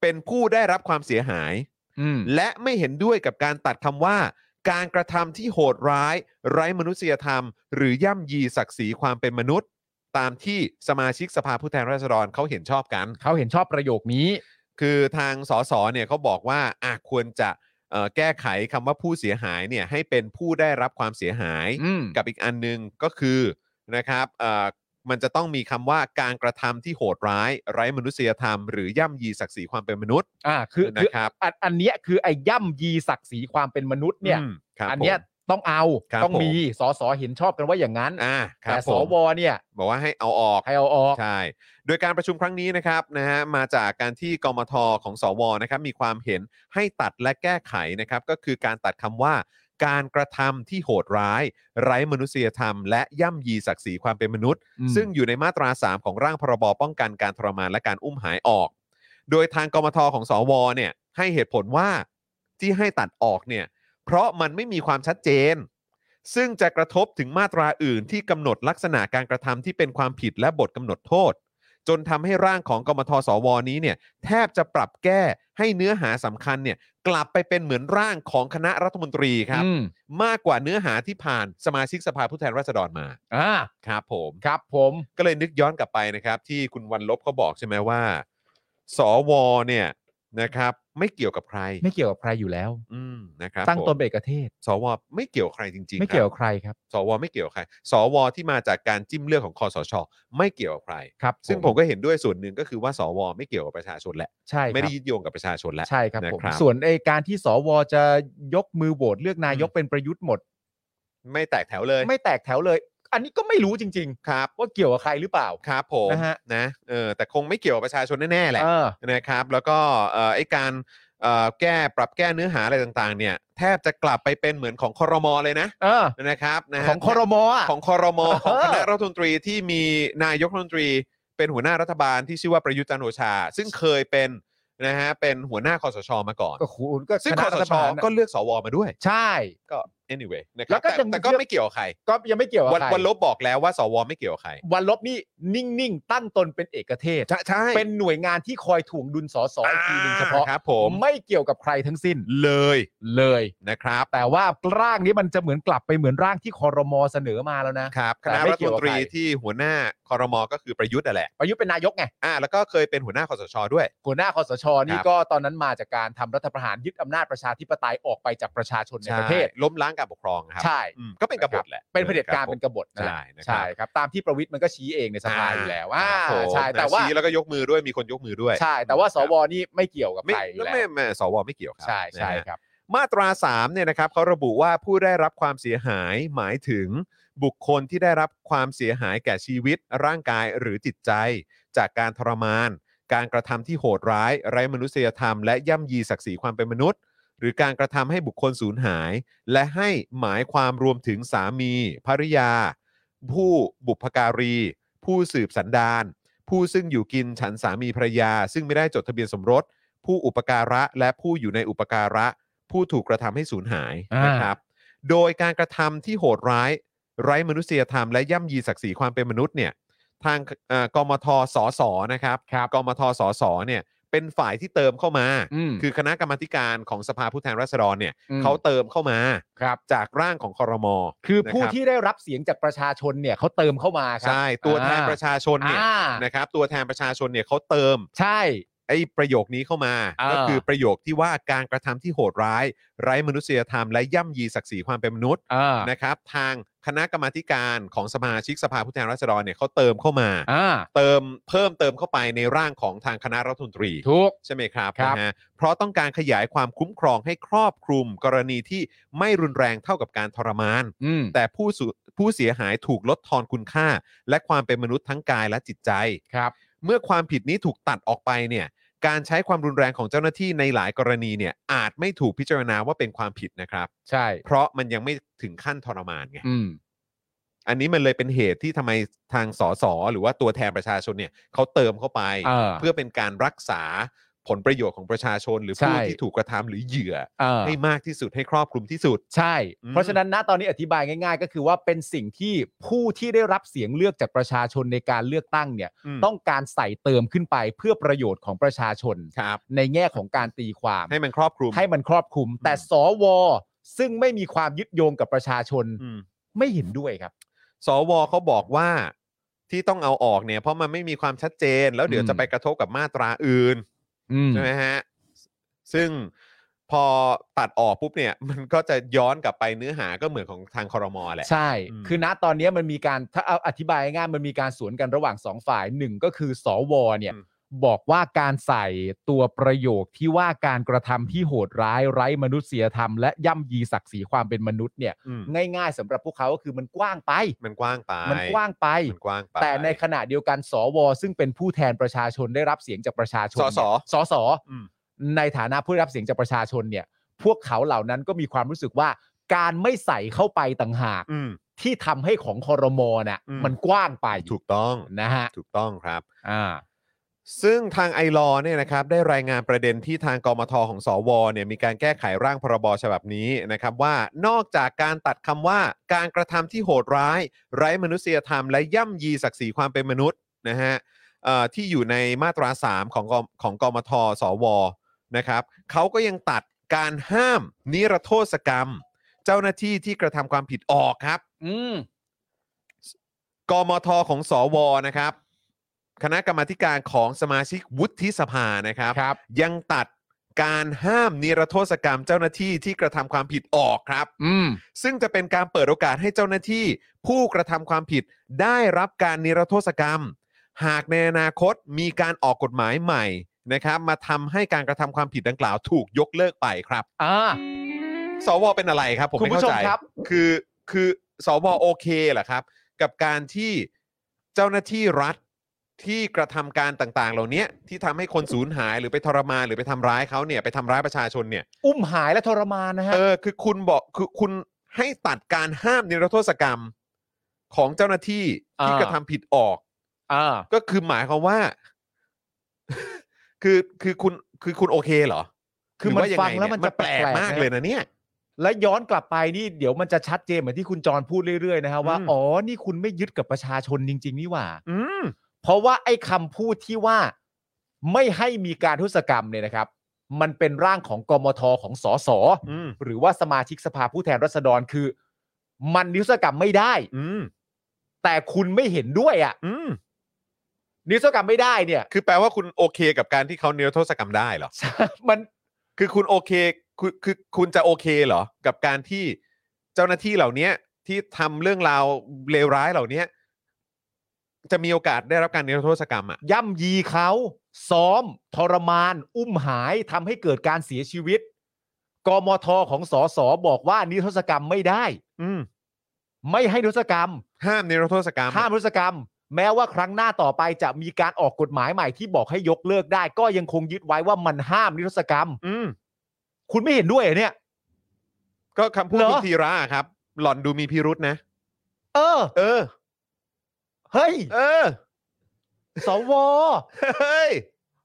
B: เป็นผู้ได้รับความเสียหาย
C: อืม
B: และไม่เห็นด้วยกับการตัดคำว่า การกระทำที่โหดร้าย ไร้มนุษยธรรม หรือย่ำยีศักดิ์ศรีความเป็นมนุษย์ ตามที่สมาชิกสภาผู้แทนราษฎรเขาเห็นชอบกัน
C: เขาเห็นชอบประโยคนี้
B: คือทางสสเนี่ยเขาบอกว่าอาจควรจะ เอ่อแก้ไขคำว่าผู้เสียหายเนี่ยให้เป็นผู้ได้รับความเสียหาย
C: อืม
B: กับอีกอันหนึงก็คือนะครับเอ่อมันจะต้องมีคำว่าการกระทำที่โหดร้าย ไร้มนุษยธรรม หรือย่ำยีศักดิ์ศรีความเป็นมนุษย์
C: อ่าคือ
B: นะ
C: คือ
B: ครับ
C: อันอันเนี้ยคือไอ้ย่ำยีศักดิ์ศรีความเป็นมนุษย์เนี่ย
B: อืมครับ
C: อันเนี้ย
B: ผม
C: ต้องเอา
B: ครับ
C: ต้องมี
B: ผม
C: สสเห็นชอบกันว่าอย่างนั้น
B: อ่าครั
C: แต่
B: บ
C: ส
B: ผ
C: ว
B: ม
C: เนี่ย
B: บอกว่าให้เอาออก
C: ให้เอาออก
B: ใช่ โดยการประชุมครั้งนี้นะครับนะฮะมาจากการที่กมทของสวนะครับมีความเห็นให้ตัดและแก้ไขนะครับก็คือการตัดคำว่า การกระทำที่โหดร้าย ไร้มนุษยธรรม และย่ำยีศักดิ์ศรีความเป็นมนุษย์
C: อืม
B: ซึ่งอยู่ในมาตรา 3 ของร่างพรบป้องกันการทรมานและการอุ้มหายออก โดยทางกมทของสวเนี่ยให้เหตุผลว่าที่ให้ตัดออกเนี่ย เพราะมันไม่มีความชัดเจน ซึ่งจะกระทบถึงมาตราอื่นที่กำหนดลักษณะการกระทำที่เป็นความผิดและบทกำหนดโทษ จนทำให้ร่างของกมทสวนี้เนี่ยแทบจะปรับแก้ให้เนื้อหาสำคัญเนี่ยกลับไปเป็นเหมือนร่างของคณะรัฐมนตรีครับ
C: อืม
B: มากกว่าเนื้อหาที่ผ่านสมาชิกสภาผู้แทนราษฎรมา
C: อ่า
B: ครับผม
C: ครับผม
B: ก็เลยนึกย้อนกลับไปนะครับ ที่คุณวันลบเขาบอกใช่ไหมว่า สวเนี่ยนะครับ ไม่เกี่ยวกับใคร
C: ไม่เกี่ยวกับใครอยู่แล้ว
B: อืมนะครับ
C: ตั้งตน
B: ผม
C: เป็นเอกเทศ
B: สวไม่เกี่ยวกับใครจริงๆ
C: ไม่เกี่ยวกับใครครับ
B: สวไม่เกี่ยวกับใคร สวที่มาจากการจิ้มเลือกของคอสช ไม่เกี่ยวกับใคร
C: ครับ
B: ซึ่งผมก็เห็นด้วยส่วนหนึ่งก็คือว่าสวไม่เกี่ยวกับประชาชนแหละ
C: ใช่ครับ
B: ไม่ได้ยึดโยงกับประชาชนแล้ว
C: ใช่ครับผม
B: นะครับ
C: ส่วนไอการที่สวจะยกมือโหวตเลือกนายกเป็นประยุทธ์หมด
B: ไม่แตกแถวเลย
C: ไม่แตกแถวเลย อันนี้ก็ไม่รู้จริง
B: ครับ
C: ๆ ว่าเกี่ยวกับใครหรือเปล่า
B: ครับผม
C: นะฮะ
B: นะเออแต่คงไม่เกี่ยวกับประชาชนแน่ๆแหละ
C: เออ
B: นะครับแล้วก็เอ่อไอ้การเอ่อแก้ปรับแก้เนื้อหาอะไรต่างๆ เนี่ยแทบจะกลับไปเป็นเหมือนของคอรมอเลยนะ
C: เออ
B: นะครับนะฮะ
C: ของคอรมอะ
B: ของคอรมอของคณะรัฐมนตรีที่มีนายกรัฐมนตรี เป็นหัวหน้ารัฐบาลที่ชื่อว่าประยุทธ์จันทร์โอชา ซึ่งเคยเป็นนะฮะเป็นหัวหน้าคอสชมาก่อน
C: ก็คุณก็
B: ซึ่ง
C: ณะ
B: คอส
C: รัฐ
B: ช
C: บาลน่ะ
B: ก็เลือกสวมาด้วย
C: ใช่
B: ก็ anyway นะค
C: แล้
B: รับ
C: วก็
B: แต่
C: ยัง
B: แต่ก็ไม่เกี่ยวกับใคร
C: ก็ยังไม่เกี่ยวกับ
B: วัน
C: ใคร
B: วันลบบอกแล้วว่าสวไม่เกี่ยวกับใคร
C: วันลบนี่นิ่งๆ ตั้งตนเป็นเอกเทศ
B: ใช่ใช่
C: เป็นหน่วยงานที่คอยถ่วงดุลสอสออีกทีหนึ่งเฉพาะ
B: ครับ ผม
C: ไม่เกี่ยวกับใครทั้งสิ้น
B: เลย
C: เลย
B: นะครับ
C: แต่ว่าร่างนี้มันจะเหมือนกลับไปเหมือนร่างที่คอรมอเสนอมาแล้วนะ
B: ครับค
C: แต่
B: ณะ
C: ไม่
B: รัฐ
C: เกี่ยว
B: ม
C: นกับ
B: ตรี
C: ใคร
B: ที่หัวหน้าคอรมอก็คือประยุทธ์นั่นแหละ
C: ประยุทธ์เป็นนายกไง
B: อ่าแล้วก็เคยเป็นหัวหน้าคอสชด้วย
C: หัวหน้าคอสช
B: ค
C: นี่
B: รับ
C: ก็ตอนนั้นมาจากการทำรัฐประหารยึดอำนาจประชาธิปไตยออกไปจากประชาชนในประเทศ
B: ใช่ล้มล้างการปกครองครับ
C: ใช่
B: อืมก็เป็นกบฏแหละ
C: เป็นเผด็จการ
B: คบ
C: เป็นกบฏนนแหละ
B: ใช่นะครั
C: ใช่
B: บ
C: ครับ ตามที่ประวิทย์มันก็ชี้เองในสภาอยู่แล้วอ่า
B: ครับผม
C: ใช่
B: นะ
C: แต่ว่า
B: ชี้แล้วก็ยกมือด้วยมีคนยกมือด้วย
C: ใช่ แต่ว่าส
B: ครับ
C: วนี่ไม่เกี่ยวกับ
B: ไม่
C: ใครอยู่
B: แล้ว
C: แล้ว
B: ไม่ไม่สวไม่เกี่ยวครั
C: ใช่ใช่
B: นะฮะ
C: ครับ
B: มาตรา3เนี่ยนะครับเขาระบุว่าผู้ได้รับความเสียหายหมายถึงบุคคลที่ได้รับความเสียหายแก่ชีวิต ร่างกายหรือจิตใจ จากการทรมาน การกระทำที่โหดร้าย ไร้มนุษยธรรม และย่ำยีศักดิ์ศรีความเป็นมนุษย์ หรือการกระทำให้บุคคลสูญหาย และให้หมายความรวมถึงสามี ภริยา ผู้บุพการี ผู้สืบสันดาน ผู้ซึ่งอยู่กินฉันสามีภรรยา ซึ่งไม่ได้จดทะเบียนสมรส ผู้อุปการะและผู้อยู่ในอุปการะ ผู้ถูกกระทำให้สูญหาย
C: อ่าน
B: นะครับ โดยการกระทำที่โหดร้าย ไร้มนุษยธรรมและย่ำยีศักดิ์ศรีความเป็นมนุษย์เนี่ย ทางเอ่อกมทสสนะครับกมทสสเนี่ยเป็นฝ่ายที่เติมเข้ามา
C: อืม
B: คือคณะกรรมาธิการของสภาผู้แทนราษฎรเนี่ย
C: อืม
B: เขาเติมเข้ามา
C: ครับ
B: จากร่างของคอรมอ
C: คือผู้
B: นะครับ
C: ที่ได้รับเสียงจากประชาชนเนี่ยเขาเติมเข้ามาครั
B: ใช่ตัวแทนประชาชนเนี่ย
C: อ่า
B: นะครับตัวแทนประชาชนเนี่ยเขาเติม
C: ใช่
B: ไอ้ประโยคนี้เข้ามา
C: อ่า
B: ก็คือประโยคที่ว่าการกระทำที่โหดร้าย ไร้มนุษยธรรมและย่ำยีศักดิ์ศรีความเป็นมนุษย์
C: อ่า
B: นะครับทางคณะกรรมาธิการของสมาชิกสภาผู้แทนราษฎรเนี่ยเขาเติมเข้ามา
C: อ่า
B: เติมเพิ่มเติมเข้าไปในร่างของทางคณะรัฐมนตรี
C: ถูก
B: ใช่ไหมครับ
C: ครับ
B: นะฮะเพราะต้องการขยายความคุ้มครองให้ครอบคลุมกรณีที่ไม่รุนแรงเท่ากับการทรมาน
C: อืม
B: แต่ผู้สูผู้เสียหายถูกลดทอนคุณค่า และความเป็นมนุษย์ทั้งกายและจิตใจ
C: ครับ
B: เมื่อความผิดนี้ถูกตัดออกไปเนี่ยการใช้ความรุนแรงของเจ้าหน้าที่ในหลายกรณีเนี่ยอาจไม่ถูกพิจารณาว่าเป็นความผิดนะครับ
C: ใช่
B: เพราะมันยังไม่ถึงขั้นทรมานไง
C: อืม
B: อันนี้มันเลยเป็นเหตุที่ทำไมทางสสหรือว่าตัวแทนประชาชนเนี่ยเขาเติมเข้าไป
C: เออ
B: เพื่อเป็นการรักษาผลประโยชน์ของประชาชน หรือ
C: ใช่
B: ผู้ที่ถูกกระทำหรือเหยื่อ
C: เออ
B: ให้มากที่สุดให้ครอบคลุมที่สุด
C: ใช่
B: อืม
C: เพราะฉะนั้นณตอนนี้อธิบายง่ายๆ ก็คือว่าเป็นสิ่งที่ผู้ที่ได้รับเสียงเลือกจากประชาชนในการเลือกตั้งเนี่ย
B: ม
C: ต้องการใส่เติมขึ้นไปเพื่อประโยชน์ของประชาชน
B: ครับ
C: ในแง่ของการตีความ
B: ให้มันครอบคลุม
C: ให้มันครอบคลุม แต่
B: อืม
C: สว ซึ่งไม่มีความยึดโยงกับประชาชน
B: อืม
C: ไม่เห็นด้วยครับ
B: สวเขาบอกว่าที่ต้องเอาออกเนี่ย เพราะมันไม่มีความชัดเจน แล้วเดี๋ยว
C: อืม
B: จะไปกระทบกับมาตราอื่น
C: อืม
B: ใช่ไหมฮะซึ่ง พอตัดออกปุ๊บเนี่ย มันก็จะย้อนกลับไปเนื้อหาก็เหมือนของทางคอรมอแหละ
C: ใช่
B: อืม
C: คือณตอนนี้มันมีการถ้าเอาอธิบายง่ายๆมันมีการสวนกันระหว่างสองฝ่ายหนึ่งก็คือสวเนี่ย บอกว่าการใส่ตัวประโยคที่ว่าการกระทำที่โหดร้ายไร้มนุษยธรรม และย่ำยีศักดิ์ศรีความเป็นมนุษย์เนี่ย
B: อืม
C: ง่าย ๆสำหรับพวกเขาก็คือมันกว้างไป
B: มันกว้างไป
C: มันกว้างไป
B: มันกว้างไป
C: แต่ในขณะเดียวกันสว ซึ่งเป็นผู้แทนประชาชนได้รับเสียงจากประชาชน
B: สส
C: เนี่ยสส
B: อืม
C: ในฐานะผู้ได้รับเสียงจากประชาชนเนี่ย พวกเขาเหล่านั้นก็มีความรู้สึกว่า การไม่ใส่เข้าไปต่างหาก
B: อืม
C: ที่ทำให้ของคอรมอน่ะ
B: อืม
C: มันกว้างไป
B: ถูกต้อง
C: นะฮะ
B: ถูกต้องครับ
C: อ่า
B: ซึ่งทางไอรอเนี่ยนะครับได้รายงานประเด็นที่ทางกมทของสวเนี่ยมีการแก้ไขร่างพรบฉบับนี้นะครับว่านอกจากการตัดคำว่าการกระทำที่โหดร้าย ไร้มนุษยธรรม และย่ำยีศักดิ์ศรีความเป็นมนุษย์นะฮะเอ่อที่อยู่ในมาตรา 3 ของกมของกมทสวนะครับเขาก็ยังตัดการห้ามนิรโทษกรรม เจ้าหน้าที่ที่กระทำความผิดออกครับ
C: อืม
B: กมทของสวนะครับ คณะกรรมาธิการของสมาชิกวุฒิสภานะครับ
C: ครับ
B: ยังตัดการห้ามนิรโทษกรรมเจ้าหน้าที่ที่กระทำความผิดออกครับ
C: อืม
B: ซึ่งจะเป็นการเปิดโอกาสให้เจ้าหน้าที่ ผู้กระทำความผิดได้รับการนิรโทษกรรม หากในอนาคตมีการออกกฎหมายใหม่นะครับ มาทำให้การกระทำความผิดดังกล่าวถูกยกเลิกไปครับ
C: อ่า
B: สวเป็นอะไรครับ ผม
C: คุณ
B: ไม่
C: ผู้ชม
B: เข้าใจ
C: ครับ
B: คือคือสวโอเคเหรอครับ กับการที่เจ้าหน้าที่รัฐที่กระทำการต่าง ๆ เหล่านี้ที่ทำให้คนสูญหายหรือไปทรมานหรือไปทำร้ายเขาเนี่ยไปทำร้ายประชาชนเนี่ย
C: อุ้มหายและทรมานนะฮะ
B: เออคือคุณบอกคือคุณให้ตัดการห้ามนิรโทษกรรมของเจ้าหน้าที่ที่กระทำผิดออก
C: อ่า
B: ก็คือหมายความว่า <laughs> คือคือคุณคือคุณโอเคเหรอ
C: คือ
B: หรื
C: มัน
B: ว่ายั
C: ฟัง
B: ไเย
C: แล้วมันจะ
B: แปลกมากเลยนะเนี่ย
C: และย้อนกลับไปนี่เดี๋ยวมันจะชัดเจนเหมือนที่คุณจรพูดเรื่อยๆนะฮะว่า
B: อืม
C: อ๋อนี่คุณไม่ยึดกับประชาชนจริง ๆ นี่หว่า
B: อืม
C: เพราะว่าไอ้คำพูดที่ว่าไม่ให้มีการทุศกรรมเนี่ยนะครับ มันเป็นร่างของกมทของสส
B: อืม
C: หรือว่าสมาชิกสภาผู้แทนราษฎรคือ มันนิรโทษกรรมไม่ได้
B: อืม
C: แต่คุณไม่เห็นด้วยอะ่ะ
B: อืม
C: นิรโทษกรรมไม่ได้เนี่ย
B: คือแปลว่าคุณโอเคกับการที่เขานิรโทษกรรมได้เหรอ
C: มัน
B: คือคุณโอเค คือคือคุณจะโอเคเหรอ กับการที่เจ้าหน้าที่เหล่านี้ที่ทำเรื่องราวเลวร้ายเหล่านี้จะมีโอกาสได้รับการนิรโทษกรรมอ่ะ
C: ย่ำยีเขาซ้อม ทรมาน อุ้มหายทำให้เกิดการเสียชีวิต กมทของสสบอกว่านิรโทษกรรมไม่ได้
B: อืม
C: ไม่ให้นิรโทษกรรม
B: ห้ามนิรโทษกรรม
C: ห้ามรุษกรรม แม้ว่าครั้งหน้าต่อไปจะมีการออกกฎหมายใหม่ที่บอกให้ยกเลิกได้ ก็ยังคงยึดไว้ว่ามันห้ามนิรศกรรม
B: อืม
C: คุณไม่เห็นด้วยเหรอเนี่ย
B: ก็คำพูด
C: เหรอ
B: คุณธีระอะครับ หล่อนดูมีพิรุษนะ
C: เออ
B: เออ
C: เฮ้ย
B: เออ <laughs>
C: สว
B: เฮ้ย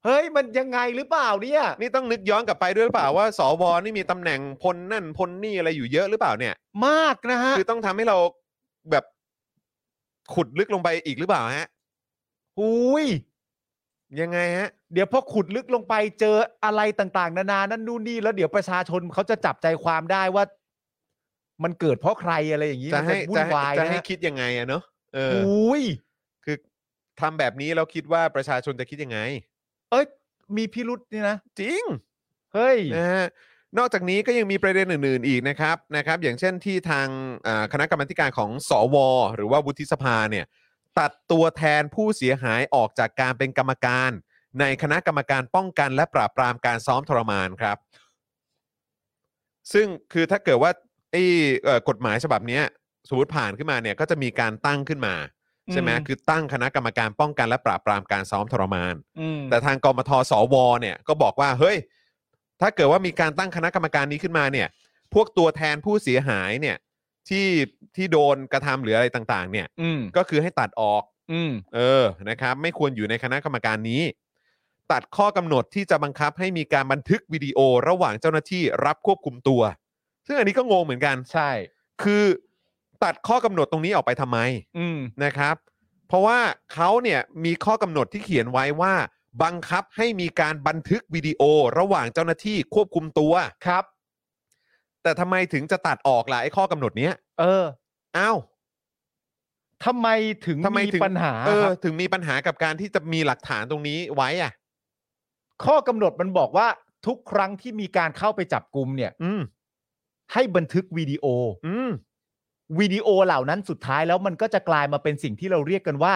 C: เฮ้ยมันยังไงหรือเปล่าเนี่ย
B: นี่ต้องนึกย้อนกลับไปด้วยหรือเปล่าว่า สวนี่มีตำแหน่งพลนั่นพลนี่อะไรอยู่เยอะหรือเปล่าเนี่ย
C: มากนะฮะ
B: คือต้องทำให้เราแบบขุดลึกลงไปอีกหรือเปล่าฮะ
C: หุย
B: ยังไงฮะ
C: เดี๋ยวพอขุดลึกลงไปเจออะไรต่างๆ นานานั่นนู่นนี่แล้วเดี๋ยวประชาชนเขาจะจับใจความได้ว่า มันเกิดเพราะใครอะไรอย่างนี้
B: จะ
C: มัน
B: ให้
C: วุ่
B: จะ
C: น
B: ให้
C: วาย
B: จะ
C: นะ
B: ให้
C: ฮะ
B: คิดยังไงอะเนาะเออ
C: หุย
B: คือทำแบบนี้แล้วคิดว่าประชาชนจะคิดยังไง
C: เอ้ยมีพิรุษนี่นะ
B: จริง
C: เฮ้ย
B: นะฮะนอกจากนี้ก็ยังมีประเด็นอื่นๆอีกนะครับนะครับ อย่างเช่นที่ทางอ่าคณะกรรมาธิการของสว หรือว่าวุฒิสภาเนี่ย ตัดตัวแทนผู้เสียหายออกจากการเป็นกรรมการ ในคณะกรรมการป้องกันและปราบปรามการซ้อมทรมานครับ ซึ่งคือถ้าเกิดว่าไอ้เอ่อกฎหมายฉบับเนี้ยสมมติผ่านขึ้นมาเนี่ยก็จะมีการตั้งขึ้นมา ใช่ไหม
C: อืม
B: คือตั้งคณะกรรมการป้องกันและปราบปรามการซ้อมทรมาน
C: อืม
B: แต่ทางกมทสวเนี่ยก็บอกว่าเฮ้ย ถ้าเกิดว่ามีการตั้งคณะกรรมการนี้ขึ้นมาเนี่ย พวกตัวแทนผู้เสียหายเนี่ยที่ที่โดนกระทำหรืออะไรต่างๆ เนี่ย
C: อืม
B: ก็คือให้ตัดออก
C: อืม
B: เออ นะครับ ไม่ควรอยู่ในคณะกรรมการนี้ ตัดข้อกำหนดที่จะบังคับให้มีการบันทึกวิดีโอระหว่างเจ้าหน้าที่รับควบคุมตัว ซึ่งอันนี้ก็งงเหมือนกัน
C: ใช่
B: คือตัดข้อกำหนดตรงนี้ออกไปทำไม
C: อืม
B: นะครับ เพราะว่าเขาเนี่ยมีข้อกำหนดที่เขียนไว้ว่า บังคับให้มีการบันทึกวิดีโอระหว่างเจ้าหน้าที่ควบคุมตัวครับ แต่ทำไมถึงจะตัดออกล่ะไอ้ข้อกำหนดเนี้ย
C: เออ
B: อ้าว
C: ทำไมถึง
B: ทำไม
C: มี
B: ถึง
C: ปัญหา
B: เออ
C: ครับ
B: ถึงมีปัญหากับการที่จะมีหลักฐานตรงนี้ไว้อะ
C: ข้อกำหนดมันบอกว่า ทุกครั้งที่มีการเข้าไปจับกลุ่มเนี่ย
B: อืม
C: ให้บันทึกวิดีโอ
B: อืม
C: วิดีโอเหล่านั้นสุดท้ายแล้วมันก็จะกลายมาเป็นสิ่งที่เราเรียกกันว่า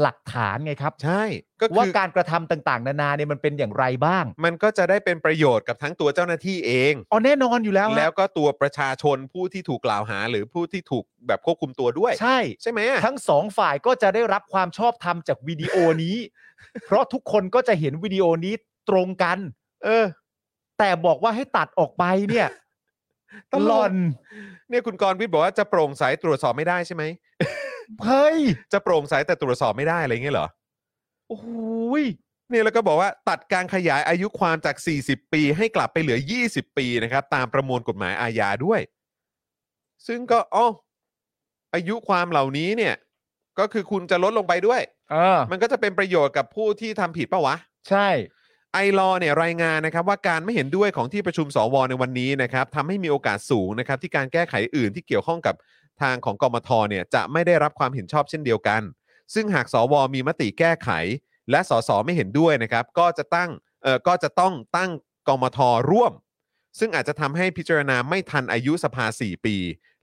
C: หลักฐานไงครับ
B: ใช่ก็
C: ว่า
B: คือ
C: การกระทำต่างๆ นานาเนี่ยมันเป็นอย่างไรบ้าง
B: มันก็จะได้เป็นประโยชน์กับทั้งตัวเจ้าหน้าที่เอง
C: อ๋อแน่นอนอยู่แล้วฮะ
B: แล้วก็ตัวประชาชนผู้ที่ถูกกล่าวหา หรือผู้ที่ถูกแบบควบคุมตัวด้วย
C: ใช่
B: ใช่ไหมอะ
C: ทั้งสองฝ่ายก็จะได้รับความชอบธรรมจากวิดีโอ
B: <laughs>
C: นี้ เพราะทุกคนก็จะเห็นวิดีโอนี้ตรงกัน
B: เออ
C: แต่บอกว่าให้ตัดออกไปเนี่ย
B: ตลก
C: หลอน
B: เนี่ยคุณกรณ์วิทย์บอกว่าจะโปร่งใสตรวจสอบไม่ได้ใช่ไหม
C: เฮ้ย
B: จะโปร่งใสแต่ตรวจสอบไม่ได้อะไรเงี้ยเหรอ
C: โอ้โหย
B: เนี่ยแล้วก็บอกว่าตัดการขยายอายุความจาก 40 ปี ให้กลับไปเหลือ 20 ปีนะครับ ตามประมวลกฎหมายอาญาด้วย ซึ่งก็อ๋ออายุความเหล่านี้เนี่ย ก็คือคุณจะลดลงไปด้วย
C: เออ
B: มันก็จะเป็นประโยชน์กับผู้ที่ทำผิดปะวะ
C: ใช่
B: ไอรอว์เนี่ยรายงานนะครับว่าการไม่เห็นด้วยของที่ประชุมสวในวันนี้นะครับทำให้มีโอกาสสูงนะครับที่การแก้ไขอื่นที่เกี่ยวข้องกับทางของกมทเนี่ยจะไม่ได้รับความเห็นชอบเช่นเดียวกัน ซึ่งหากสวมีมติแก้ไข และสสไม่เห็นด้วยนะครับก็จะตั้งเอ่อก็จะต้องตั้งกมทร่วม ซึ่งอาจจะทำให้พิจารณาไม่ทันอายุสภา 4 ปี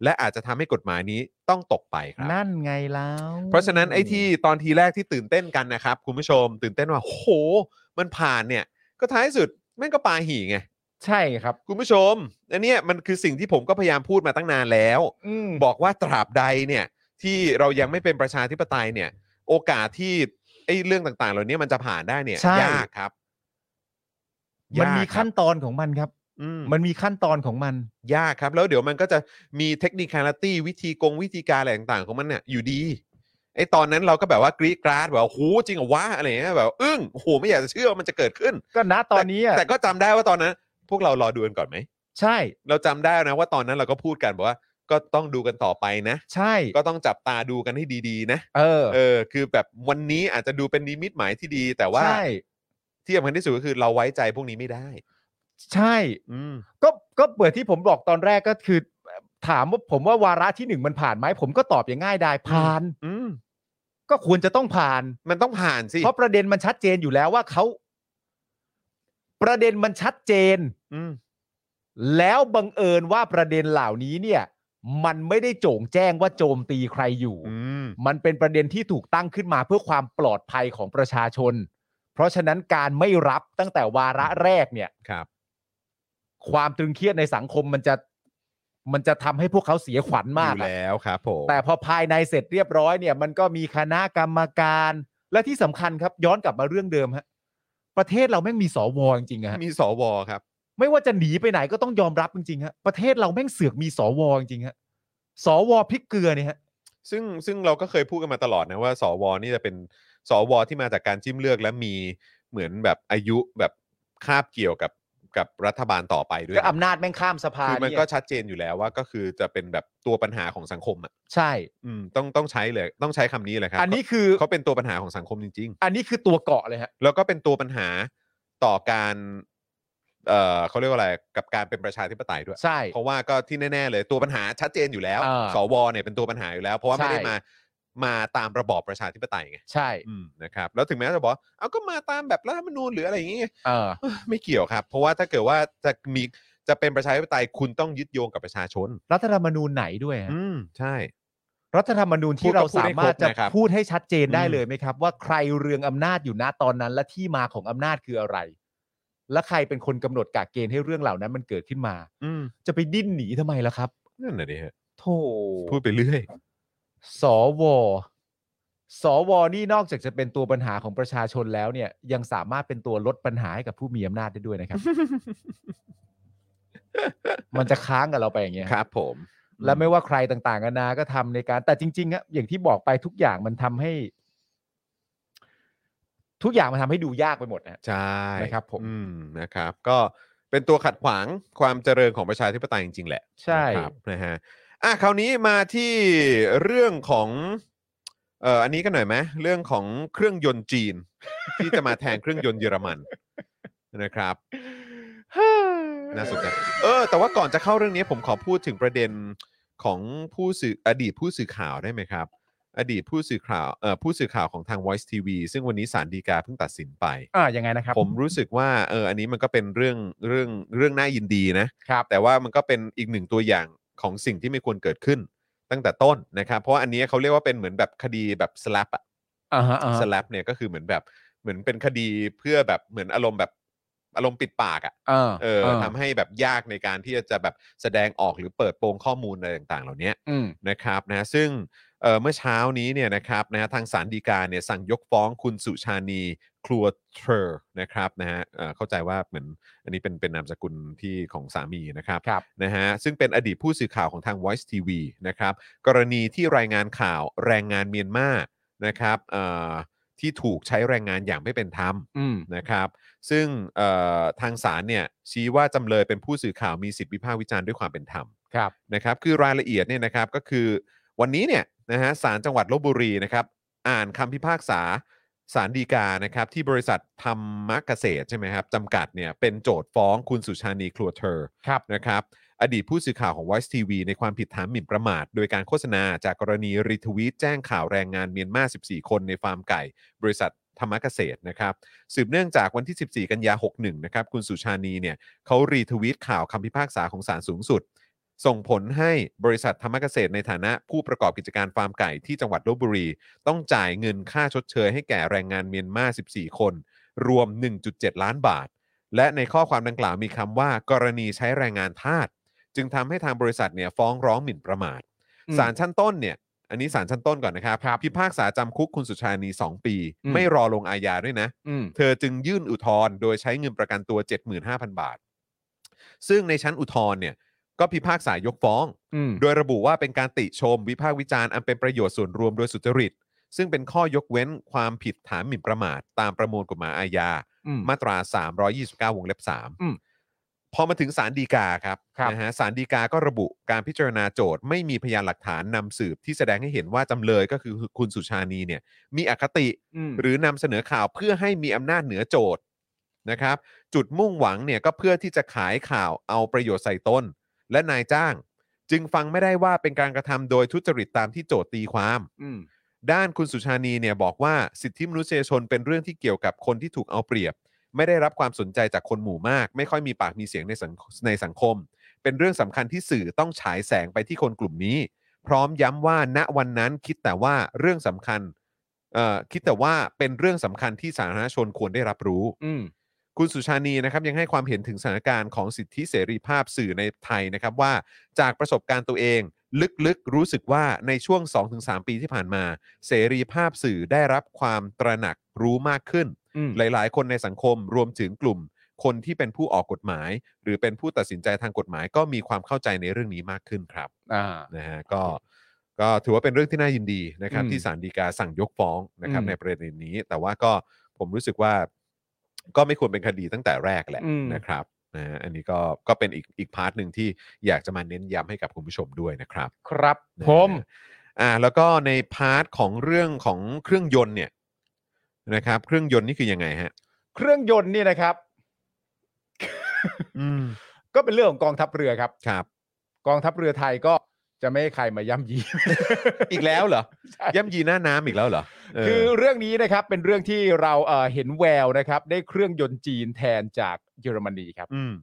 B: และอาจจะทำให้กฎหมายนี้ต้องตกไปครับ
C: นั่นไงแล้ว
B: เพราะฉะนั้นไอ้ที่ตอนทีแรกที่ตื่นเต้นกันนะครับคุณผู้ชม ตื่นเต้นว่าโห มันผ่านเนี่ย ก็ท้ายสุดแม่งก็ปาหี่ไง
C: ใช่ครับ
B: คุณผู้ชมอันเนี้ยมันคือสิ่งที่ผมก็พยายามพูดมาตั้งนานแล้ว
C: อืม
B: บอกว่าตราบใดเนี่ยที่เรายังไม่เป็นประชาธิปไตยเนี่ย โอกาสที่ไอ้เรื่องต่างๆ เหล่านี้มันจะผ่านได้เนี่ย
C: ใช่
B: ยากครับ
C: มันมี
B: ยากครับ
C: ขั้นตอนของมันครับ
B: อืม
C: มันมีขั้นตอนของมัน
B: ยากครับ แล้วเดี๋ยวมันก็จะมีเทคนิคคาราตี้วิธีกงวิธีการอะไรต่างๆ ของมันเนี่ยอยู่ดีไอตอนนั้นเราก็แบบว่ากรีดกราดแบบว่าโหจริงเหรอวะอะไรเงี้ยแบบว่าอึ้งโอ้โหไม่อยากจะเชื่อว่ามันจะเกิดขึ้น
C: ก็นะตอนนี้อะ
B: แต่ก็จำได้ว่าตอนนั้น พวกเรารอดูกันก่อนไหม
C: ใช่
B: เราจำได้นะว่าตอนนั้นเราก็พูดกันบอกว่าก็ต้องดูกันต่อไปนะ
C: ใช่
B: ก็ต้องจับตาดูกันให้ดีๆ นะ
C: เออ
B: เออคือแบบวันนี้อาจจะดูเป็นนิมิตหมายที่ดี แต่ว่า
C: ใช่
B: ที่สำคัญที่สุดก็คือเราไว้ใจพวกนี้ไม่ได้
C: ใช่
B: อืม
C: ก็ก็เปิดที่ผมบอกตอนแรกก็คือ ถามว่าผมว่าวาระที่หนึ่งมันผ่านไหมผมก็ตอบอย่างง่ายดายผ่าน
B: อืม
C: ก็ควรจะต้องผ่าน
B: มันต้องผ่านสิ
C: เพราะประเด็นมันชัดเจนอยู่แล้วว่าเขาประเด็นมันชัดเจน
B: อืม
C: แล้วบังเอิญว่าประเด็นเหล่านี้เนี่ย มันไม่ได้โจ่งแจ้งว่าโจมตีใครอยู่
B: อืม
C: มันเป็นประเด็นที่ถูกตั้งขึ้นมาเพื่อความปลอดภัยของประชาชน เพราะฉะนั้นการไม่รับตั้งแต่วาระแรกเนี่ย
B: ครับ
C: ความตึงเครียดในสังคมมันจะมันจะทำให้พวกเขาเสียขวัญมาก
B: อยู่
C: อะ
B: แล้วครับผม
C: แต่พอภายในเสร็จเรียบร้อยเนี่ย มันก็มีคณะกรรมการ และที่สำคัญครับ ย้อนกลับมาเรื่องเดิมฮะประเทศเราแม่งมีสวจริงๆอะฮะ
B: มีสวครับ
C: ไม่ว่าจะหนีไปไหนก็ต้องยอมรับจริงๆฮะประเทศเราแม่งเสือกมีสวจริงๆฮะสวพริกเกลือเนี่ยฮะ
B: ซึ่งซึ่งเราก็เคยพูดกันมาตลอดนะว่าสวนี่จะเป็นสวที่มาจากการจิ้มเลือกและมีเหมือนแบบอายุแบบคาบเกี่ยวกับกับรัฐบาลต่อไปด้วย
C: ก็
B: นะ
C: อำนาจแม่งข้ามสภา
B: คือมัน
C: เนี่ย
B: ก็ชัดเจนอยู่แล้วว่าก็คือจะเป็นแบบตัวปัญหาของสังคมอ่ะ
C: ใช่
B: อืมต้องต้องใช้เลยต้องใช้คำนี้เลยครับ
C: อันนี้คือ
B: เขาเขาเป็นตัวปัญหาของสังคมจริง
C: อันนี้คือตัวเกาะเลยฮะ
B: ๆ แล้วก็เป็นตัวปัญหาต่อการเอ่อเขาเรียกว่าอะไรกับการเป็นประชาธิปไตยด้วย
C: ใช่
B: เพราะว่าก็ที่แน่ ๆ เลยตัวปัญหาชัดเจนอยู่แล้ว
C: อ่า
B: สวเนี่ยเป็นตัวปัญหาอยู่แล้ว เพราะว่า
C: ใช่
B: ไม่ได้มามาตามระบอบประชาธิปไตยไง
C: ใช่
B: อืมนะครับแล้วถึงแม้จะบอกว่าเอาก็มาตามแบบรัฐธรรมนูญหรืออะไรอย่างเงี้ย
C: เออ
B: ไม่เกี่ยวครับ เพราะว่าถ้าเกิดว่าจะมีจะเป็นประชาธิปไตยคุณต้องยึดโยงกับประชาชน
C: รัฐธรรมนูญไหนด้วยฮะ
B: อืมใช่
C: รัฐธรรมนูญที่เรา
B: พู
C: สา
B: ดก็พูดให้ครบ
C: มารถจะ
B: นะครับ
C: พูดให้ชัดเจนได้
B: อืม
C: เลยไหมครับ ว่าใครเรืองอำนาจอยู่ณตอนนั้น และที่มาของอำนาจคืออะไร และใครเป็นคนกำหนดกฎเกณฑ์ให้เรื่องเหล่านั้นมันเกิดขึ้นมา
B: อืม
C: จะไปดิ้นหนีทำไมล่ะครับ
B: นั่นแหละดิฮะ
C: โถ
B: พูดไปเรื่อย
C: สวสวนี่นอกจากจะเป็นตัวปัญหาของประชาชนแล้วเนี่ย ยังสามารถเป็นตัวลดปัญหาให้กับผู้มีอำนาจได้ด้วย
B: <laughs>
C: นะครับ มันจะค้างกับเราไปอย่างเงี้ย
B: ครับผม
C: และไม่ว่าใครต่างๆกันานาก็ทำในการ แต่จริงๆอะอย่างที่บอกไปทุกอย่างมันทำให้ ทุกอย่างมันทำให้ดูยากไปหมดนะ
B: ใช่
C: นะครับผม
B: อืมนะครับ ก็เป็นตัวขัดขวางความเจริญของประชาธิปไตยจริงๆแหละ
C: ใช่
B: นะครับนะฮะอ่ะคราวนี้มาที่เรื่องของเอ่ออันนี้กันหน่อยไหมเรื่องของเครื่องยนต์จีน ที่จะมาแทนเครื่องยนต์เยอรมันนะครับ น่าสนใจเออ แต่ว่าก่อนจะเข้าเรื่องนี้ผมขอพูดถึงประเด็นของผู้สื่ออดีตผู้สื่อข่าวได้ไหมครับ อดีตผู้สื่อข่าวเอ่อผู้สื่อข่าวของทาง Voice TV ซึ่งวันนี้ศาลฎีกาเพิ่งตัดสินไป
C: อ่ายังไงนะครับ
B: ผมรู้สึกว่าเอออันนี้มันก็เป็นเรื่องเรื่องเรื่องน่ายินดีนะ
C: ครับ
B: แต่ว่ามันก็เป็นอีกหนึ่งตัวอย่างของสิ่งที่ไม่ควรเกิดขึ้นตั้งแต่ต้นนะครับ เพราะว่าอันนี้เขาเรียกว่าเป็นเหมือนแบบคดีแบบสลับอะ
C: อ่าฮะอ่า
B: ส
C: ฮะ
B: ลับเนี่ยก็คือเหมือนแบบเหมือนเป็นคดีเพื่อแบบเหมือนอารมณ์แบบอารมณ์ปิดปากอะ
C: อ่า
B: เออ
C: อ่า
B: ทำให้แบบยากในการที่จะแบบแสดงออกหรือเปิดโปงข้อมูลอะไรต่างๆ เหล่านี้
C: อืม
B: นะครับนะซึ่งเอ่อเมื่อเช้านี้เนี่ยนะครับนะทางสารดีกาเนี่ยสั่งยกฟ้องคุณสุชานีครัวเทอร์นะครับนะฮะเอ่อเข้าใจว่าเหมือนอันนี้เป็นเป็นนามสกุลที่ของสามีนะครับ
C: ครับ
B: นะฮะซึ่งเป็นอดีตผู้สื่อข่าวของทาง Voice TV นะครับกรณีที่รายงานข่าวแรงงานเมียนมานะครับเอ่อที่ถูกใช้แรงงานอย่างไม่เป็นธรรม
C: อืม
B: นะครับซึ่งเอ่อทางศาลเนี่ยชี้ว่าจำเลยเป็นผู้สื่อข่าวมีสิทธิวิพากษ์วิจารณ์ด้วยความเป็นธรรม
C: ครับ
B: นะครับคือรายละเอียดเนี่ยนะครับก็คือวันนี้เนี่ยนะฮะศาลจังหวัดลบบุรีนะครับอ่านคำพิพากษาศาลฎีกานะครับที่บริษัทธรรมเกษตรใช่ไหมครับจำกัดเนี่ยเป็นโจทย์ฟ้องคุณสุชานีครัวเธอ
C: ครับ
B: นะครับอดีตผู้สื่อข่าวของ Voice TV ในความผิดฐานหมิ่นประมาท โดยการโฆษณาจากกรณีรีทวีตแจ้งข่าวแรงงานเมียนมา 14 คนในฟาร์มไก่ บริษัทธรรมเกษตรนะครับสืบเนื่องจากวันที่ 14 กันยา 61 นะครับ คุณสุชานีเนี่ยเขารีทวีตข่าวคำพิพากษาของศาลสูงสุด ส่งผลให้บริษัทธรรมเกษตรในฐานะผู้ประกอบกิจการฟาร์มไก่ที่จังหวัดลบบุรี ต้องจ่ายเงินค่าชดเชยให้แก่แรงงานเมียนมา 14 คน รวม 1.7 ล้านบาท และในข้อความดังกล่าวมีคำว่ากรณีใช้แรงงานทาสจึงทำให้ทางบริษัทเนี่ยฟ้องร้องหมิ่นประมาท
C: อืม
B: ศาลชั้นต้นเนี่ยอันนี้ศาลชั้นต้นก่อนนะครับ
C: ครับ
B: พิพากษาจำคุกคุณสุชานี 2 ปี
C: อืม
B: ไม่รอลงอาญาด้วยนะ
C: อืม
B: เธอจึงยื่นอุทธรณ์โดยใช้เงินประกันตัว 75,000 บาท ซึ่งในชั้นอุทธรณ์เนี่ยก็พิพากษายกฟ้อง
C: อืม
B: โดยระบุว่าเป็นการติชมวิพากษ์วิจารณ์อันเป็นประโยชน์ส่วนรวมโดยสุจริต ซึ่งเป็นข้อยกเว้นความผิดฐานหมิ่นประมาท ตามประมวลกฎหมายอาญา
C: อืม
B: มาตรา 329 วงเล็บ
C: อืม
B: 3 พอมาถึงสารดีกาครับ
C: ครับ
B: นะฮะสารดีกาก็ระบุการพิจารณาโจทย์ ไม่มีพยานหลักฐานนำสืบที่แสดงให้เห็นว่าจำเลยก็คือคุณสุชานีเนี่ยมีอคติ
C: อืม
B: หรือนำเสนอข่าวเพื่อให้มีอำนาจเหนือโจทย์นะครับ จุดมุ่งหวังเนี่ยก็เพื่อที่จะขายข่าวเอาประโยชน์ใส่ตนและนายจ้าง จึงฟังไม่ได้ว่าเป็นการกระทำโดยทุจริตตามที่โจทย์ตีความ
C: อืม
B: ด้านคุณสุชานีเนี่ยบอกว่าสิทธิมนุษยชนเป็นเรื่องที่เกี่ยวกับคนที่ถูกเอาเปรียบ ไม่ได้รับความสนใจจากคนหมู่มาก ไม่ค่อยมีปากมีเสียงในสังในสังคม เป็นเรื่องสำคัญที่สื่อต้องฉายแสงไปที่คนกลุ่มนี้ พร้อมย้ำว่าณวันนั้นคิดแต่ว่าเรื่องสำคัญเอ่อคิดแต่ว่าเป็นเรื่องสำคัญที่สาธารณชนควรได้รับรู้
C: อืม
B: คุณสุชานีนะครับยังให้ความเห็นถึงสถานการณ์ของสิทธิเสรีภาพสื่อในไทยนะครับว่าจากประสบการณ์ตัวเอง ลึกๆรู้สึกว่าในช่วง 2-3 ปีที่ผ่านมา เสรีภาพสื่อได้รับความตระหนักรู้มากขึ้น
C: อืม
B: หลายๆ คนในสังคมรวมถึงกลุ่ม คนที่เป็นผู้ออกกฎหมาย หรือเป็นผู้ตัดสินใจทางกฎหมาย ก็มีความเข้าใจในเรื่องนี้มากขึ้นครับ
C: อ่า
B: นะฮะก็ก็ถือว่าเป็นเรื่องที่น่ายินดีนะครับ
C: อืม
B: ที่ศาลฎีกาสั่งยกฟ้องนะครับ
C: อืม
B: ในประเด็นนี้ แต่ว่าก็ผมรู้สึกว่าก็ไม่ควรเป็นคดีตั้งแต่แรกแหละ
C: อืม
B: นะครับนะฮะอันนี้ก็ก็เป็นอีกอีกพาร์ทหนึ่งที่อยากจะมาเน้นย้ำให้กับคุณผู้ชมด้วยนะครับ
C: ครับ
B: นะ
C: ผม
B: อ่าแล้วก็ในพาร์ทของเรื่องของเครื่องยนต์เนี่ยนะครับ เครื่องยนต์นี่คือยังไงฮะ
C: เครื่องยนต์นี่นะครับ
B: อืม
C: ก็เป็นเรื่องของกองทัพเรือครับ
B: ครับ
C: กองทัพเรือไทยก็จะไม่ให้ใครมาย่ำยี <laughs>
B: อีกแล้วเหรอ
C: ใช่
B: ย่ำยีหน้าน้ำอีกแล้วเหรอเ
C: คือเรื่องนี้นะครับเป็นเรื่องที่เราเอ่อเห็นแววนะครับ ได้เครื่องยนต์จีนแทนจากเยอรมนีครับ
B: อืม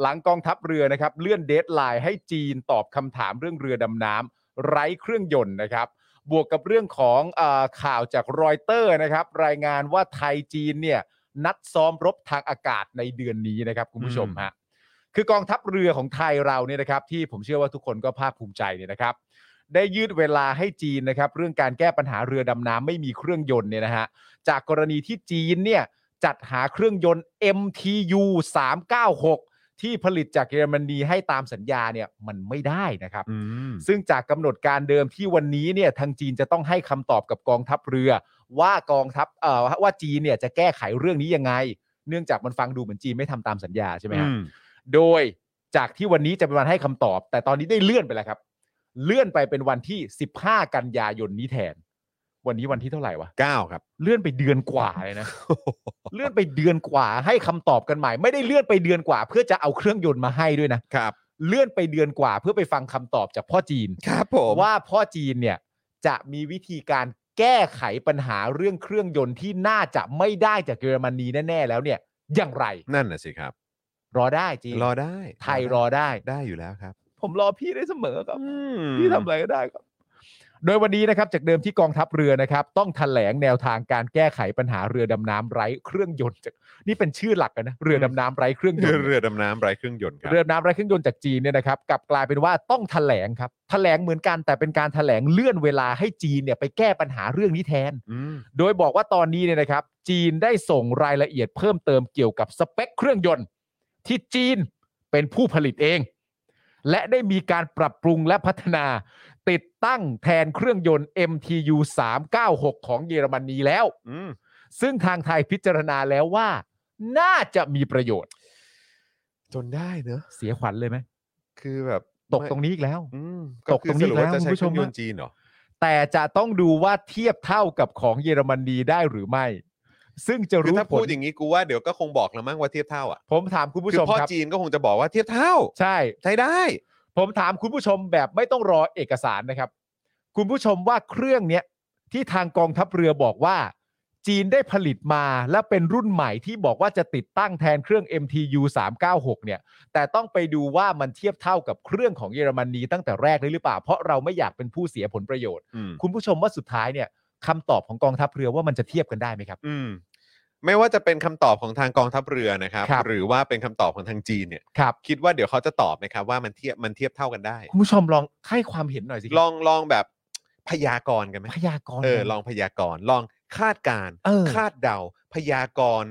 C: หลังกองทัพเรือนะครับ เลื่อนเดทไลน์ให้จีนตอบคำถามเรื่องเรือดำน้ำไร้เครื่องยนต์นะครับ บวกกับเรื่องของเออข่าวจากรอยเตอร์นะครับ รายงานว่าไทยจีนเนี่ยนัดซ้อมรบทางอากาศในเดือนนี้นะครับ คุณผู้ชมฮะคือกองทัพเรือของไทยเราเนี่ยนะครับ ที่ผมเชื่อว่าทุกคนก็ภาคภูมิใจเนี่ยนะครับ ได้ยืดเวลาให้จีนนะครับ เรื่องการแก้ปัญหาเรือดำน้ำไม่มีเครื่องยนต์เนี่ยนะฮะ จากกรณีที่จีนเนี่ยจัดหาเครื่องยนต์ MTU 396 ที่ผลิตจากเยอรมนีให้ตามสัญญาเนี่ยมันไม่ได้นะครับ
B: อืม
C: ซึ่งจากกำหนดการเดิมที่วันนี้เนี่ยทางจีนจะต้องให้คำตอบกับกองทัพเรือ ว่ากองทัพเอ่อว่าจีนเนี่ยจะแก้ไขเรื่องนี้ยังไง เนื่องจากมันฟังดูเหมือนจีนไม่ทำตามสัญญาใช่ไหมฮะ
B: อืม
C: โดยจากที่วันนี้จะเป็นวันให้คำตอบ แต่ตอนนี้ได้เลื่อนไปแล้วครับ เลื่อนไปเป็นวันที่ 15 กันยายนนี้แทน วันนี้วันที่เท่าไหร่วะ
B: เก้าครับ <laughs>
C: เลื่อนไปเดือนกว่าเลยนะ เลื่อนไปเดือนกว่าให้คำตอบกันใหม่ ไม่ได้เลื่อนไปเดือนกว่า เพื่อจะเอาเครื่องยนต์มาให้ด้วยนะครับ เลื่อนไปเดือนกว่าเพื่อไปฟังคำตอบจากพ่อจีน
B: ครับผม
C: ว่าพ่อจีนเนี่ย จะมีวิธีการแก้ไขปัญหาเรื่องเครื่องยนต์ที่น่าจะไม่ได้จากเยอรมนีแน่ๆแล้วเนี่ย อย่างไร
B: นั่นน่ะสิครับ
C: รอได้จี
B: รอได้
C: ไทยรอได้
B: ได้อยู่แล้วครับ
C: ผมรอพี่ได้เสมอครับ
B: อืม
C: พี่ทำอะไรก็ได้ครับ โดยวันนี้นะครับ จากเดิมที่กองทัพเรือนะครับ ต้องแถลงแนวทางการแก้ไขปัญหาเรือดำน้ำไร้เครื่องยนต์จากนี่เป็นชื่อหลักอะนะเรือดำน้ำไร้เครื่องยนต์
B: เรือดำน้ำไร้เครื่องยนต์ครับ
C: เรือดำน้ำไร้เครื่องยนต์จากจีนเนี่ยนะครับกลับกลายเป็นว่าต้องแถลงครับ แถลงเหมือนกันแต่เป็นการแถลงเลื่อนเวลาให้จีนเนี่ยไปแก้ปัญหาเรื่องนี้แทน
B: อืม
C: โดยบอกว่าตอนนี้เนี่ยนะครับ จีนได้ส่งรายละเอียดเพิ่มเติมเกี่ยวกับสเปคเครื่องยนต์ ที่จีนเป็นผู้ผลิตเอง และได้มีการปรับปรุงและพัฒนา ติดตั้งแทนเครื่องยนต์ MTU 396 ของเยอรมนีแล้ว
B: อืม
C: ซึ่งทางไทยพิจารณาแล้วว่า น่าจะมีประโยชน์
B: จนได้เนอะ
C: เสียขวัญเลยไหม
B: คือแบบ
C: ตกตรงนี้อีกแล้ว
B: อืม
C: ตกตรงนี้
B: คือสว่า
C: แล้ว
B: จะใช้
C: คุณผู้ช
B: เครื่อ
C: ม
B: งยนต์จีนเหรอ
C: แต่จะต้องดูว่าเทียบเท่ากับของเยอรมนีได้หรือไม่ ซึ่งจะ
B: คือ
C: รู้
B: ถ้า
C: ผ
B: พู
C: ล
B: ดอย่างนี้กูว่าเดี๋ยวก็คงบอกแล้วมั้งว่าเทียบเท่าอ่ะ
C: ผมถามคุณผู้
B: คือ
C: ชม
B: พ่อ
C: ครับ
B: จีนก็คงจะบอกว่าเทียบเท่า
C: ใช่
B: ใช้ได้
C: ผมถามคุณผู้ชมแบบไม่ต้องรอเอกสารนะครับ คุณผู้ชมว่าเครื่องเนี้ยที่ทางกองทัพเรือบอกว่า จีนได้ผลิตมาและเป็นรุ่นใหม่ที่บอกว่าจะติดตั้งแทนเครื่อง MTU 396 เนี่ย แต่ต้องไปดูว่ามันเทียบเท่ากับเครื่องของเยอรมนีตั้งแต่แรกเลยหรือเปล่า เพราะเราไม่อยากเป็นผู้เสียผลประโยชน์
B: อืม
C: คุณผู้ชมว่าสุดท้ายเนี่ยคำตอบของกองทัพเรือว่ามันจะเทียบกันได้ไหมครับ
B: อืมไม่ว่าจะเป็นคำตอบของทางกองทัพเรือนะครับ
C: ครับ
B: หรือว่าเป็นคำตอบของทางจีนเนี่ย
C: ครับ
B: คิดว่าเดี๋ยวเขาจะตอบไหมครับว่ามันเทียบมันเทียบเท่ากันได้
C: คุณผู้ชมลองให้ความเห็นหน่อยสิครับ
B: ลองลองแบบพยากรณ์กันไหม
C: พยากรณ์
B: เออ
C: กัน
B: ลองพยากรณ์ลองคาดการณ์
C: เออ
B: คาดเดา พยากรณ์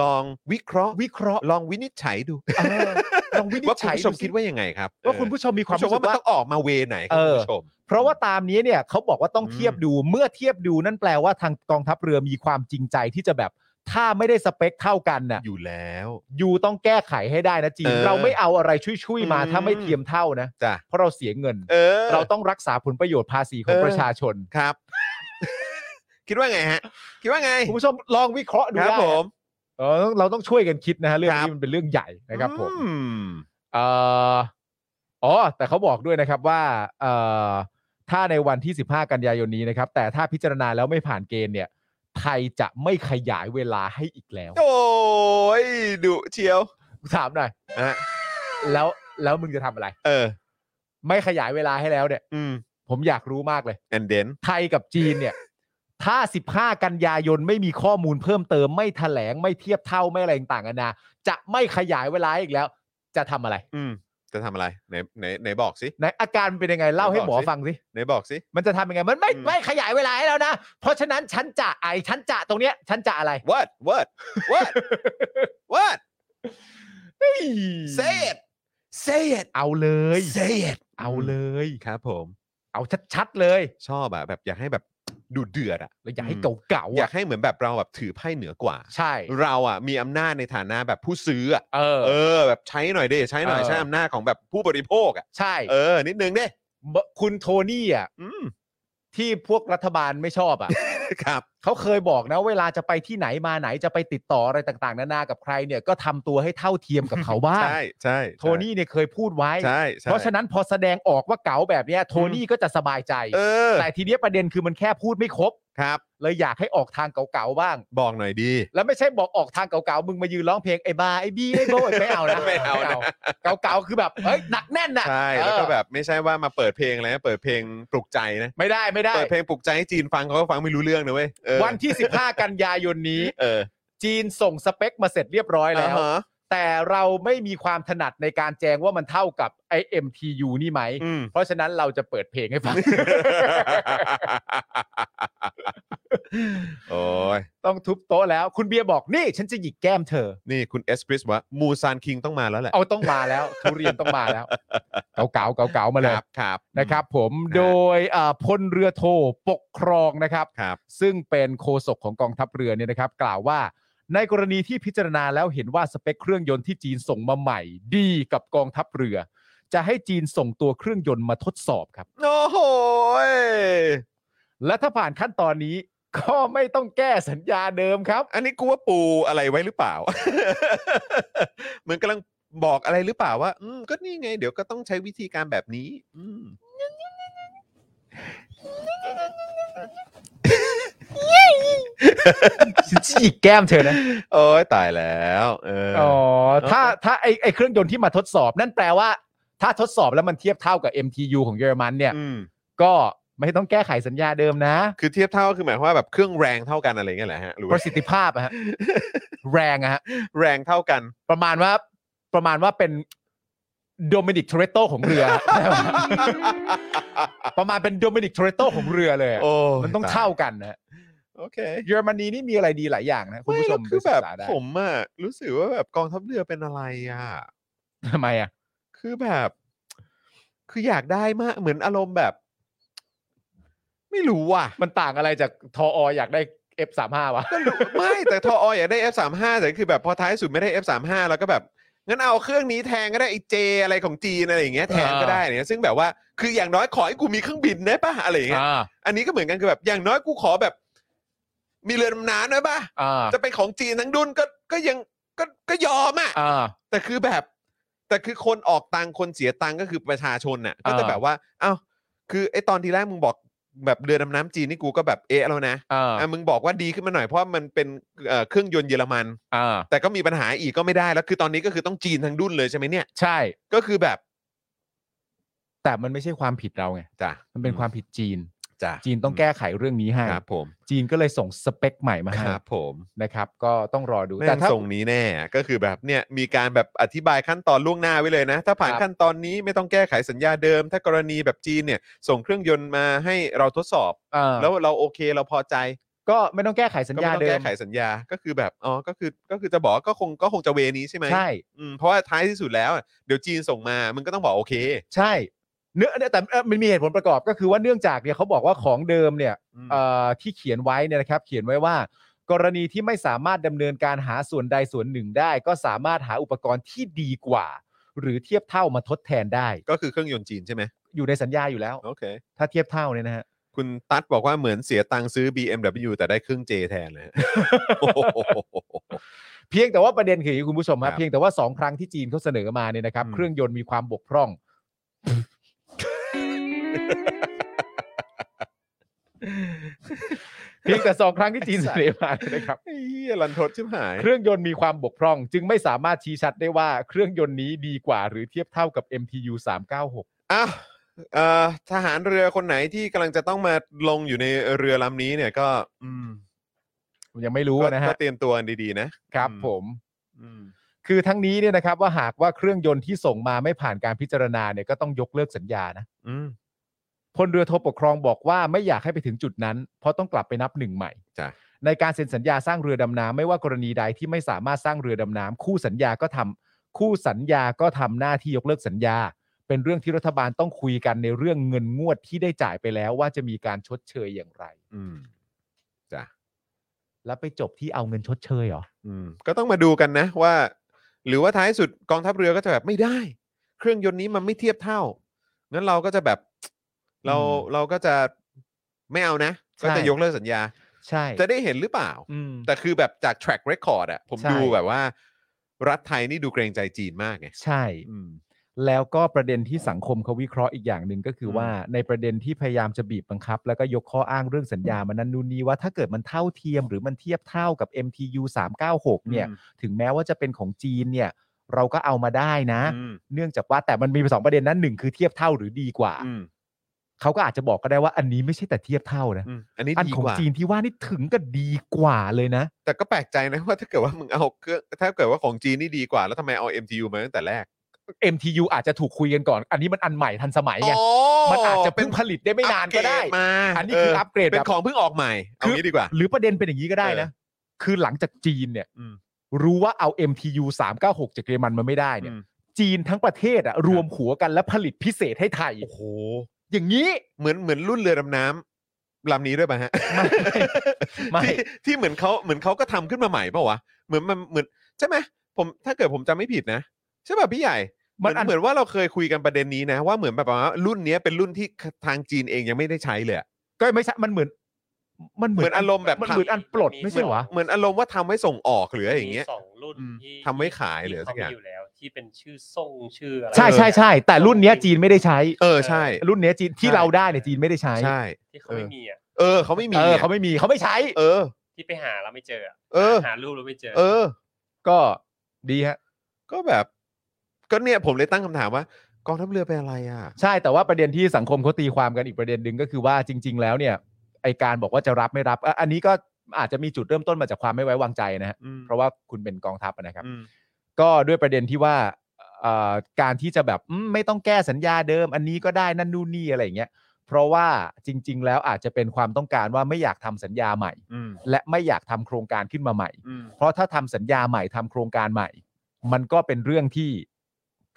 B: ลองวิเคราะห์
C: วิเคราะห์
B: ลองวินิจฉัยดู
C: เออลองวินิจ
B: ว่าคุณ
C: ฉัย
B: ผู้ชม
C: สิ
B: คิดว่ายังไงครับ
C: ว่าคุณผู้ชมมี
B: เออ
C: ความ
B: คุณ
C: รู้
B: ผู้ชม
C: สึ
B: ว่าก มัน
C: ว่า
B: ต้องออกมาเวไหนครับ
C: เออ
B: คุณผู้ชม
C: เพราะว่าตามนี้เนี่ยเขาบอกว่าต้อง
B: อืม
C: เทียบดูเมื่อเทียบดูนั่นแปลว่าทางกองทัพเรือมีความจริงใจที่จะแบบ ถ้าไม่ได้สเปคเท่ากันน่ะ
B: อยู่แล้ว
C: ยูต้องแก้ไขให้ได้นะจีน
B: เออ
C: เราไม่เอาอะไรช่วยๆมา
B: อืม
C: ถ้าไม่เทียมเท่านะ
B: จ้ะ
C: เพราะเราเสียเงิน
B: เออ
C: เราต้องรักษาผลประโยชน์ภาษีของ
B: เออ
C: ประชาชน
B: ครับ <laughs> คิดว่าไงฮะ คิดว่าไง
C: คุณผู้ชมลองวิเคราะห์ดู
B: ครับ
C: ได้
B: ผม
C: เออเราต้องช่วยกันคิดนะฮะเรื่อง
B: ครับ
C: นี้มันเป็นเรื่องใหญ่นะครับผม
B: อืม
C: เอ่ออ๋อ แต่เขาบอกด้วยนะครับว่าเอ่อถ้าในวันที่ 15 กันยายนนี้นะครับ แต่ถ้าพิจารณาแล้วไม่ผ่านเกณฑ์เนี่ย ไทยจะไม่ขยายเวลาให้อีกแล้ว
B: โอ้ยดุเชียว
C: ถามหน่อย
B: อะ
C: แล้วแล้วมึงจะทำอะไร
B: เออ
C: ไม่ขยายเวลาให้แล้วเนี่ย
B: อืม
C: ผมอยากรู้มากเลย
B: and then
C: ไทยกับจีนเนี่ย ถ้า 15 กันยายนไม่มีข้อมูลเพิ่มเติม ไม่แถลงไม่เทียบเท่าไม่อะไรต่างกันานาจะไม่ขยายเวลาให้อีกแล้ว จะทำอะไร
B: อืม จะทำอะไรไหนไหนไหนบอกสิ
C: ไหนอาการมันเป็นยังไงเล่าให้หมอฟังสิ
B: ไหนบอกสิ
C: มันจะทำยังไง มันไม่
B: อืม
C: ไม่ขยายเวลาให้แล้วนะ เพราะฉะนั้นฉันจะไอฉันจะตรงเนี้ย ฉันจะอะไร
B: what what
C: <laughs>
B: what what say it say it
C: เอาเลย
B: say it
C: เอาเลย
B: ครับผม
C: เอาชัดๆเลย
B: ชอบอะแบบอยากให้แบบดูเดือดอะ
C: แล้วอย่าให้เก่าๆ
B: อยา
C: อ่ะ
B: กให้เหมือนแบบเราแบบถือไพ่เหนือกว่า
C: ใช่
B: เราอะมีอำนาจในฐานะแบบผู้ซื้ออะ
C: เออ
B: เออ แบบใช้หน่อยดิใช้หน่อย
C: เออ
B: ใช้อำนาจของแบบผู้บริโภคอะ
C: ใช่
B: เออ นิดนึงดิ
C: มคุณโทนี่อ่ะ
B: อืม <laughs>
C: ที่พวกรัฐบาลไม่ชอบอ่ะ
B: ครับ
C: เขาเคยบอกนะเวลาจะไปที่ไหนมาไหนจะไปติดต่ออะไรต่างๆ นานากับใครเนี่ยก็ทำตัวให้เท่าเทียมกับเขาบ้าง
B: ใช่ใช่
C: โทนี่เนี่ยเคยพูดไว้
B: ใช่ใช่
C: เพราะฉะนั้นพอแสดงออกว่าเก๋าแบบเนี้ยโทนี่ก็จะสบายใจ
B: เออ
C: แต่ทีเนี้ยประเด็นคือมันแค่พูดไม่ครบ
B: ครับ
C: เลยอยากให้ออกทางเก่าๆบ้าง
B: บอกหน่อยดี
C: แล้วไม่ใช่บอกออกทางเก่าๆ มึงมายืนร้องเพลงไอ้บาไอ้บี้ไอ้โบยไม่เอานะ
B: <laughs> ไม่เอานะ
C: เก่าๆคือแบบเฮ้ยหนักแน่นนะ
B: ใช่แล้วก็
C: เออ
B: แบบไม่ใช่ว่ามาเปิดเพลงอะไรนะเปิดเพลงปลุกใจนะ
C: ไม่ได้ไม่ได้
B: เปิดเพลงปลุกใจให้จีนฟังเขาก็ฟังไม่รู้เรื่องนะเว้ยเออ
C: วันที่ 15 กันยายน
B: <laughs>
C: นี้
B: เออ
C: จีนส่งสเปคมาเสร็จเรียบร้อยแล้ว
B: อ่าฮะ
C: แต่เราไม่มีความถนัดในการแจงว่ามันเท่ากับไอ MTU นี่ไหม
B: อืม
C: เพราะฉะนั้นเราจะเปิดเพลง
B: <laughs>
C: ให้ฟัง
B: <laughs> โอ้ย
C: ต้องทุบโต๊ะแล้ว คุณเบียร์บอกนี่ฉันจะหยิกแก้มเธอ
B: นี่คุณเอสพริสว่ามูซานคิงต้องมาแล้วแหละ
C: เอาต้องมาแล้ว ทุเรียนต้องมาแล้ว เก่าๆเก่าๆมาเลย
B: ครับครับ
C: นะครับผมโดยเอ่อพลเรือโทปกครองนะครับ
B: ครับ
C: ซึ่งเป็นโฆษกของกองทัพเรือเนี่ยนะครับ กล่าวว่า ในกรณีที่พิจารณาแล้วเห็นว่าสเปคเครื่องยนต์ที่จีนส่งมาใหม่ ดีกับกองทัพเรือ จะให้จีนส่งตัวเครื่องยนต์มาทดสอบครับ
B: โอ้โหย
C: และถ้าผ่านขั้นตอนนี้ ก็ไม่ต้องแก้สัญญาเดิมครับ
B: อันนี้กูว่าปูอะไรไว้หรือเปล่า <laughs> เหมือนกำลังบอกอะไรหรือเปล่าว่า อืมก็นี่ไง เดี๋ยวก็ต้องใช้วิธีการแบบนี้ อืม
C: ฉันฉีกแก้มเธ <laughs> อนะ
B: โอ้ยตายแล้วเอออ
C: อ๋อ ถ้าถ้าไอไอเครื่องยนต์ที่มาทดสอบ นั่นแปลว่า ถ้าทดสอบแล้วมันเทียบเท่ากับ MTU ของเยอรมันเนี่ย
B: ม
C: ก็ไม่ต้องแก้ไขสัญญาเดิมนะ
B: คือเทียบเท่าก็คือหมายความว่าแบบเครื่องแรงเท่ากันอะไรเงี้ยแหละฮะหรือ
C: ป
B: ว่า
C: ระสิทธิภาพอะฮะ แรงอะฮะ
B: แรงเท่ากัน
C: ประมาณว่าประมาณว่าเป็นโดมินิกเทเรโตของเรือ <laughs> ประมาณเป็นโดมินิกเทเรโตของเรือเลยอะ
B: โอ้ย
C: มันต้องเท่ากันนะ
B: โอเค
C: เยอรมนีนี่มีอะไรดีหลายอย่างนะคุณ
B: ไม่
C: ผู้ช
B: แล้ว
C: ม
B: คือแบบ
C: ไปศึกษาได้
B: ผมอะรู้สึกว่าแบบกองทัพเรือเป็นอะไรอ่ะ
C: ทำไมอ่ะ
B: คือแบบ คืออยากได้มากเหมือนอารมณ์แบบ ไม่รู้ว่ะ
C: มันต่างอะไรจากทอออยากได้ F35 วะ
B: ไม่แต่ทอออยากได้ F35 แต่คือแบบพอท้ายสุดไม่ได้ F35 แล้วก็แบบงั้นเอาเครื่องนี้แทนก็ได้ไอ้เจอะไรของจีนอะไรอย่างเงี้ยแทนก็ได้เนี่ยซึ่งแบบว่าคืออย่างน้อยขอให้กูมีเครื่องบินได้ป่ะอะไรอย่างเงี้ย
C: อ่า
B: อันนี้ก็เหมือนกันคือแบบอย่างน้อยกูขอแบบ มีเรือดำน้ำด้วยป่ะ
C: อ่า
B: จะเป็นของจีนทั้งดุนก็ก็ยังก็ก็ยอมอ่ะ
C: อ่า
B: แต่คือแบบ แต่คือคนออกตังค์คนเสียตังค์ก็คือประชาชนน่ะ ก็จะ
C: อ่า
B: แบบว่าเอ้าคือไอ้ตอนทีแรกมึงบอกแบบเรือดำน้ำจีนนี่กูก็แบบเอะแล้วนะ
C: อ่า
B: อ่ะมึงบอกว่าดีขึ้นมาหน่อยเพราะมันเป็นเอ่อเครื่องยนต์เยอรมัน
C: อ่า
B: แต่ก็มีปัญหาอีกก็ไม่ได้แล้ว คือตอนนี้ก็คือต้องจีนทั้งดุนเลยใช่ไหมเนี่ย
C: ใช่
B: ก็คือแบบ
C: แต่มันไม่ใช่ความผิดเราไง
B: จ้ะ
C: มันเป็นความผิดจีน
B: จ้ะ
C: จีนต้องแก้ไขเรื่องนี้ให้
B: ครับผม
C: จีนก็เลยส่งสเปคใหม่มา
B: ค
C: ให้
B: รับผม
C: นะครับ ก็ต้องรอดู
B: แม่
C: แต่
B: ง
C: ถ้า
B: ส่งนี้แน่ก็คือแบบเนี่ยมีการแบบอธิบายขั้นตอนล่วงหน้าไว้เลยนะ ถ้าผ่า
C: ค
B: น
C: รับ
B: ขั้นตอนนี้ไม่ต้องแก้ไขสัญญาเดิม ถ้ากรณีแบบจีนเนี่ย ส่งเครื่องยนต์มาให้เราทดสอบ
C: อ่า
B: แล้วเราโอเคเราพอใจ
C: ก็ไม่ต้องแก้ไขสัญ
B: ก็
C: ญา
B: ไม่ต้อง
C: เดิ
B: แก้
C: ม
B: ไขสัญญาก็คือแบบอ๋อก็คือก็คือจะบอกว่าก็คงก็คงจะเวนี้ใช่ไหม
C: ใช่
B: อืมเพราะว่าท้ายที่สุดแล้วอ่ะเดี๋ยวจีนส่งมามึงก็ต้องบอกโอเค
C: ใช่เนื้อแต่เอ่อมันมีเหตุผลประกอบก็คือว่าเนื่องจากเนี่ยเขาบอกว่าของเดิมเนี่ย
B: อืม
C: เอ่อที่เขียนไว้เนี่ยนะครับ เขียนไว้ว่า กรณีที่ไม่สามารถดำเนินการหาส่วนใดส่วนหนึ่งได้ ก็สามารถหาอุปกรณ์ที่ดีกว่า หรือเทียบเท่ามาทดแทนได้
B: ก็คือเครื่องยนต์จีนใช่ไหม
C: อยู่ในสัญญาอยู่แล้ว
B: โอเค
C: ถ้าเทียบเท่าเนี่ยนะฮะ
B: คุณตั๊ดบอกว่าเหมือนเสียตังค์ซื้อ BMW แต่ได้เครื่อง J แทนเลยฮะ <laughs>
C: เพียงแต่ว่าประเด็นคืออย่างนี้คุณผู้ชม
B: ครั
C: ฮะ
B: บ
C: เพียงแต่ว่าสองครั้งที่จีนเขาเสนอมาเนี่ยนะครับ
B: อืม
C: เครื่องยนต์มีความบกพร่อง เพียงแต่สองครั้งที่จีนเสนอมาเนี่ยนะครับ
B: ไอ้เหี้ยรันทดชิบหาย
C: เครื่องยนต์มีความบกพร่อง จึงไม่สามารถชี้ชัดได้ว่าเครื่องยนต์นี้ดีกว่า หรือเทียบเท่ากับ MTU 396
B: อ้าวเอ่อทหารเรือคนไหนที่กำลังจะต้องมาลงอยู่ในเรือลำนี้เนี่ยก็อืม
C: ผมยังไม่รู้
B: ก็
C: นะฮะ
B: ก็เตรียมตัวกันดีๆ นะครับ
C: ผม
B: อืม
C: คือทั้งนี้เนี่ยนะครับ ว่าหากว่าเครื่องยนต์ที่ส่งมาไม่ผ่านการพิจารณาเนี่ยก็ต้องยกเลิกสัญญานะ
B: อืม
C: พลเรือโทปกครองบอกว่าไม่อยากให้ไปถึงจุดนั้น เพราะต้องกลับไปนับหนึ่งใหม่
B: จ้ะ
C: ในการเซ็นสัญญาสร้างเรือดำน้ำไม่ว่ากรณีใดที่ไม่สามารถสร้างเรือดำน้ำคู่สัญญาก็ทำคู่สัญญาก็ทำหน้าที่ยกเลิกสัญญา เป็นเรื่องที่รัฐบาลต้องคุยกันในเรื่องเงินงวดที่ได้จ่ายไปแล้วว่าจะมีการชดเชยอย่างไร
B: อืมจ้ะ
C: แล้วไปจบที่เอาเงินชดเชยเหรอ
B: อืมก็ต้องมาดูกันนะว่า หรือว่าท้ายสุดกองทัพเรือก็จะแบบไม่ได้ เครื่องยนต์นี้มันไม่เทียบเท่างั้นเราก็จะแบบ เราเราก็จะไม่เอานะ ก็จะยกเลิกสัญญา
C: ใช่
B: จะได้เห็นหรือเปล่า
C: อืม
B: แต่คือแบบจาก track record อะผม
C: ใช่
B: ดูแบบว่า รัฐไทยนี่ดูเกรงใจจีนมากไง
C: ใช่
B: อืม
C: แล้วก็ประเด็นที่สังคมเขาวิเคราะห์อีกอย่างหนึ่งก็คืออ
B: ม
C: ว่าในประเด็นที่พยายามจะบีบบังคับ แล้วก็ยกข้ออ้างเรื่องสัญญามันนั้นนู่นนี่ว่าถ้าเกิดมันเท่าเทียมหรือมันเทียบเท่ากับ MTU 396 เนี่ย ถึงแม้ว่าจะเป็นของจีนเนี่ย เราก็เอามาได้นะ
B: อืม
C: เนื่องจากว่าแต่มันมีสองประเด็นนั้นหนึ่งคือเทียบเท่าหรือดีกว่า
B: อืม
C: เขาก็อาจจะบอกก็ได้ว่าอันนี้ไม่ใช่แต่เทียบเท่านะ
B: อืมอันนี้
C: อัน
B: ดี
C: ของ
B: กว่า
C: จีนที่ว่านี่ถึงก็ดีกว่าเลยนะ
B: แต่ก็แปลกใจนะว่าถ้าเกิดว่ามึงเอาเครื่องถ้าเกิดว่าของจีนนี่ดีกว่า แล้วทำไมเอา MTU มาตั้งแต่แรก
C: MTU อาจจะถูกคุยกันก่อน อันนี้มันอันใหม่ทันสมัยไง
B: อ๋อ
C: มันอาจจะเพิ่งผลิตได้ไม่นานก็ได้
B: อัปเรมา
C: อันนี้คืออัปเกรด
B: เป็
C: แบบ
B: นของเพิ่งออกใหม่ เอา
C: คือ
B: งี้ดีกว่า
C: หรือประเด็นเป็นอย่างนี้ก็ได้นะ คือหลังจากจีนเนี่ย
B: อืม
C: รู้ว่าเอา MTU 396 จากเยอรมันมาไม่ได้เนี่ย
B: อืม
C: จีนทั้งประเทศอะรวมหัวกันและผลิตพิเศษให้ไทย
B: โอ้โห
C: อย่างนี้
B: เหมือนเหมือนรุ่นเรือดำน้ำลำนี้ด้วยป่ะฮะ
C: ไม่
B: ที่ที่เหมือนเขาเหมือนเขาก็ทำขึ้นมาใหม่ป่าวะเหมือนมันเหมือนใช่ไหมผมถ้าเกิดผมจำไม่ผิดนะใช่ป่ะพี่ใหญ่เห
C: มั
B: มือน น
C: อัน
B: เหมือนว่าเราเคยคุยกันประเด็นนี้นะ ว่าเหมือนแบบว่ารุ่นเนี้ยเป็นรุ่นที่ทางจีนเองยังไม่ได้ใช้เลยอะ
C: ก็ไม่ใช่มันเหมือน มันเหมื
B: เหมือนอารมณ์แบบ
C: มัน
B: ทำ
C: เหมือนอันปลดไม่ใช่เหรอวะ
B: เหมือนอารมณ์ว่าทำไว้ส่งออกหรืออะไรอย่างเงี้ย
D: มีสองรุ่น
B: อืม
D: ที่
B: ทำไว้ขายหรือสักอย่าง
D: ที่เขมีอยู่แล้ว ที่เป็นชื่อส่งชื่ออะไร
C: ใช่ใช่ใช่แต่รุ่นเนี้ยจีนไม่ได้ใช้
B: เออใช่
C: รุ่นเนี้ยจีนที่
B: ใช่
C: เราได้เนี่ยจีนไม่ได้ใช้
B: ใช่
D: ที่เขาไม่มีอ่ะ
B: เออเขาไม่มี
C: เออ
B: นี่ย
C: เขาไม่มีเขาไม่ใช้
B: เออ
D: ที่ไปหาแล้วไม่เจออะ
B: เออ
D: หารูปแล้วไม่เจอ
B: เออ
C: ก็ดีฮะ
B: ก็แบบ ก็เนี่ยผมเลยตั้งคำถามว่ากองทัพเรือเป็นอะไรอ่ะ
C: ใช่แต่ว่าประเด็นที่สังคมเขาตีความกันอีกประเด็นหนึ่งก็คือว่าจริง ๆ แล้วเนี่ยไอการบอกว่าจะรับไม่รับอ่ะอันนี้ก็อาจจะมีจุดเริ่มต้นมาจากความไม่ไว้วางใจนะฮะ
B: อืม
C: เพราะว่าคุณเป็นกองทัพอะนะครับ
B: อืม
C: ก็ด้วยประเด็นที่ว่าเอ่อการที่จะแบบอืมไม่ต้องแก้สัญญาเดิม อันนี้ก็ได้นั่นนู่นนี่อะไรอย่างเงี้ยเพราะว่าจริง ๆ แล้วอาจจะเป็นความต้องการว่าไม่อยากทำสัญญาใหม่
B: อืม
C: และไม่อยากทำโครงการขึ้นมาใหม่
B: อืม
C: เพราะถ้าทำสัญญาใหม่ทำโครงการใหม่ มันก็เป็นเรื่องที่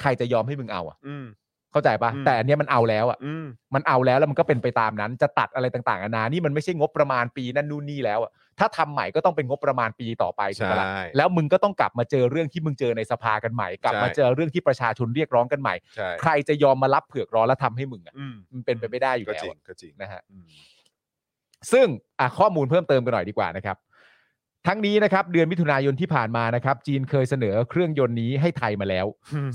C: ใครจะยอมให้มึงเอาอ่ะ
B: อืม
C: เข้าใจปะ
B: อืม
C: แต่อันเนี้ยมันเอาแล้วอ่ะ
B: อืม
C: มันเอาแล้วแล้วมันก็เป็นไปตามนั้นจะตัดอะไรต่างๆนานานี่มันไม่ใช่งบประมาณปีนั่นนู่นนี่แล้วอะถ้าทำใหม่ก็ต้องเป็นงบประมาณปีต่อไปถูกปะล่ะ
B: ใช่
C: แล้วมึงก็ต้องกลับมาเจอเรื่องที่มึงเจอในสภากันใหม่ กลับมา
B: ใช่
C: เจอเรื่องที่ประชาชนเรียกร้องกันใหม่
B: ใช่
C: ใครจะยอมมารับเผือกร้อนแล้วทำให้มึงอะ
B: อืม
C: มันเป็นไปไม่ได้อยู่
B: ก็
C: แล้
B: จ
C: ว
B: ริง
C: อะ
B: ก็จริง
C: นะฮะ
B: อืม
C: ซึ่งอ่ะข้อมูลเพิ่มเติมกันหน่อยดีกว่านะครับ ทั้งนี้นะครับ เดือนมิถุนายนที่ผ่านมานะครับ จีนเคยเสนอเครื่องยนต์นี้ให้ไทยมาแล้ว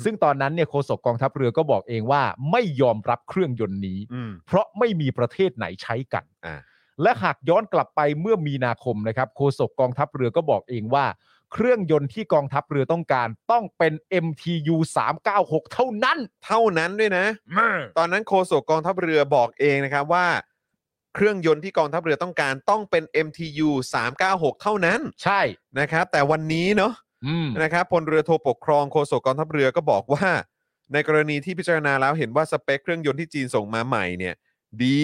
C: ซึ่งตอนนั้นเนี่ยโฆษกกองทัพเรือก็บอกเองว่าไม่ยอมรับเครื่องยนต์นี้
B: อืม
C: เพราะไม่มีประเทศไหนใช้กัน
B: อ่า
C: และหากย้อนกลับไปเมื่อมีนาคมนะครับโฆษกกองทัพเรือก็บอกเองว่า เครื่องยนต์ที่กองทัพเรือต้องการต้องเป็น MTU 396 เท่านั้น
B: เท่านั้นด้วยนะ ตอนนั้นโฆษกกองทัพเรือบอกเองนะครับว่า เครื่องยนต์ที่กองทัพเรือต้องการต้องเป็น MTU 396 เท่านั้น
C: ใช่
B: นะครับ แต่วันนี้เนาะ
C: อืม
B: นะครับพลเรือโทปกครองโฆษกกองทัพเรือก็บอกว่า ในกรณีที่พิจารณาแล้วเห็นว่าสเปคเครื่องยนต์ที่จีนส่งมาใหม่เนี่ย ดี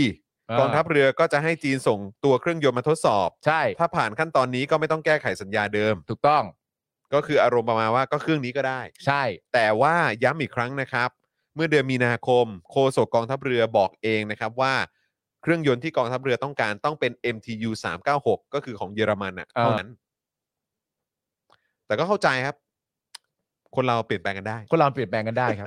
C: อ่า
B: กองทัพเรือก็จะให้จีนส่งตัวเครื่องยนต์มาทดสอบ
C: ใช่
B: ถ้าผ่านขั้นตอนนี้ก็ไม่ต้องแก้ไขสัญญาเดิม
C: ถูกต้อง
B: ก็คืออารมณ์ประมาณว่าก็เครื่องนี้ก็ได้
C: ใช่
B: แต่ว่าย้ำอีกครั้งนะครับ เมื่อเดือนมีนาคม โคษกกองทัพเรือบอกเองนะครับว่า เครื่องยนต์ที่กองทัพเรือต้องการต้องเป็น MTU 396 ก็คือของเยอรมันน่ะ
C: เออ
B: เท่านั้น แต่ก็เข้าใจครับ คนเราเปลี่ยนแปลงกันได้
C: คนเราเปลี่ยนแปลงกันได้
B: <laughs>
C: ครับ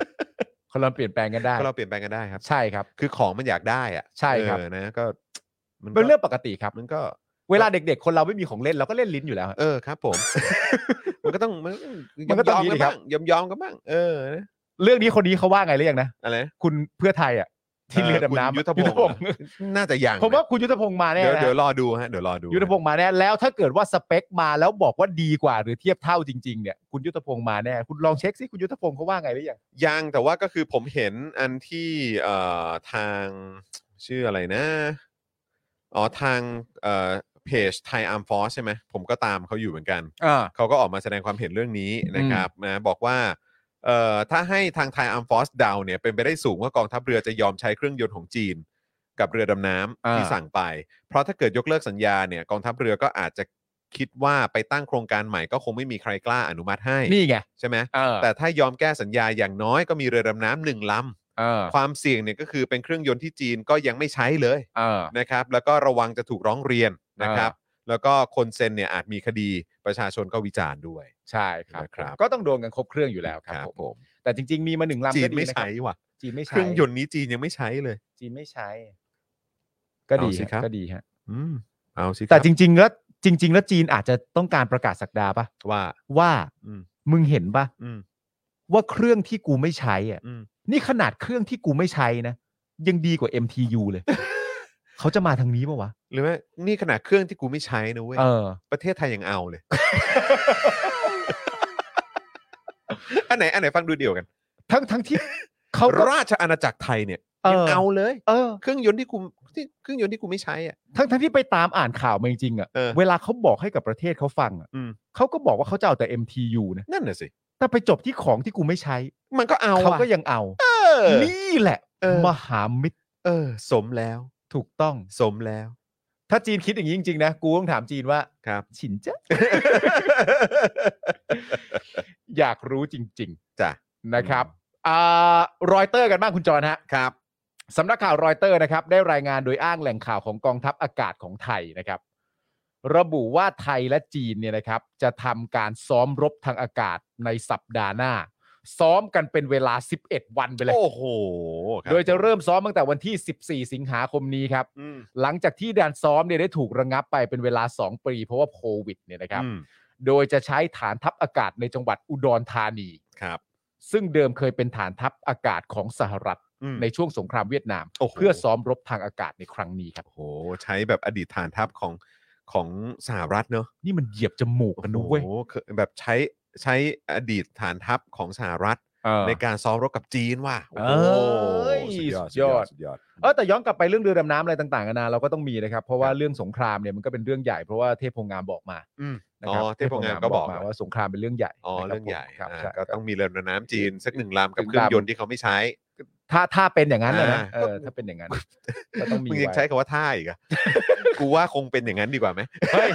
C: คนเราเปลี่ยนแปลงกันได้
B: คนเราเปลี่ยนแปลงกันได้ครับ
C: ใช่ครับ
B: คือของมันอยากได้อะ
C: ใช่ครับ
B: เออนะก็ มันก็
C: เป็นเรื่องปกติครับ
B: มันก็
C: เวลาเด็กๆ คนเราไม่มีของเล่นเราก็เล่นลิ้นอยู่แล้วฮะ
B: เออครับ ผม <laughs> มันก็ต้องมันก็
C: มันก็ต้อง
B: ยอมๆ
C: มี
B: กัน
C: ดิครับ
B: บ้างยอมยอมๆกันบ้างเออนะ
C: เรื่องนี้คนนี้เขาว่าไงหรือยังนะ
B: อะไรนะ
C: คุณเพื่อไทยอ่ะ ที่เรือดำ
B: คุณ
C: น้ำ
B: ยุทธพงศ์เหรอน่าจะยังนะ
C: ผมว่าคุณยุทธพงศ์มาแน่
B: เดี๋ยว
C: นะฮะ
B: เดี๋ยวรอดูฮะเดี๋ยวรอดู
C: ยุทธพงศ์มาแน่แล้วถ้าเกิดว่าสเปคมาแล้วบอกว่าดีกว่าหรือเทียบเท่าจริงๆเนี่ยคุณยุทธพงศ์มาแน่คุณลองเช็คสิคุณยุทธพงศ์เขาว่าไงหรือยัง
B: ยังแต่ว่าก็คือผมเห็นอันที่เอ่อทางชื่ออะไรนะ อ๋อทางเอ่อเพจไทยอาร์มฟอสใช่ไหมผมก็ตามเขาอยู่เหมือนกัน
C: อ่า
B: เขาก็ออกมาแสดงความเห็นเรื่องนี้นะครับนะบอกว่าเอ่อถ้าให้ทางไทยอาร์มฟอสเดาเนี่ยเป็นไปได้สูงว่ากองทัพเรือจะยอมใช้เครื่องยนต์ของจีน กับเรือดำน้ำ
C: อ่า
B: ที่สั่งไป เพราะถ้าเกิดยกเลิกสัญญาเนี่ยกองทัพเรือก็อาจจะคิดว่าไปตั้งโครงการใหม่ก็คงไม่มีใครกล้าอนุมัติให้
C: นี่ไง
B: ใช่ไหม
C: เออ
B: แต่ถ้ายอมแก้สัญญาอย่างน้อยก็มีเรือดำน้ำหนึ่งล
C: เออ
B: ำ ความเสี่ยงเนี่ยก็คือเป็นเครื่องยนต์ที่จีนก็ยังไม่ใช้เลย
C: เออ
B: นะครับ แล้วก็ระวังจะถูกร้องเรียนนะครับ แล้วก็คนเซ็นเนี่ยอาจมีคดีประชาชนก็วิจารณ์ด้วย
C: ใช่ครับ
B: นะครับ
C: ก็ต้องโดนกันครบเครื่องอยู่แล้วค
B: ครับ
C: ผ
B: รับ
C: ม
B: ผม
C: แต่จริง ๆ มีมาหนึ่งลำ
B: จี
C: ก็
B: น
C: ดี
B: ไม่
C: นะครั
B: ใช้
C: บ
B: ว่ะ
C: จีนไม่ใช้
B: เครื่องยนต์นี้จีนยังไม่ใช้เลย
C: จีนไม่ใช้ ก็ดี
B: เอาสิครับ
C: ก็ดีฮะ
B: อืมเอาสิ
C: แต่จริง ๆ แล้วจริง ๆ แล้วจีนอาจจะต้องการประกาศสักดาปะ
B: ๆว่า
C: ว่า
B: อืม
C: มึงเห็นปะ
B: อืม
C: ว่าเครื่องที่กูไม่ใช้อ่ะ
B: อืม
C: นี่ขนาดเครื่องที่กูไม่ใช้นะ ยังดีกว่า MTU เลย เขาจะมาทางนี้ปะวะ
B: หรือว่านี่ขนาดเครื่องที่กูไม่ใช้นะเว้ย
C: เออ
B: ประเทศไทยยังเอาเลย อันไหนอันไหนฟังดูเดียวกัน
C: ทั้งทั้งที่ เขาก็
B: ราชอาณาจักรไทยเนี่ย
C: เอ
B: ยัง
C: อ
B: เอาเลย
C: เออ
B: เครื่องยนต์ที่กูที่เครื่องยนต์ที่กูไม่ใช้อ่ะ
C: ทั้งทั้งที่ไปตามอ่านข่าวมาจริงๆอ่ะ
B: เออ
C: เวลาเขาบอกให้กับประเทศเขาฟังอ่ะ
B: อืม
C: เขาก็บอกว่าเขาจะเอาแต่ MTU นะ
B: นั่นน่ะสิ
C: แต่ไปจบที่ของที่กูไม่ใช้
B: มันก็เอา
C: เขา
B: อ่ะ
C: ก็ยังเอา
B: เออ
C: นี่แหละ
B: เออ
C: มหามิตร
B: เออ สมแล้ว
C: ถูกต้อง
B: สมแล้ว <laughs>
C: ถ้าจีนคิดอย่างนี้จริง ๆ นะ กูต้องถามจีนว่า
B: ครับ
C: ฉินเจ้ะ อยากรู้จริง
B: จ้ะ
C: ๆ นะครับอ่ารอยเตอร์กันบ้างคุณจรฮะ
B: ครับ
C: สำนักข่าวรอยเตอร์นะครับ ได้รายงานโดยอ้างแหล่งข่าวของกองทัพอากาศของไทยนะครับ ระบุว่าไทยและจีนเนี่ยนะครับ จะทำการซ้อมรบทางอากาศในสัปดาห์หน้า ซ้อมกันเป็นเวลา 11 วันไปเลย
B: โอ้โหครับ
C: โดยจะเริ่มซ้อมตั้งแต่วันที่ 14 สิงหาคมนี้ครับ
B: อืม
C: หลังจากที่ด่านซ้อมเนี่ยได้ถูกระงับไปเป็นเวลา 2 ปีเพราะว่าโควิดเนี่ยนะครับ
B: อืม
C: โดยจะใช้ฐานทัพอากาศในจังหวัดอุดรธานี
B: ครับ
C: ซึ่งเดิมเคยเป็นฐานทัพอากาศของสหรัฐ
B: อืม
C: ในช่วงสงครามเวียดนาม
B: โอ้โห
C: เพื่อซ้อมรบทางอากาศในครั้งนี้ครับ
B: โอ้โหใช้แบบอดีตฐานทัพของของสหรัฐเนอะ
C: นี่มันเหยียบจมูกกันนะ
B: โอ้โห
C: เว้ย
B: เคยแบบใช้ใช้อดีตฐานทัพของสหรัฐ
C: เออ
B: ในการซ้อมรบกับจีนว่ะโอ้โห
C: เอ้ย
B: สุดยอด
C: สุดยอด
B: สุดยอดสุดยอด
C: เออแต่ย้อนกลับไปเรื่องเรือดำน้ำอะไรต่างๆกันานาเราก็ต้องมีนะครับ เพราะว่าเรื่องสงครามเนี่ยมันก็เป็นเรื่องใหญ่เพราะว่าเทพโพงามบอกมา
B: อืม
C: นะครั
B: อ๋อเทพโพงามก็บอก
C: เทพโพมว่าสงครามเป็นเรื่องใหญ่
B: อ๋อ
C: นะคบ
B: เรื่องใหญ่
C: ผมครับ
B: อ่า
C: ใช่
B: ก็ต้องมีเรือดำน้ำจีน สักหนึ่งลำกับ
C: ห
B: เค
C: นึ่
B: รื่อง
C: ลำ
B: ยนต์ที่เขาไม่ใช้
C: ถ้าถ้าเป็นอย่างนั้นน่ะนะ
B: อ่า
C: เออถ้าเป็นอย่างนั้นก็ต้องมี
B: มึงยัง
C: ไว้
B: ใช้คำว่าท่าอีกอะ <laughs> กูว่าคงเป็นอย่างนั้นดีกว่าไหม
C: เฮ้ย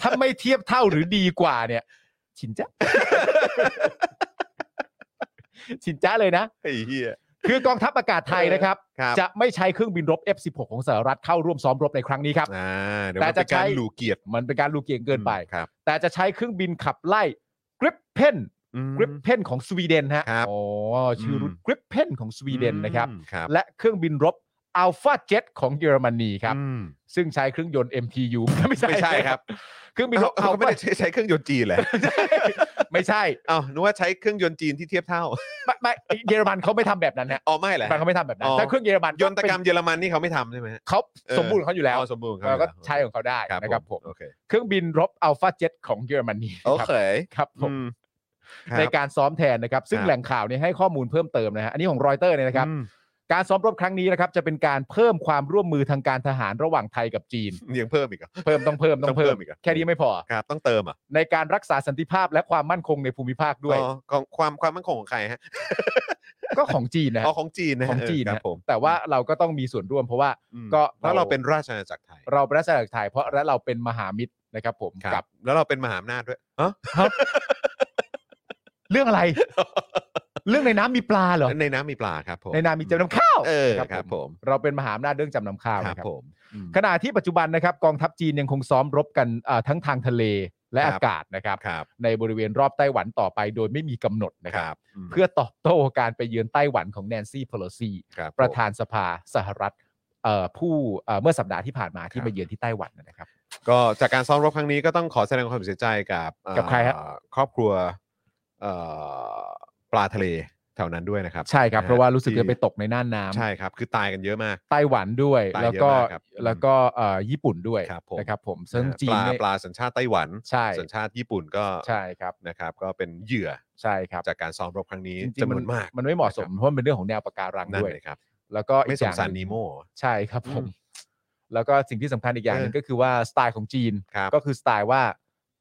C: ถ้าไม่เทียบเท่าหรือดีกว่าเนี่ย ชินจ้าชินจ้าเลยนะ
B: ไอ้เหี้ย
C: คือกองทัพอากาศไทยนะครับ
B: ครับ
C: จะไม่ใช้เครื่องบินรบ F16 ของสหรัฐเข้าร่วมซ้อมรบในครั้งนี้ครับ
B: อ่าเดี๋ยว
C: แต่
B: มัน
C: จะ
B: เป็น
C: ใช้
B: การหลูเกียรติ
C: มันเป็นการลูกเกียงเกินไป
B: ครับ
C: แต่จะใช้เครื่องบินขับไล่กริปเพน
B: อืม
C: กริปเพนของสวีเดนฮะ
B: ครับ
C: อ๋อชื่อรุ่น
B: อืม
C: กริปเพนของสวีเดนนะครับ
B: อืมครับ
C: และเครื่องบินรบอัลฟาเจ็ตของเยอรมนีครับ
B: อืม
C: ซึ่งใช้เครื่องยนต์ MTU ไม่
B: ไม่ใช่ครับ
C: เครื่องบินร
B: เขา
C: บ
B: เขาไม่ได้ใช้ใช้เครื่องยนต์จี
C: <laughs>
B: นแหละ
C: ไม่ใช่
B: เอานึกว่าใช้เครื่องยนต์จีนที่เทียบเท่า
C: ไม่ไม่เยอรมันเขาไม่ทำแบบนั้นฮะ
B: อ๋อไม่แหละ
C: มันเขาไม่ทำแบบนั้
B: อ๋
C: น
B: อ
C: ถ้าเครื่องเยอรมัน
B: ยนตกรรมเยอรมันนี่เขาไม่ทำใช่ไหมฮะ
C: เขา
B: เออ
C: สมบูรณ์ของเขาอยู่แล้ว
B: อ๋อสมบูรณ์ครั
C: เราก็ใช้ของเขาได้นะครับผม
B: โอเค
C: เครื่องบินรบอัลฟาเจ็ตของเยอรมนี
B: โอ
C: ครับ
B: เค
C: ครับผม
B: อืมคบ
C: ในการซ้อมแทนนะครับ ซึ่ง
B: ครับ
C: แหล่งข่าวเนี่ยให้ข้อมูลเพิ่มเติมนะฮะอันนี้ของรอยเตอร์เนี่ยนะครับ
B: อืม
C: การซ้อมรบครั้งนี้นะครับ จะเป็นการเพิ่มความร่วมมือทางการทหารระหว่างไทยกับจีน
B: ยังเพิ่มอีกเหรอ
C: เพิ่มต้องเพิ่มต้องเพิ่
B: ต้
C: ม
B: องเพิ่มอีกอะ
C: แค่นี้ไม่พอ
B: ครับต้องเติมเหรอ่ะ
C: ในการรักษาสันติภาพและความมั่นคงในภูมิภาคด้วย
B: ของความความมั่นคงของใครฮะ
C: ก็ของจีนนะ
B: อ๋อ
C: ฮะ
B: ของจีนนะฮะ
C: ของจีน
B: เครับ
C: นะ
B: ผม
C: แต่ว่าเราก็ต้องมีส่วนร่วมเพราะว่า
B: อืม
C: ก็
B: เพราะ
C: เรา
B: เราเป็นราชอาณาจักรไทย
C: เราเป็นรัฐาไทยเพราะและเราเป็นมหามิตรนะครับ ผม
B: ค
C: กั
B: รั
C: บบ
B: แล้วเราเป็นมหาอำนาจด้วยฮะ
C: เรื่องอะไร เรื่องในน้ำมีปลาเหรอ
B: ในน้ำมีปลาครับผม
C: ในน้ำมีจำนำข้าว
B: เออครับผม
C: เราเป็นมหาอำนาจเรื่องจำนำข้าว
B: ค
C: นะ
B: รับ
C: ครับ
B: ผมอืม
C: ขณะที่ปัจจุบันนะครับกองทัพจีนยังคงซ้อมรบกันเอ่อทั้งทางทะเลและ
B: ครับ
C: อากาศนะครับ
B: ครับ
C: ในบริเวณรอบไต้หวันต่อไปโดยไม่มีกำหนดนะ
B: ค
C: ครับ
B: รับม
C: เพื่อตอบโต้การไปเยือนไต้หวันของแนนซี่พ o ลซี
B: ครับ
C: ประ
B: ผม
C: ธานสภาสหรัฐเอ่อผู้เอ่อเมื่อสัปดาห์ที่ผ่านมาที่
B: ครับ
C: ไปเยือนที่ไต้หวันนะครับ
B: ก็จากการซ้อมรบครั้งนี้ก็ต้องขอแสดงความเสียใจกับเอ่อ
C: กับใครฮะ
B: ครอบครัวเอ่อปลาทะเลแถวนั้นด้วยนะครับ
C: ใช่ครับ
B: นฮ
C: เพราะว่ารู้สึก
B: ที่
C: จะไปตกในน่านน้ำ
B: ใช่ครับ คือตายกันเยอะมาก
C: ไต้หวันด้วย
B: ตาย
C: แล้วก็
B: เยอะมากครับ
C: แล้วก็เอ่อญี่ปุ่นด้วย
B: ครับผม
C: นะครับผมซึ่งจีน
B: ปลา
C: เนี่ย
B: ปลาสัญชาติไต้หวัน
C: ใช่
B: สัญชาติญี่ปุ่นก็
C: ใช่ครับ
B: นะครับ ก็เป็นเหยื่อ
C: ใช่ครับ
B: จากการซ้อมรบครั้งนี้
C: จริงๆ
B: จำน
C: มั
B: วน นมาก
C: มันไม่เหมาะสมเพราะมันเป็นเรื่องของแนวปะการัง
B: นั่น
C: ด้วย
B: เลยครับ
C: แล้วก็อี
B: ไม่
C: ก
B: ส
C: อง ย่าง
B: สาร
C: ห
B: นี
C: ง
B: โม
C: ใช่ครับผม
B: อืม
C: แล้วก็สิ่งที่สำคัญอีกอย่างหนึ่ง
B: เออ
C: ก็คือว่าสไตล์ของจีน
B: ครับ
C: ก็คือสไตล์ว่า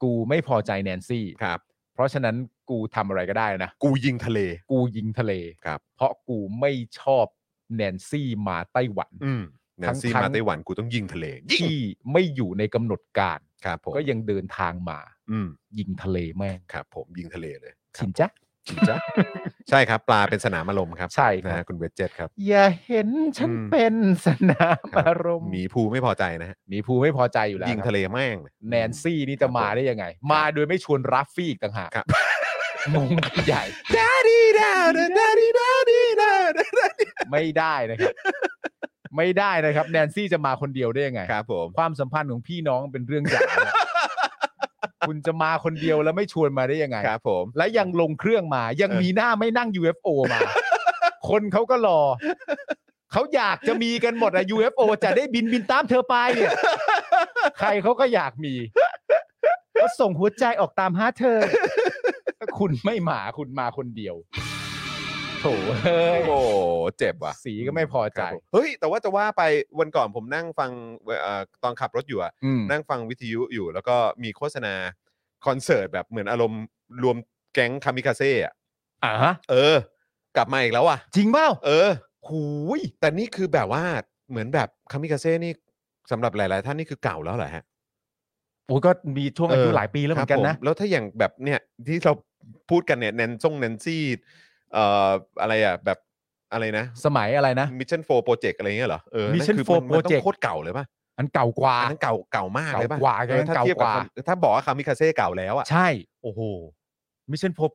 C: กูไม่พอใจแนนซี่
B: ครับ
C: เพราะฉะนั้นกูทำอะไรก็ได้นะ
B: กูยิงทะเล
C: กูยิงทะเล
B: ครับ
C: เพราะกูไม่ชอบแนนซี่มาไต้หวัน
B: อืมแนนซี่
C: ทั้งๆ
B: มาไต้หวันกูต้องยิงทะเลยิง
C: ที่ไม่อยู่ในกำหนดการ
B: ครับผม
C: ก็ยังเดินทางมา
B: อืม
C: ยิงทะเลแม่ง
B: ครับ ผมยิงทะเลเลย
C: ชินจ๊ะ
B: จริงจ้ะใช่ครับ ปลาเป็นสนามอารมณ์ครับ
C: ใช่ครับ
B: นะฮะคุณเวจเจตครับ
C: อย่าเห็นฉัน
B: อืม
C: เป็นสนาม
B: ครับ
C: อารมณ์
B: หมีภูไม่พอใจนะฮะ
C: มีภูไม่พอใจอยู่แล้ว
B: ยิง
C: ครับ
B: ทะเลแม่งเลย
C: แนนซี่นี่จะมาได้ยังไง มาโดยไม่ชวนรัฟฟี่อีกต่างหาก <laughs>
B: ครับ
C: งงใหญ่
B: ดาดีดาดาดาดีดาดีดาดา
C: ไม่ได้นะครับ ไม่ได้นะครับ แนนซี่จะมาคนเดียวได้ยังไง
B: ครับผม
C: ความสัมพันธ์ของพี่น้องเป็นเรื่องใหญ่
B: <laughs>
C: นะคุณจะมาคนเดียวแล้วไม่ชวนมาได้ยังไง
B: ครับผม
C: และยังลงเครื่องมายัง
B: เออ
C: มีหน้าไม่นั่ง UFO มา คนเขาก็รอ เขาอยากจะมีกันหมดอะ UFO จะได้บินบินตามเธอไปเนี่ย ใครเขาก็อยากมี ก็ส่งหัวใจออกตามหาเธอ คุณไม่มาคุณมาคนเดียวโถเอ้ย
B: โอ้เจ็บว่ะ
C: สีก็ไม่พอใจ
B: ครับผมเฮ้ย แต่ว่าจะว่าไปวันก่อนผมนั่งฟังเอ่อตอนขับรถอยู่อะ
C: อืม
B: นั่งฟังวิทยุอยู่ แล้วก็มีโฆษณาคอนเสิร์ตแบบเหมือนอารมณ์รวมแก๊งคามิคาเซ่อะ
C: อ่ะฮะ
B: เออ กลับมาอีกแล้วอ่ะ
C: จริงเปล่า
B: เออ
C: หูย
B: แต่นี่คือแบบว่าเหมือนแบบคามิคาเซ่นี่สำหรับหลาย ๆ ท่านนี่คือเก่าแล้วเหรอฮะ
C: โอ้ยก็มีช่วงอายุ
B: เออ
C: หลายปีแล้วเหมือนกันนะ
B: ครับผแล้วถ้าอย่างแบบเนี่ยที่เราพูดกันเนี่ยแนนซ่งแนนซี่เอ่ออะไรอ่ะแบบอะไรนะ
C: สมัยอะไรนะ
B: มิชชั่นโฟร์โปรเจกต์อะไรเงี้ยเหรอเออ
C: Mission
B: คือ
C: Four
B: มันมันต้อง
C: Project
B: โคตรเก่าเลยป่ะ
C: อันเก่ากว่า
B: อันนั้นเก่าเก่ามากเลยป่ะ
C: เก่ากว่า
B: เออถ้า
C: เก่า
B: เทียบ
C: ก
B: กับ
C: ว่า
B: คำถ้าบอกว่าคามิคาเซ่เก่าแล้วอ่ะ
C: ใช่
B: โอ้โห
C: มิชชั่นพบ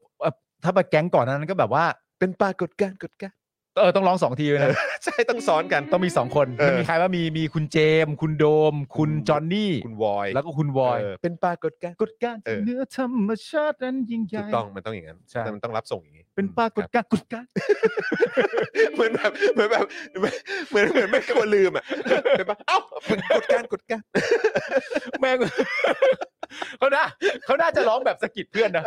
C: ถ้าไปแก๊งก่อนหนานั้นก็แบบว่า
B: เป็นปรากฏการณ์กฏการณ์
C: เออต้องร้องสองทีเลยนะ
B: ใช่ต้องซ้อนกัน
C: ต้องมีสองคน
B: เอ
C: มั
B: อ
C: นมีใครว่ามีมีคุณเจมส์คุณโดม คุณจอนนี่
B: คุณวอย
C: แล้วก็คุณวอย
B: เเป็นปรากฏการณ์
C: กฎการณ์
B: เออ
C: เหนื้อธรรมชาตินั้นยิ่งให
B: ถู
C: ญ่
B: กต้องมันต้องอย่างนั้น
C: ใช่
B: แต่มันต้องรับส่งอย่างนี้
C: เป็นปรากฏ
B: คบ
C: การณ์กฎการณ์
B: เหมือนแบบเหมือนแบบเหมือนเหมือนไม่ควรลืมอ่ะเป็นปะเอ้าเป็นกดการกดการ
C: แม่ง <laughs> เขาน่าเขาน่าจะร้องแบบสะกิดเพื่อนนะ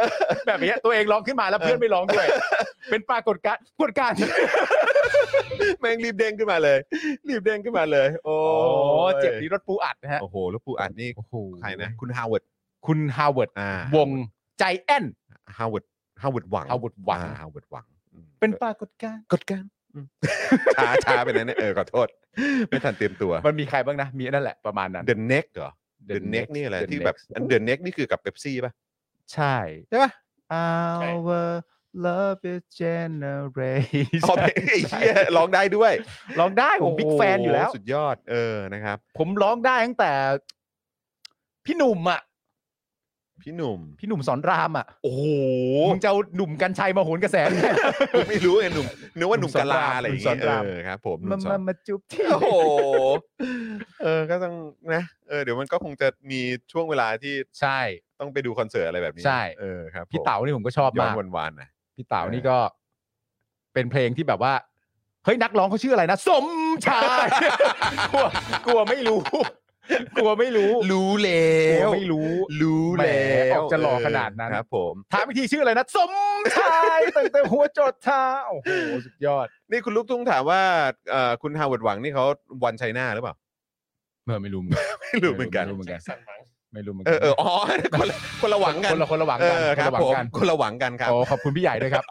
C: แบบเนี้ยตัวเองร้องขึ้นมาแล้วเพื่อนไม่ร้องด้วย เป็นปรากฏการณ์ปรากฏการณ์
B: แม่งรีบเด้งขึ้นมาเลย รีบเด้งขึ้นมาเลย โอ้
C: โอ้
B: ย
C: เจ็บนี้รถปูอัดนะฮะ
B: โอ้โหแล้วปูอัดนี่
C: โอ้โห
B: ใครนะ คุณฮาวเวิร์ด
C: คุณฮาวเวิร์ด
B: อ่าว
C: งใจแอน
B: ฮาวเวิร์ดฮาวเวิร์ดหวัง
C: ฮาวเวิร์ดหวัง
B: ฮาวเวิร์ดหวังอืม
C: เป็นปรากฏการณ์
B: กดการช้าช้าไปนะเนี่ยเออขอโทษ ไม่ทันเตรียมตัว
C: มันมีใครบ้างนะ มีนั่นแหละประมาณนั้น
B: The Neck เหรอ
C: The
B: The Neck
C: Next
B: นี่อะไร
C: The
B: ที่แบบ
C: Next
B: อัน The Neck นี่คือกับเบปซี่
C: <laughs>
B: ป่ะ
C: ใช่
B: ใช่ปะ
C: Our love is generation <laughs>
B: ขอเพลงไอ้เหี้ยร้องได้ด้วย
C: ร้องได้ผมบิ๊ก
B: โโห
C: แฟนอยู่แล้ว
B: สุดยอดเออนะครับ
C: ผมร้องได้ตั้งแต่ พี่หนุ่มอ่ะ
B: พี่หนุ่ม
C: พี่หนุ่มสอนรามอ่ะ
B: โอ้โห
C: มึงจะเอาหนุ่มกัญชัยมาโหนกระแสเนี่ย
B: ผมไม่รู้ไงหนุ่มนึกว่าหนุ่ม
C: หนุ่มสอ
B: กะลาร
C: นาม
B: อะไรอย่าง
C: หนุ่มสอน
B: เงี้ย
C: ราม
B: เออครับ ผมห
C: มา
B: นุ่มส
C: <laughs>
B: อ
C: มาน มาจุบที่
B: โอ้โหเออก็ต้องนะเออเดี๋ยวมันก็คงจะมีช่วงเวลาที่
C: ใช่
B: ต้องไปดูคอนเสิร์ตอะไรแบบนี้
C: ใช่
B: เออครับ
C: พี่
B: ผม
C: เต๋านี่ผมก็ชอบ
B: ย้อ
C: มาก
B: นวานๆนะ
C: พี่เต๋า
B: เออ
C: นี่ก็ เป็นเพลงที่แบบว่า เฮ้ยนักร้องเขาชื่ออะไรนะ สมชาย <laughs> กลัวกลัวไม่รู้ <laughs> กลัวไม่รู้
B: รู้แล้
C: กลั
B: ว
C: วไม่รู้
B: รู้
C: แหม
B: แล้ว
C: ออกจะหล่อขนาดนั้น
B: เออครับ ผม
C: ถามอีกทีชื่ออะไรนะ สมชาย <laughs> ตั้งแต่หัวจดเท้าโอ้โหสุดยอด
B: นี่คุณลูกทุ่งถามว่าเอ่อคุณฮาวเวิร์ดหวังนี่เขาวันไชน่าหรือเปล่า
C: เมื่อไม่รู้เหมือนกัน
B: ไม่รู้เหมือนกัน
C: ไม่รู้เหมือนกัน
D: สั่งหลัง
C: ไม่รู้เหมือน
B: เอ
C: กั
B: อเอออ๋อ <laughs> คนละคนละหวังกัน
C: คนละคนละหวัง
B: เอ
C: กัน
B: อครับ
C: นละหวั
B: ผม
C: กัน
B: คนละหวังกันครับ
C: โอ้ขอบคุณพี่ใหญ่ด้วย
B: <laughs>
C: ครับ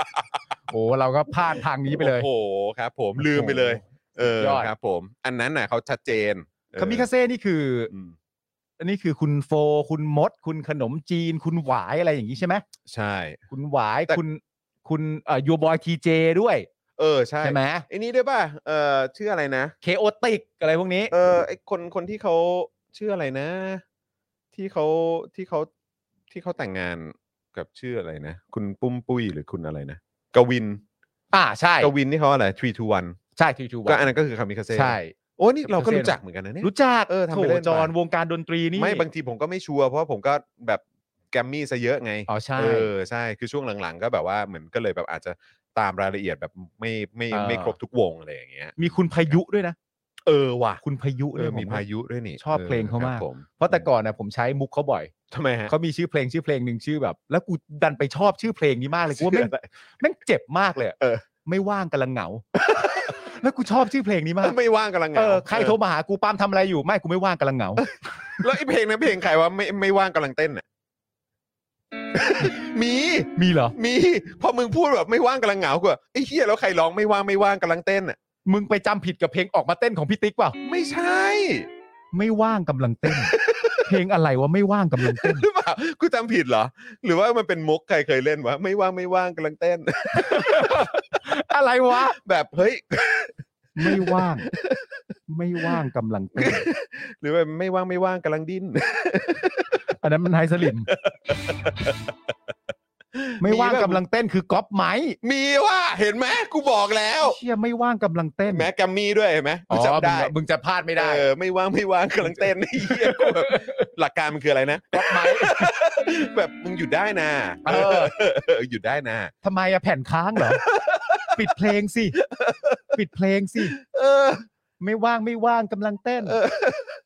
C: โอ้เราก็พลาดทางนี้ไปเลย
B: โอ้โหครับ ผมลืมไปเลย เออ
C: สุดยอด
B: ครับ ผม อันนั้นน่ะเขาชัดเจนออ
C: คามิคาเซ่นี่คือ
B: อืม
C: อันนี้คือคุณโฟ คุณมด คุณขนมจีน คุณหวายอะไรอย่างนี้ใช่ไหม
B: ใช่
C: คุณหวาย
B: แต่
C: คุณคุณเอ่อยูบอยทีเจด้วย
B: เออใช่
C: ใช่ไหม
B: ไอ้นี่ด้วยป่ะเออชื่ออะไรนะ
C: เคโอติกอะไรพวกนี้
B: เออไอคนคนที่เขาชื่ออะไรนะ ที่เขาที่เขาที่เขาแต่งงานกับชื่ออะไรนะ คุณปุ้มปุ้ยหรือคุณอะไรนะกวิน
C: อ่าใช่
B: กวินนี่เขาอะไรทรีทูวัน
C: ใช่ทีทู
B: ก็อันนั้นก็คือคามิคาเซ่
C: ใช่
B: โอ้นี่เราก็
C: คามิคาเซ่
B: รู้จักเหมือนกันนะเนี่ย
C: รู้จัก
B: เออทำไป
C: โถ
B: เล่นไป
C: จรวงการดนตรีนี่
B: ไม่บางทีผมก็ไม่ชัวร์เพราะผมก็แบบแกรมมี่ซะเยอะไง
C: อ๋อใช่
B: เออใช่คือช่วงหลังๆ ก็แบบว่าเหมือนก็เลยแบบอาจจะตามรายละเอียดแบบไม่ไม่
C: เออ
B: ไม่ครบทุกวงอะไรอย่างเงี้ย
C: มีคุณพายุด้วยนะ
B: เออว่ะ
C: คุณพายุ
B: เอ
C: ด้ว
B: อย มี
C: ผ
B: พายุด้วยนี่
C: ชอบเพลงเขา
B: ครับ
C: มาก
B: ผม
C: เพราะแต่ก่อนนะผมใช้มุกเขาบ่อย
B: ทำไมฮะ
C: เขามีชื่อเพลงชื่อเพลงหนึ่งชื่อแบบ แล้วกูดันไปชอบชื่อเพลงนี้มากเลยกูว่าแม่ง แม่งเจ็บมากเลยอะ
B: เออ
C: ไม่ว่างกำลังเหงา แล้วกูชอบชื่อเพลงนี้มาก
B: <laughs> ไม่ว่างกำลัง
C: เอง
B: เหา
C: อใครโทรมาหากูปาล์มทำอะไรอยู่ไม่กูไม่ว่างกำลัง <laughs> เหงา
B: แล้วไอ้เพลงนั้นเพลงใครว่าไม่ไม่ว่างกำลังเต้น
C: <laughs>
B: อ่ะ มี
C: มีเหรอ
B: มีพอมึงพูดแบบไม่ว่างกำลังเหงากูอะไอ้เฮียแล้วใครร้องไม่ว่างไม่ว่างกำลังเต้นอ่ะ
C: มึงไปจำผิดกับเพลงออกมาเต้นของพี่ติ๊กเปล่า
B: ไม่ใช่
C: ไม่ว่างกำลังเต้น เพลงอะไรวะไม่ว่างกำลังเต้น
B: หรือเปล่ากูจำผิดเหรอ หรือว่ามันเป็นมุกใครเคยเล่นวะไม่ว่างไม่ว่างกำลังเต้น <laughs>
C: อะไรวะ
B: แบบเฮ้ย
C: ไม่ว่าง ไม่ว่างกำลังเต้น
B: หรือว่าไม่ว่างไม่ว่างกำลังดิ้น <laughs>
C: อันนั้นมันไฮส <laughs> ลิมไม่ว่างกำลังเต้นคือก๊อปไหม
B: มีว่าเห็นไหมกูบอกแล้ว
C: เชี่ยไม่ว่างกำลังเต้น
B: แม้แกรมมี่ด้วยเห็นไหม
C: อ๋
B: กู
C: อ
B: จำได้
C: มึงมึงจะพลาดไม่ได้
B: เออไม่ว่างไม่ว่างกำลังเต้น <laughs> เหี้ยกูแบบหลักการมันคืออะไรนะ <laughs> ก๊อปไม้ แบบมึงหยุดได้นะ
C: เออ
B: เอ <laughs> อหยุดได้นะ
C: ทำไมอะแผ่นค้างเหรอ ปิดเพลงสิ ปิดเพลงสิ
B: เออ
C: ไม่ว่างไม่ว่างกำลังเต้น
B: เออ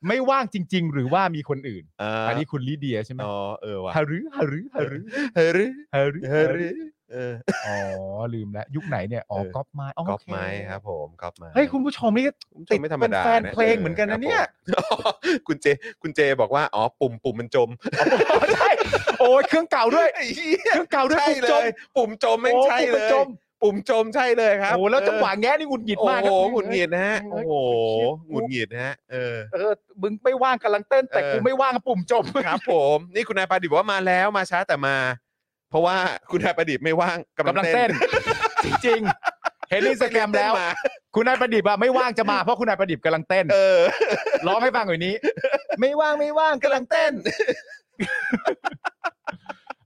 C: ไม่ว่างจริง ๆ หรือว่ามีคนอื่น
B: อ่า
C: อันนี้คุณลิเดียใช่ไหม
B: อ๋อเออว่ะ
C: ฮารุฮารุฮารุ
B: เฮ้ยหรือ
C: ฮารุ
B: เฮ้ยหรือเออ
C: อ๋อลืมแล้วยุคไหนเนี่ยอ๋อ
B: เออ
C: ก๊อปไม้อ๋อ
B: ก๊อป
C: โเ
B: ไม้ครับผมก๊อปไม้
C: เฮ้ยคุณผู้ชมนี่
B: ผมจะไม่ธรรมดา
C: เป็นแฟนเพลงเหมือนกันนะเนี่ย
B: ครับผม <laughs> คุณเจคุณเจบอกว่าอ๋อปุ่มปุ่มมันจม
C: ใช่โอ้ยเครื่องเก่าด้วย
B: ไอ้เหี้ย
C: เครื่องเก่าด้วย
B: ใช่
C: ปุ่ม
B: เล
C: จม
B: ย ปุ่มจมแม่ง
C: โอ้
B: ใช่
C: ปุ่
B: เล
C: ม
B: ย
C: จม
B: ปุ่มจมใช่เลยครับ
C: โอ้แล้วจังหวะแง่นี่หงุดหงิดมาก
B: โอ้โห
C: ครับ
B: หงุดหงิดนะฮะ
C: เ
B: โอ้โหหงุดหงิดนะฮะเออ
C: เออมึงไม่ว่างกำลังเต้น แต่
B: เออ
C: กูไม่ว่างกับปุ่ม
B: <laughs>
C: จม
B: ครับผมนี่คุณนายประดิษฐ์บอกว่ามาแล้วมาช้าแต่มา เพราะว่าคุณนายประดิษฐ์ไม่ว่างกำ
C: กำ
B: ลั
C: ลั
B: ง
C: ง
B: เต้
C: เต้
B: น
C: น จริงๆเห็นในสแกมแล้ว
B: เต้นมา
C: คุณนายประดิษฐ์อะไม่ว่างจะมาเพราะคุณนายประดิษฐ์กำลังเต้น
B: เออ
C: ร้องให้ฟังหน่อยนี้ <laughs> ไม่ว่างไม่ว่างกำลังเต้น เ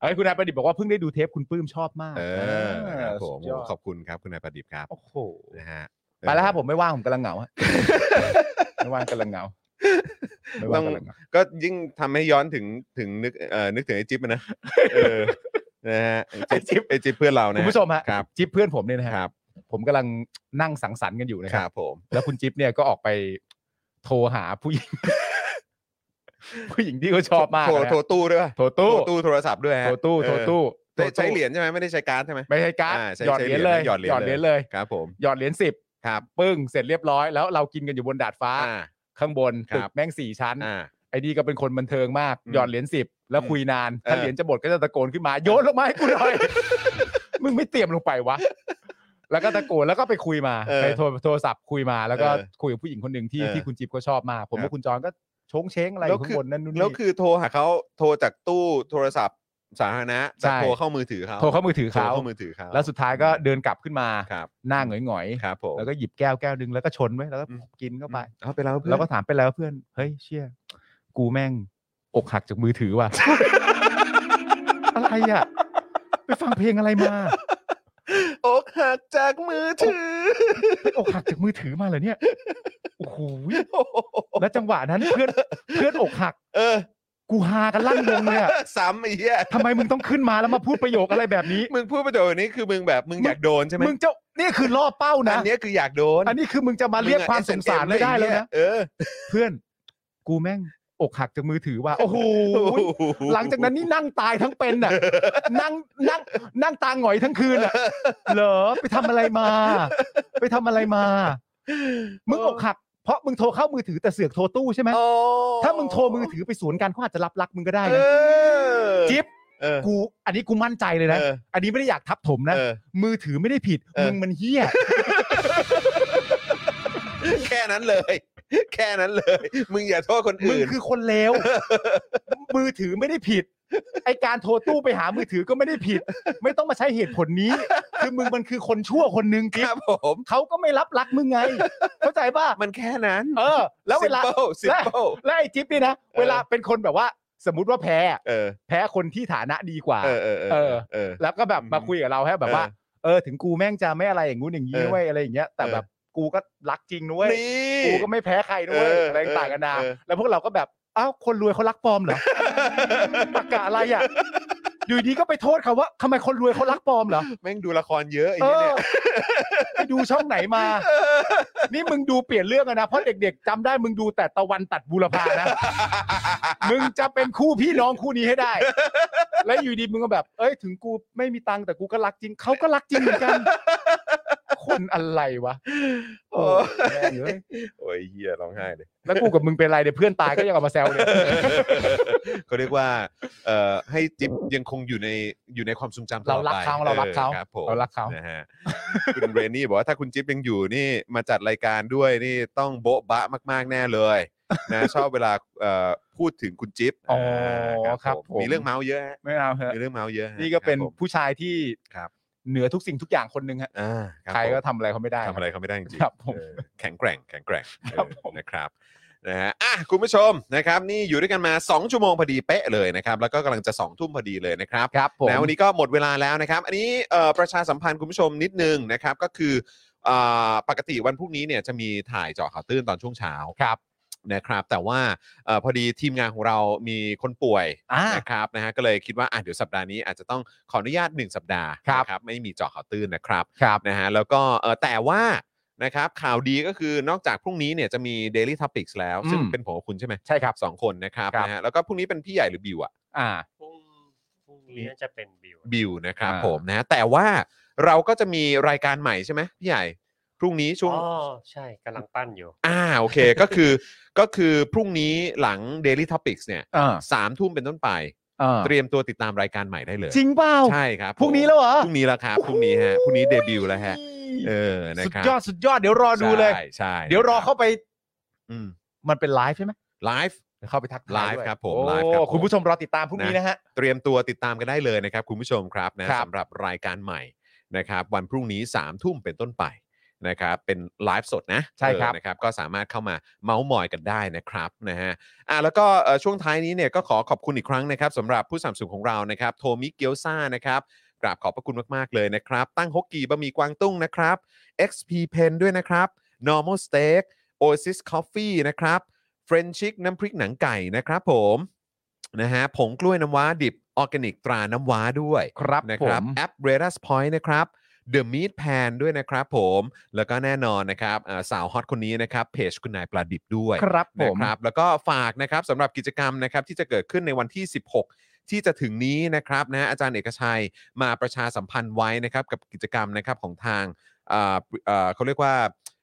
C: อ อ้ยคุณนายประดิษฐ์บอกว่าเพิ่งได้ดูเทปคุณปลื้มชอบมาก
B: เออครับผม
C: สุดยอด
B: ขอบคุณครับคุณนายประดิษฐ์ครับ
C: โอ้โห
B: นะฮะ
C: ไปแล้วครับผมไม่ว่างผมกำลังเหงา
B: <laughs>
C: ฮะ ไม่ว่างกำลังเหงาไม่
B: ต้
C: ว่า
B: อง ง
C: กำลังเหงา
B: ก็ยิ่งทำให้ย้อนถึงถึงนึกเอ่อนึกถึงไอ้จิ๊บ
C: <laughs>
B: อะนะเออนะฮะ
C: ไอ้จิ๊บ
B: ไอ้จิ๊บเพื่อนเรานะ
C: คุณ
B: ฮะ
C: ผู้ชมฮะ
B: ครับ
C: จิ๊บเพื่อนผมเนี่ยนะฮะ
B: ครับ
C: ผมกำลังนั่งสังสรรค์กันอยู่นะ
B: ค
C: ค
B: รั
C: รั
B: บบ ผม
C: แล้วคุณจิ๊บเนี่ยก็ออกไปโทรหาผู้
B: <laughs>
C: หญิง ผู้หญิงที่เขาชอบมาก
B: โทร
C: นะฮะ
B: โทรตู้ด้วยป่ะ
C: โทรตู้
B: โทรตู้โทรศัพท์ด้วยฮะ
C: โทรตู้โทรตู้
B: เออใช้ใช้เหรียญใช่ไหมไม่ได้ใช้การ์ดใช่ไหม
C: ไม่ใช่การ์ด
B: อ่าใช้
C: หยอด
B: ใช้
C: เหรียญ
B: เหรี
C: เลย ย
B: ญหยอดเหรียญ
C: ญเลย
B: ครับผม
C: หยอดเหรียญสิบ
B: ครับ
C: ปึ้งเสร็จเรียบร้อย แล้วเรากินกันอยู่บนดาดฟ้า
B: อ่า
C: ข้างบน
B: ครั
C: ตึ
B: บ
C: กแม่งสี่ชั้น
B: อ่า
C: ไอ้นี่ก็เป็นคนบันเทิงมาก
B: อืม
C: หยอดเหรียญสิบแล้วคุยนาน
B: เอ
C: ถ้า
B: อ
C: เหรียญจะหมดก็จะตะโกนขึ้นมา โยนลงมาให้กูหน่อย <laughs> มึงไม่เตรียมลงไปวะ แล้วก็ตะโกนแล้วก็ไปคุยมา
B: เออ
C: ไปโทรโทรศัพท์คุยมาแล้วก็
B: เออ
C: คุยกับผู้หญิงคนหนึ่งที่
B: เออ
C: ที่คุณจิ๊บก็ชอบมากผม
B: ครับ
C: กับคุณจอนก็ชงเช้งอะไรอ
B: แล้ว
C: ยู่
B: คื
C: ข้าง
B: อ
C: บนนั่นนู่น
B: แล้ว
C: นี่
B: คือโทรหาเขาโทรจากตู้โทรศัพท์สาธารณะแต่
C: ใช่
B: โทรเข้ามือถือเขา
C: โทรเข้ามือถือ
B: โทร
C: เขา
B: เข้ามือถือเขา
C: แล้วสุดท้ายก็เดินกลับขึ้นมา
B: ครับ
C: หน้าหงอย
B: ครับผม
C: ๆแล้วก็หยิบแก้วแก้วหนึงแล้วก็ชนไว้แล้วก็
B: อืม
C: กินเข้าไป
B: เอาไปแล้วเพื่อน
C: แล้วก็ถามไปแล้วเพื่อน เฮ้ยเชี่ย กูแม่งอกหักจากมือถือ
B: <laughs>
C: ว่ะ อะไรอ่ะ ไปฟังเพลงอะไรมา
B: อกหักจากมือถือ
C: ไปอกหักจากมือถือมาเหรอเนี่ย โอ้โหแล้วจังหวะนั้นเพื่อนเพื่อนอกหัก
B: เออ
C: กูฮากันลั่นวงเลยอะ
B: ซ้ำไอ้เหี้ย
C: ทำไมมึงต้องขึ้นมาแล้วมาพูดประโยคอะไรแบบนี้
B: มึงพูดประโยคนี้คือมึงแบบมึงอยากโดนใช่ไหม
C: มึงเจ้านี่คือล่อเป้านะ
B: อันเนี้ยคืออยากโดน
C: อันนี้คือมึงจะมาเรียก
B: งอะ
C: ความสงสาร
B: S&M
C: ไม่ได้แล้วนะ
B: เออ
C: เพื่อน กูแม่งอกหักจากมือถือว่ะ โอ้โห
B: <laughs>
C: หลังจากนั้นนี่นั่งตายทั้งเป็นน่ะ นั่งนั่งนั่งตาหงอยทั้งคืนอ่ะ เหรอไปทำอะไรมา ไปทำอะไรมา มึงอกหัก เพราะมึงโทรเข้ามือถือแต่เสือกโทรตู้ใช่ไหม
B: โอ้
C: ถ้ามึงโทรมือถือไปสวนกันเขาอาจจะรับรักมึงก็ได้
B: เอ
C: นะ
B: อ
C: จิ๊บ
B: เออ
C: กู อันนี้กูมั่นใจเลยนะ
B: เออ
C: อันนี้ไม่ได้อยากทับถมนะ
B: เออ
C: มือถือไม่ได้ผิด
B: เออ
C: มึงมันเฮี้ย
B: แค่นั้นเลย <laughs> แค่นั้นเลย มึงอย่าโทษคน
C: มึง
B: อื่น
C: คือคนเลวมือถือไม่ได้ผิดไอการโทรตู้ไปหามือถือก็ไม่ได้ผิด ไม่ต้องมาใช้เหตุผลนี้ คือมึงมันคือคนชั่วคนหนึ่งจิ๊บ
B: ครับผม
C: เขาก็ไม่รับรักมึ
B: <laughs>
C: งไง เข้าใจป่ะ
B: มันแค่นั้น
C: เออ แล้วเวลา
B: สิบเปิล
C: และไอ้จิ๊บนี่นะ
B: เออ
C: เวลาเป็นคนแบบว่า สมมติว่าแพ้อะ
B: เออ
C: แพ้คนที่ฐานะดีกว่า
B: เออเออเออเออ
C: แล้วก็แบบ
B: อืม
C: มาคุยกับเราให้แบบว่า
B: เออ
C: เออ ถึงกูแม่งจะไม่อะไรอย่างงู้นอย่าง
B: เอ
C: นี้
B: อ
C: เว้ยอะไรอย่างเงี้ย แต่
B: เออ
C: แบบกูก็รักจริงนุ้ย
B: นี่
C: กูก็ไม่แพ้ใครนุ้ย
B: เออ
C: อะไรต่างกันานา
B: เออ
C: แล้วพวกเราก็แบบ อ้าว คนรวยเขารักปลอม
B: <laughs>
C: เหรอ ตะกะอะไรอ่ะ อยู่ดีก็ไปโทษเขาว่าทำไมคนรวยเขารักปลอมเหรอ
B: แม่งดูละครเยอะไอ้
C: เอ
B: เหี้
C: อ
B: ยเนี่ย
C: ไปดูช่องไหนมา นี่มึงดูเปลี่ยนเรื่องอะนะ เพราะเด็กๆจำได้มึงดูแต่ตะวันตัดบูรพานะ มึงจะเป็นคู่พี่น้องคู่นี้ให้ได้ และอยู่ดีมึงก็แบบ เอ้ยถึงกูไม่มีตังค์แต่กูก็รักจริง เขาก็รักจริงเหมือนกัน คนอะไรวะโอ้ยแม่งเอ้ย
B: โอ้ยเฮียร้องไห้เลย
C: แล้วกูกับมึงเป็นไรเดี๋ยวเพื่อนตายก็ยังเอามาแซวเลย
B: <laughs> เขาเรียกว่าเอ่อให้จิ๊บยังคงอยู่ในอยู่ในความทรงจำตลอดไป
C: เรารักเขาเรารักเขา
B: ออครับผม
C: เรารักเขา
B: นะฮะคุณเรนนี่บอกว่าถ้าคุณจิ๊บยังอยู่นี่มาจัดรายการด้วยนี่ต้องโบ๊ะบะมาก ๆ แน่เลยนะ <laughs> ชอบเวลาเอ่อพูดถึงคุณจิ๊บ
C: อ๋อา ครับผม
B: มีเรื่องเมาส์เยอะฮะ
C: ไม่เอาเถอะ
B: มีเรื่องเมาส์เยอะฮะ
C: นี่ก็เป็น
B: ครับผม
C: ผู้ชายที่
B: ครับ
C: เหนือทุกสิ่งทุกอย่างคนหนึ่งฮะ
B: อ่าบ
C: ใคร
B: ผม
C: ก็ทำอะไรเขาไม่ได้
B: ทำอะไรเขาไม่ได้จริง
C: ครับ
B: ๆ
C: ผม
B: เออแข็งแกร่งแข็งแกร่ง
C: ครับ
B: เออ
C: ผม
B: นะครับนะฮะอ่ะคุณผู้ชมนะครับ นี่อยู่ด้วยกันมา 2 ชั่วโมงพอดีเป๊ะเลยนะครับ แล้วก็กำลังจะ 2 ทุ่มพอดีเลยนะครับ
C: ครับผม
B: นะวันนี้ก็หมดเวลาแล้วนะครับ อันนี้เอ่อประชาสัมพันธ์คุณผู้ชมนิดนึงนะครับ ก็คืออ่าปกติวันพรุ่งนี้เนี่ยจะมีถ่ายเจาะข่าวตื้นตอนช่วงเช้า
C: ครับ
B: นะครับ แต่ว่าเอ่อพอดีทีมงานของเรามีคนป่วย
C: อ่า
B: นะครับนะฮะก็เลยคิดว่าอ่ะเดี๋ยวสัปดาห์นี้อาจจะต้องขออนุญาต 1 สัปดาห์
C: ครับ
B: นะไม่มีเจาะข่าวตื้นนะครับ
C: ครับ
B: นะฮะแล้วก็เออแต่ว่านะครับข่าวดีก็คือนอกจากพรุ่งนี้เนี่ยจะมี Daily Topics แล้ว ซึ่ง
C: อืม
B: เป็นผมกับคุณใช่ไหม
C: ใช่ครับ
B: สองคนนะครับ
C: ครับ
B: นะฮะแล้วก็พรุ่งนี้เป็นพี่ใหญ่หรือบิวอะ
C: อ่า
D: พรุ่งพรุ่งนี้น่าจะเป็นบิว
B: บิวนะครับ
C: อ่า
B: ผมนะฮะแต่ว่าเราก็จะมีรายการใหม่ใช่ไหมพี่ใหญ่ พรุ่งนี้ช่วง
D: อ๋อ ใช่กำลังปั้นอยู่
B: อ่าโอเค ก็คือ <laughs> ก็คือพรุ่งนี้หลัง Daily Topics เนี่ย
C: อ่า
B: สามทุ่มเป็นต้นไป
C: อ่า
B: เตรียมตัวติดตามรายการใหม่ได้เลย
C: จริงเปล่า
B: ใช่ครับผม
C: พรุ่งนี้แล้วเหรอ
B: พรุ่งนี้แล้วครับพรุ่งนี้ฮะพรุ่งนี้เดบิวต์แล้วฮะเออนะ
C: สุด
B: ครับ
C: ยอดสุดยอดเดี๋ยวรอดูเลย
B: ใช่ใช่
C: เดี๋ยวรอเข้าไป
B: อืม
C: มันเป็นไลฟ์ใช่ไหม
B: ไลฟ์
C: เดี๋ยวเข้าไปทักทาย
B: ไลฟ์
C: ด้วย
B: ครับผม
C: โอ้
B: ไลฟ์ครับผม
C: คุณผู้ชมรอติดตามพรุ่งนี้นะฮะ
B: เตรียมตัวติดตามกันได้เลยนะครับ คุณผู้ชมครับนะครับ สำหรับรายการใหม่นะครับ วันพรุ่งนี้3ามทุ่มเป็นต้นไป นะครับเป็นไลฟ์สดนะ
C: ใช่ครับ
B: เออนะครับก็สามารถเข้ามาเมาส์มอยกันได้นะครับนะฮะอ่ะแล้วก็เอ่อช่วงท้ายนี้เนี่ยก็ขอขอบคุณอีกครั้งนะครับสำหรับผู้สามสูงของเรานะครับโทมิเกียวซ่านะครับกราบขอบพระคุณมาก ๆ เลยนะครับ ตั้งฮกกีบะหมี่กวางตุ้งนะครับ XP Pen ด้วยนะครับ Normal Steak Oasis Coffee นะครับ French Chic น้ำพริกหนังไก่นะครับผมนะฮะผงกล้วยน้ำว้าดิบออร์แกนิกตราน้ำว้าด้วย
C: ครับ
B: นะ
C: ผ
B: ครับ
C: ม
B: แอป r a d a s Point นะครับ The Meat Pan ด้วยนะครับผมแล้วก็แน่นอนนะครับอ่าสาวฮอตคนนี้นะครับเพจคุณนายปลาดิบด้วย
C: ครับผ
B: นะ
C: ม
B: ครับแล้วก็ฝากนะครับสำหรับกิจกรรมนะครับที่จะเกิดขึ้นในวันที่ 16 ที่จะถึงนี้นะครับนะอาจารย์เอกชัยมาประชาสัมพันธ์ไว้นะครับกับกิจกรรมนะครับของทางอ่าเอ่อเขาเรียกว่า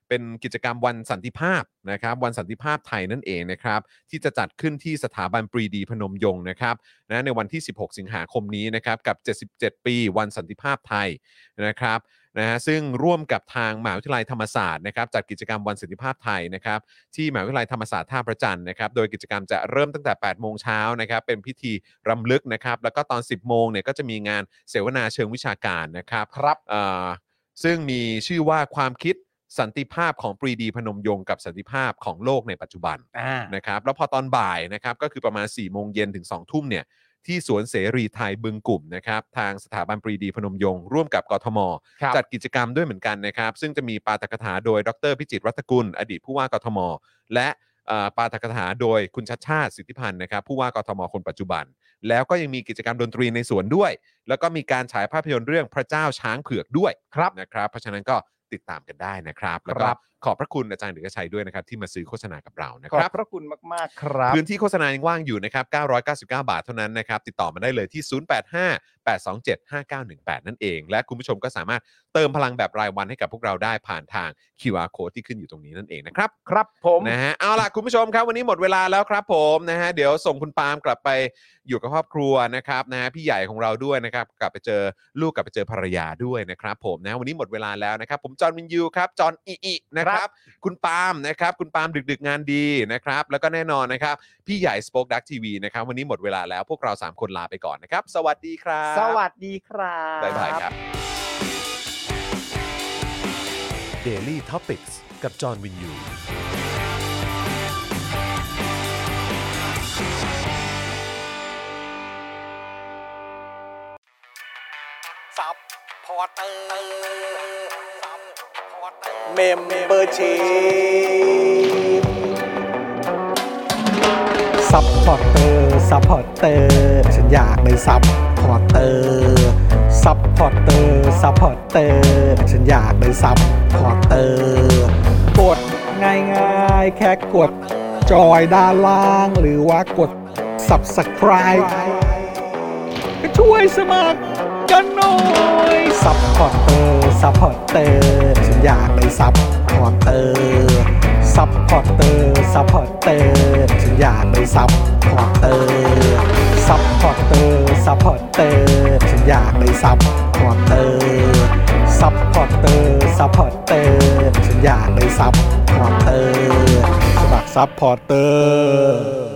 B: เป็นกิจกรรมวันสันติภาพนะครับวันสันติภาพไทยนั่นเองนะครับที่จะจัดขึ้นที่สถาบันปรีดีพนมยงค์นะครับ นะในวันที่ 16 สิงหาคมนี้นะครับกับ 77 ปีวันสันติภาพไทยนะครับนะฮะซึ่งร่วมกับทางมหาวิทยาลัยธรรมศาสตร์นะครับจัดกิจกรรมวันสันติภาพไทยนะครับที่มหาวิทยาลัยธรรมศาสตร์ท่าพระจันทร์นะครับโดยกิจกรรมจะเริ่มตั้งแต่ 8 โมงเช้านะครับเป็นพิธีรำลึกนะครับแล้วก็ตอน 10 โมงเนี่ยก็จะมีงานเสวนาเชิงวิชาการนะครับครับซึ่งมีชื่อว่าความคิดสันติภาพของปรีดีพนมยงค์กับสันติภาพของโลกในปัจจุบัน
C: อ่า
B: นะครับแล้วพอตอนบ่ายนะครับก็คือประมาณ4ี่โมงเย็นถึง2องทุ่มเนี่ยที่สวนเสรีไทยบึงกลุ่มนะครับทางสถาบันปรีดีพนมยงค์ร่วมกับกทม
C: ครับ
B: จัดกิจกรรมด้วยเหมือนกันนะครับ ซึ่งจะมีปาฐกถาโดยดรพิจิตรรัตนกุล อดีตผู้ว่ากทม และเอ่อปาฐกถาโดยคุณชัดชาติสิทธิพันธ์นะครับผู้ว่ากทมคนปัจจุบัน แล้วก็ยังมีกิจกรรมดนตรีในสวนด้วย แล้วก็มีการฉายภาพยนตร์เรื่องพระเจ้าช้างเผือกด้วยครับนะครับ เพราะฉะนั้นก็ติดตามกันได้นะครับแล้วก็
C: ครับ
B: ขอบพระคุณอาจารย์เดือกชัยด้วยนะครับที่มาซื้อโฆษณากับเรานะ
C: ข
B: ค
C: อบ
B: รับ
C: พระคุณมาก ๆ ครับ
B: พื้นที่โฆษณายังว่างอยู่นะครับ 999 บาทเท่านั้นนะครับ ติดต่อมาได้เลยที่ 0858275918 นั่นเอง และคุณผู้ชมก็สามารถเติมพลังแบบรายวันให้กับพวกเราได้ผ่านทาง QR code ที่ขึ้นอยู่ตรงนี้นั่นเองนะครับ
C: ครับผม
B: นะฮะเอาล่ะคุณผู้ชมครับวันนี้หมดเวลาแล้วครับผมนะฮะเดี๋ยวส่งคุณปาล์มกลับไปอยู่กับครอบครัวนะครับนะฮะพี่ใหญ่ของเราด้วยนะครับกลับไปเจอลูกกลับไปเจอภรรยาด้วยนะครับผมนะฮะวันนี้หมดเวลาแล้วนะครับผมจอห์นวินยูครับจอห์นอีอีนะครับคุณปาล์มนะครับคุณปาล์มดึกๆงานดีนะครับแล้วก็แน่นอนนะครับพี่ใหญ่สป็อคดักทีวีนะครับวันนี้หมดเวลาแล้วพวกเราสามคนลาไปก่อนนะครับสวัสดีครับ
C: สวัสดีครับ
B: บ๊ายบายครับ Daily Topics กับจอห์นวินยู
E: ซับพอร์เตอร์ซับพอร์เตอร์
A: เมมเบอร์ชีซัพพอร์เตอร์ซัพพอร์เตอร์ฉันอยากเป็นซัพพอร์เตอร์ซัพพอร์เตอร์ซัพพอร์เตอร์ฉันอยากเป็นซัพพอร์เตอร์กดง่ายง่ายๆ แค่กดจอยด้านล่าง หรือว่ากด subscribe ก็ช่วยสมัคร กันหน่อยซัพพอร์เตอร์ซัพพอร์เตอร์ฉันอยากเป็นซัพพอร์เตอร์ซัพพอร์เตอร์ซัพพอร์เตอร์ฉันอยากเป็นซัพพอร์เตอร์ซัพพอร์เตอร์ซัพพอร์เตอร์ฉันอยากเป็นซัพพอร์เตอร์ซัพพอร์เตอร์ซัพพอร์เตอร์ฉันอยากเป็นซัพพอร์เตอร์สมัครซัพพอร์เตอร์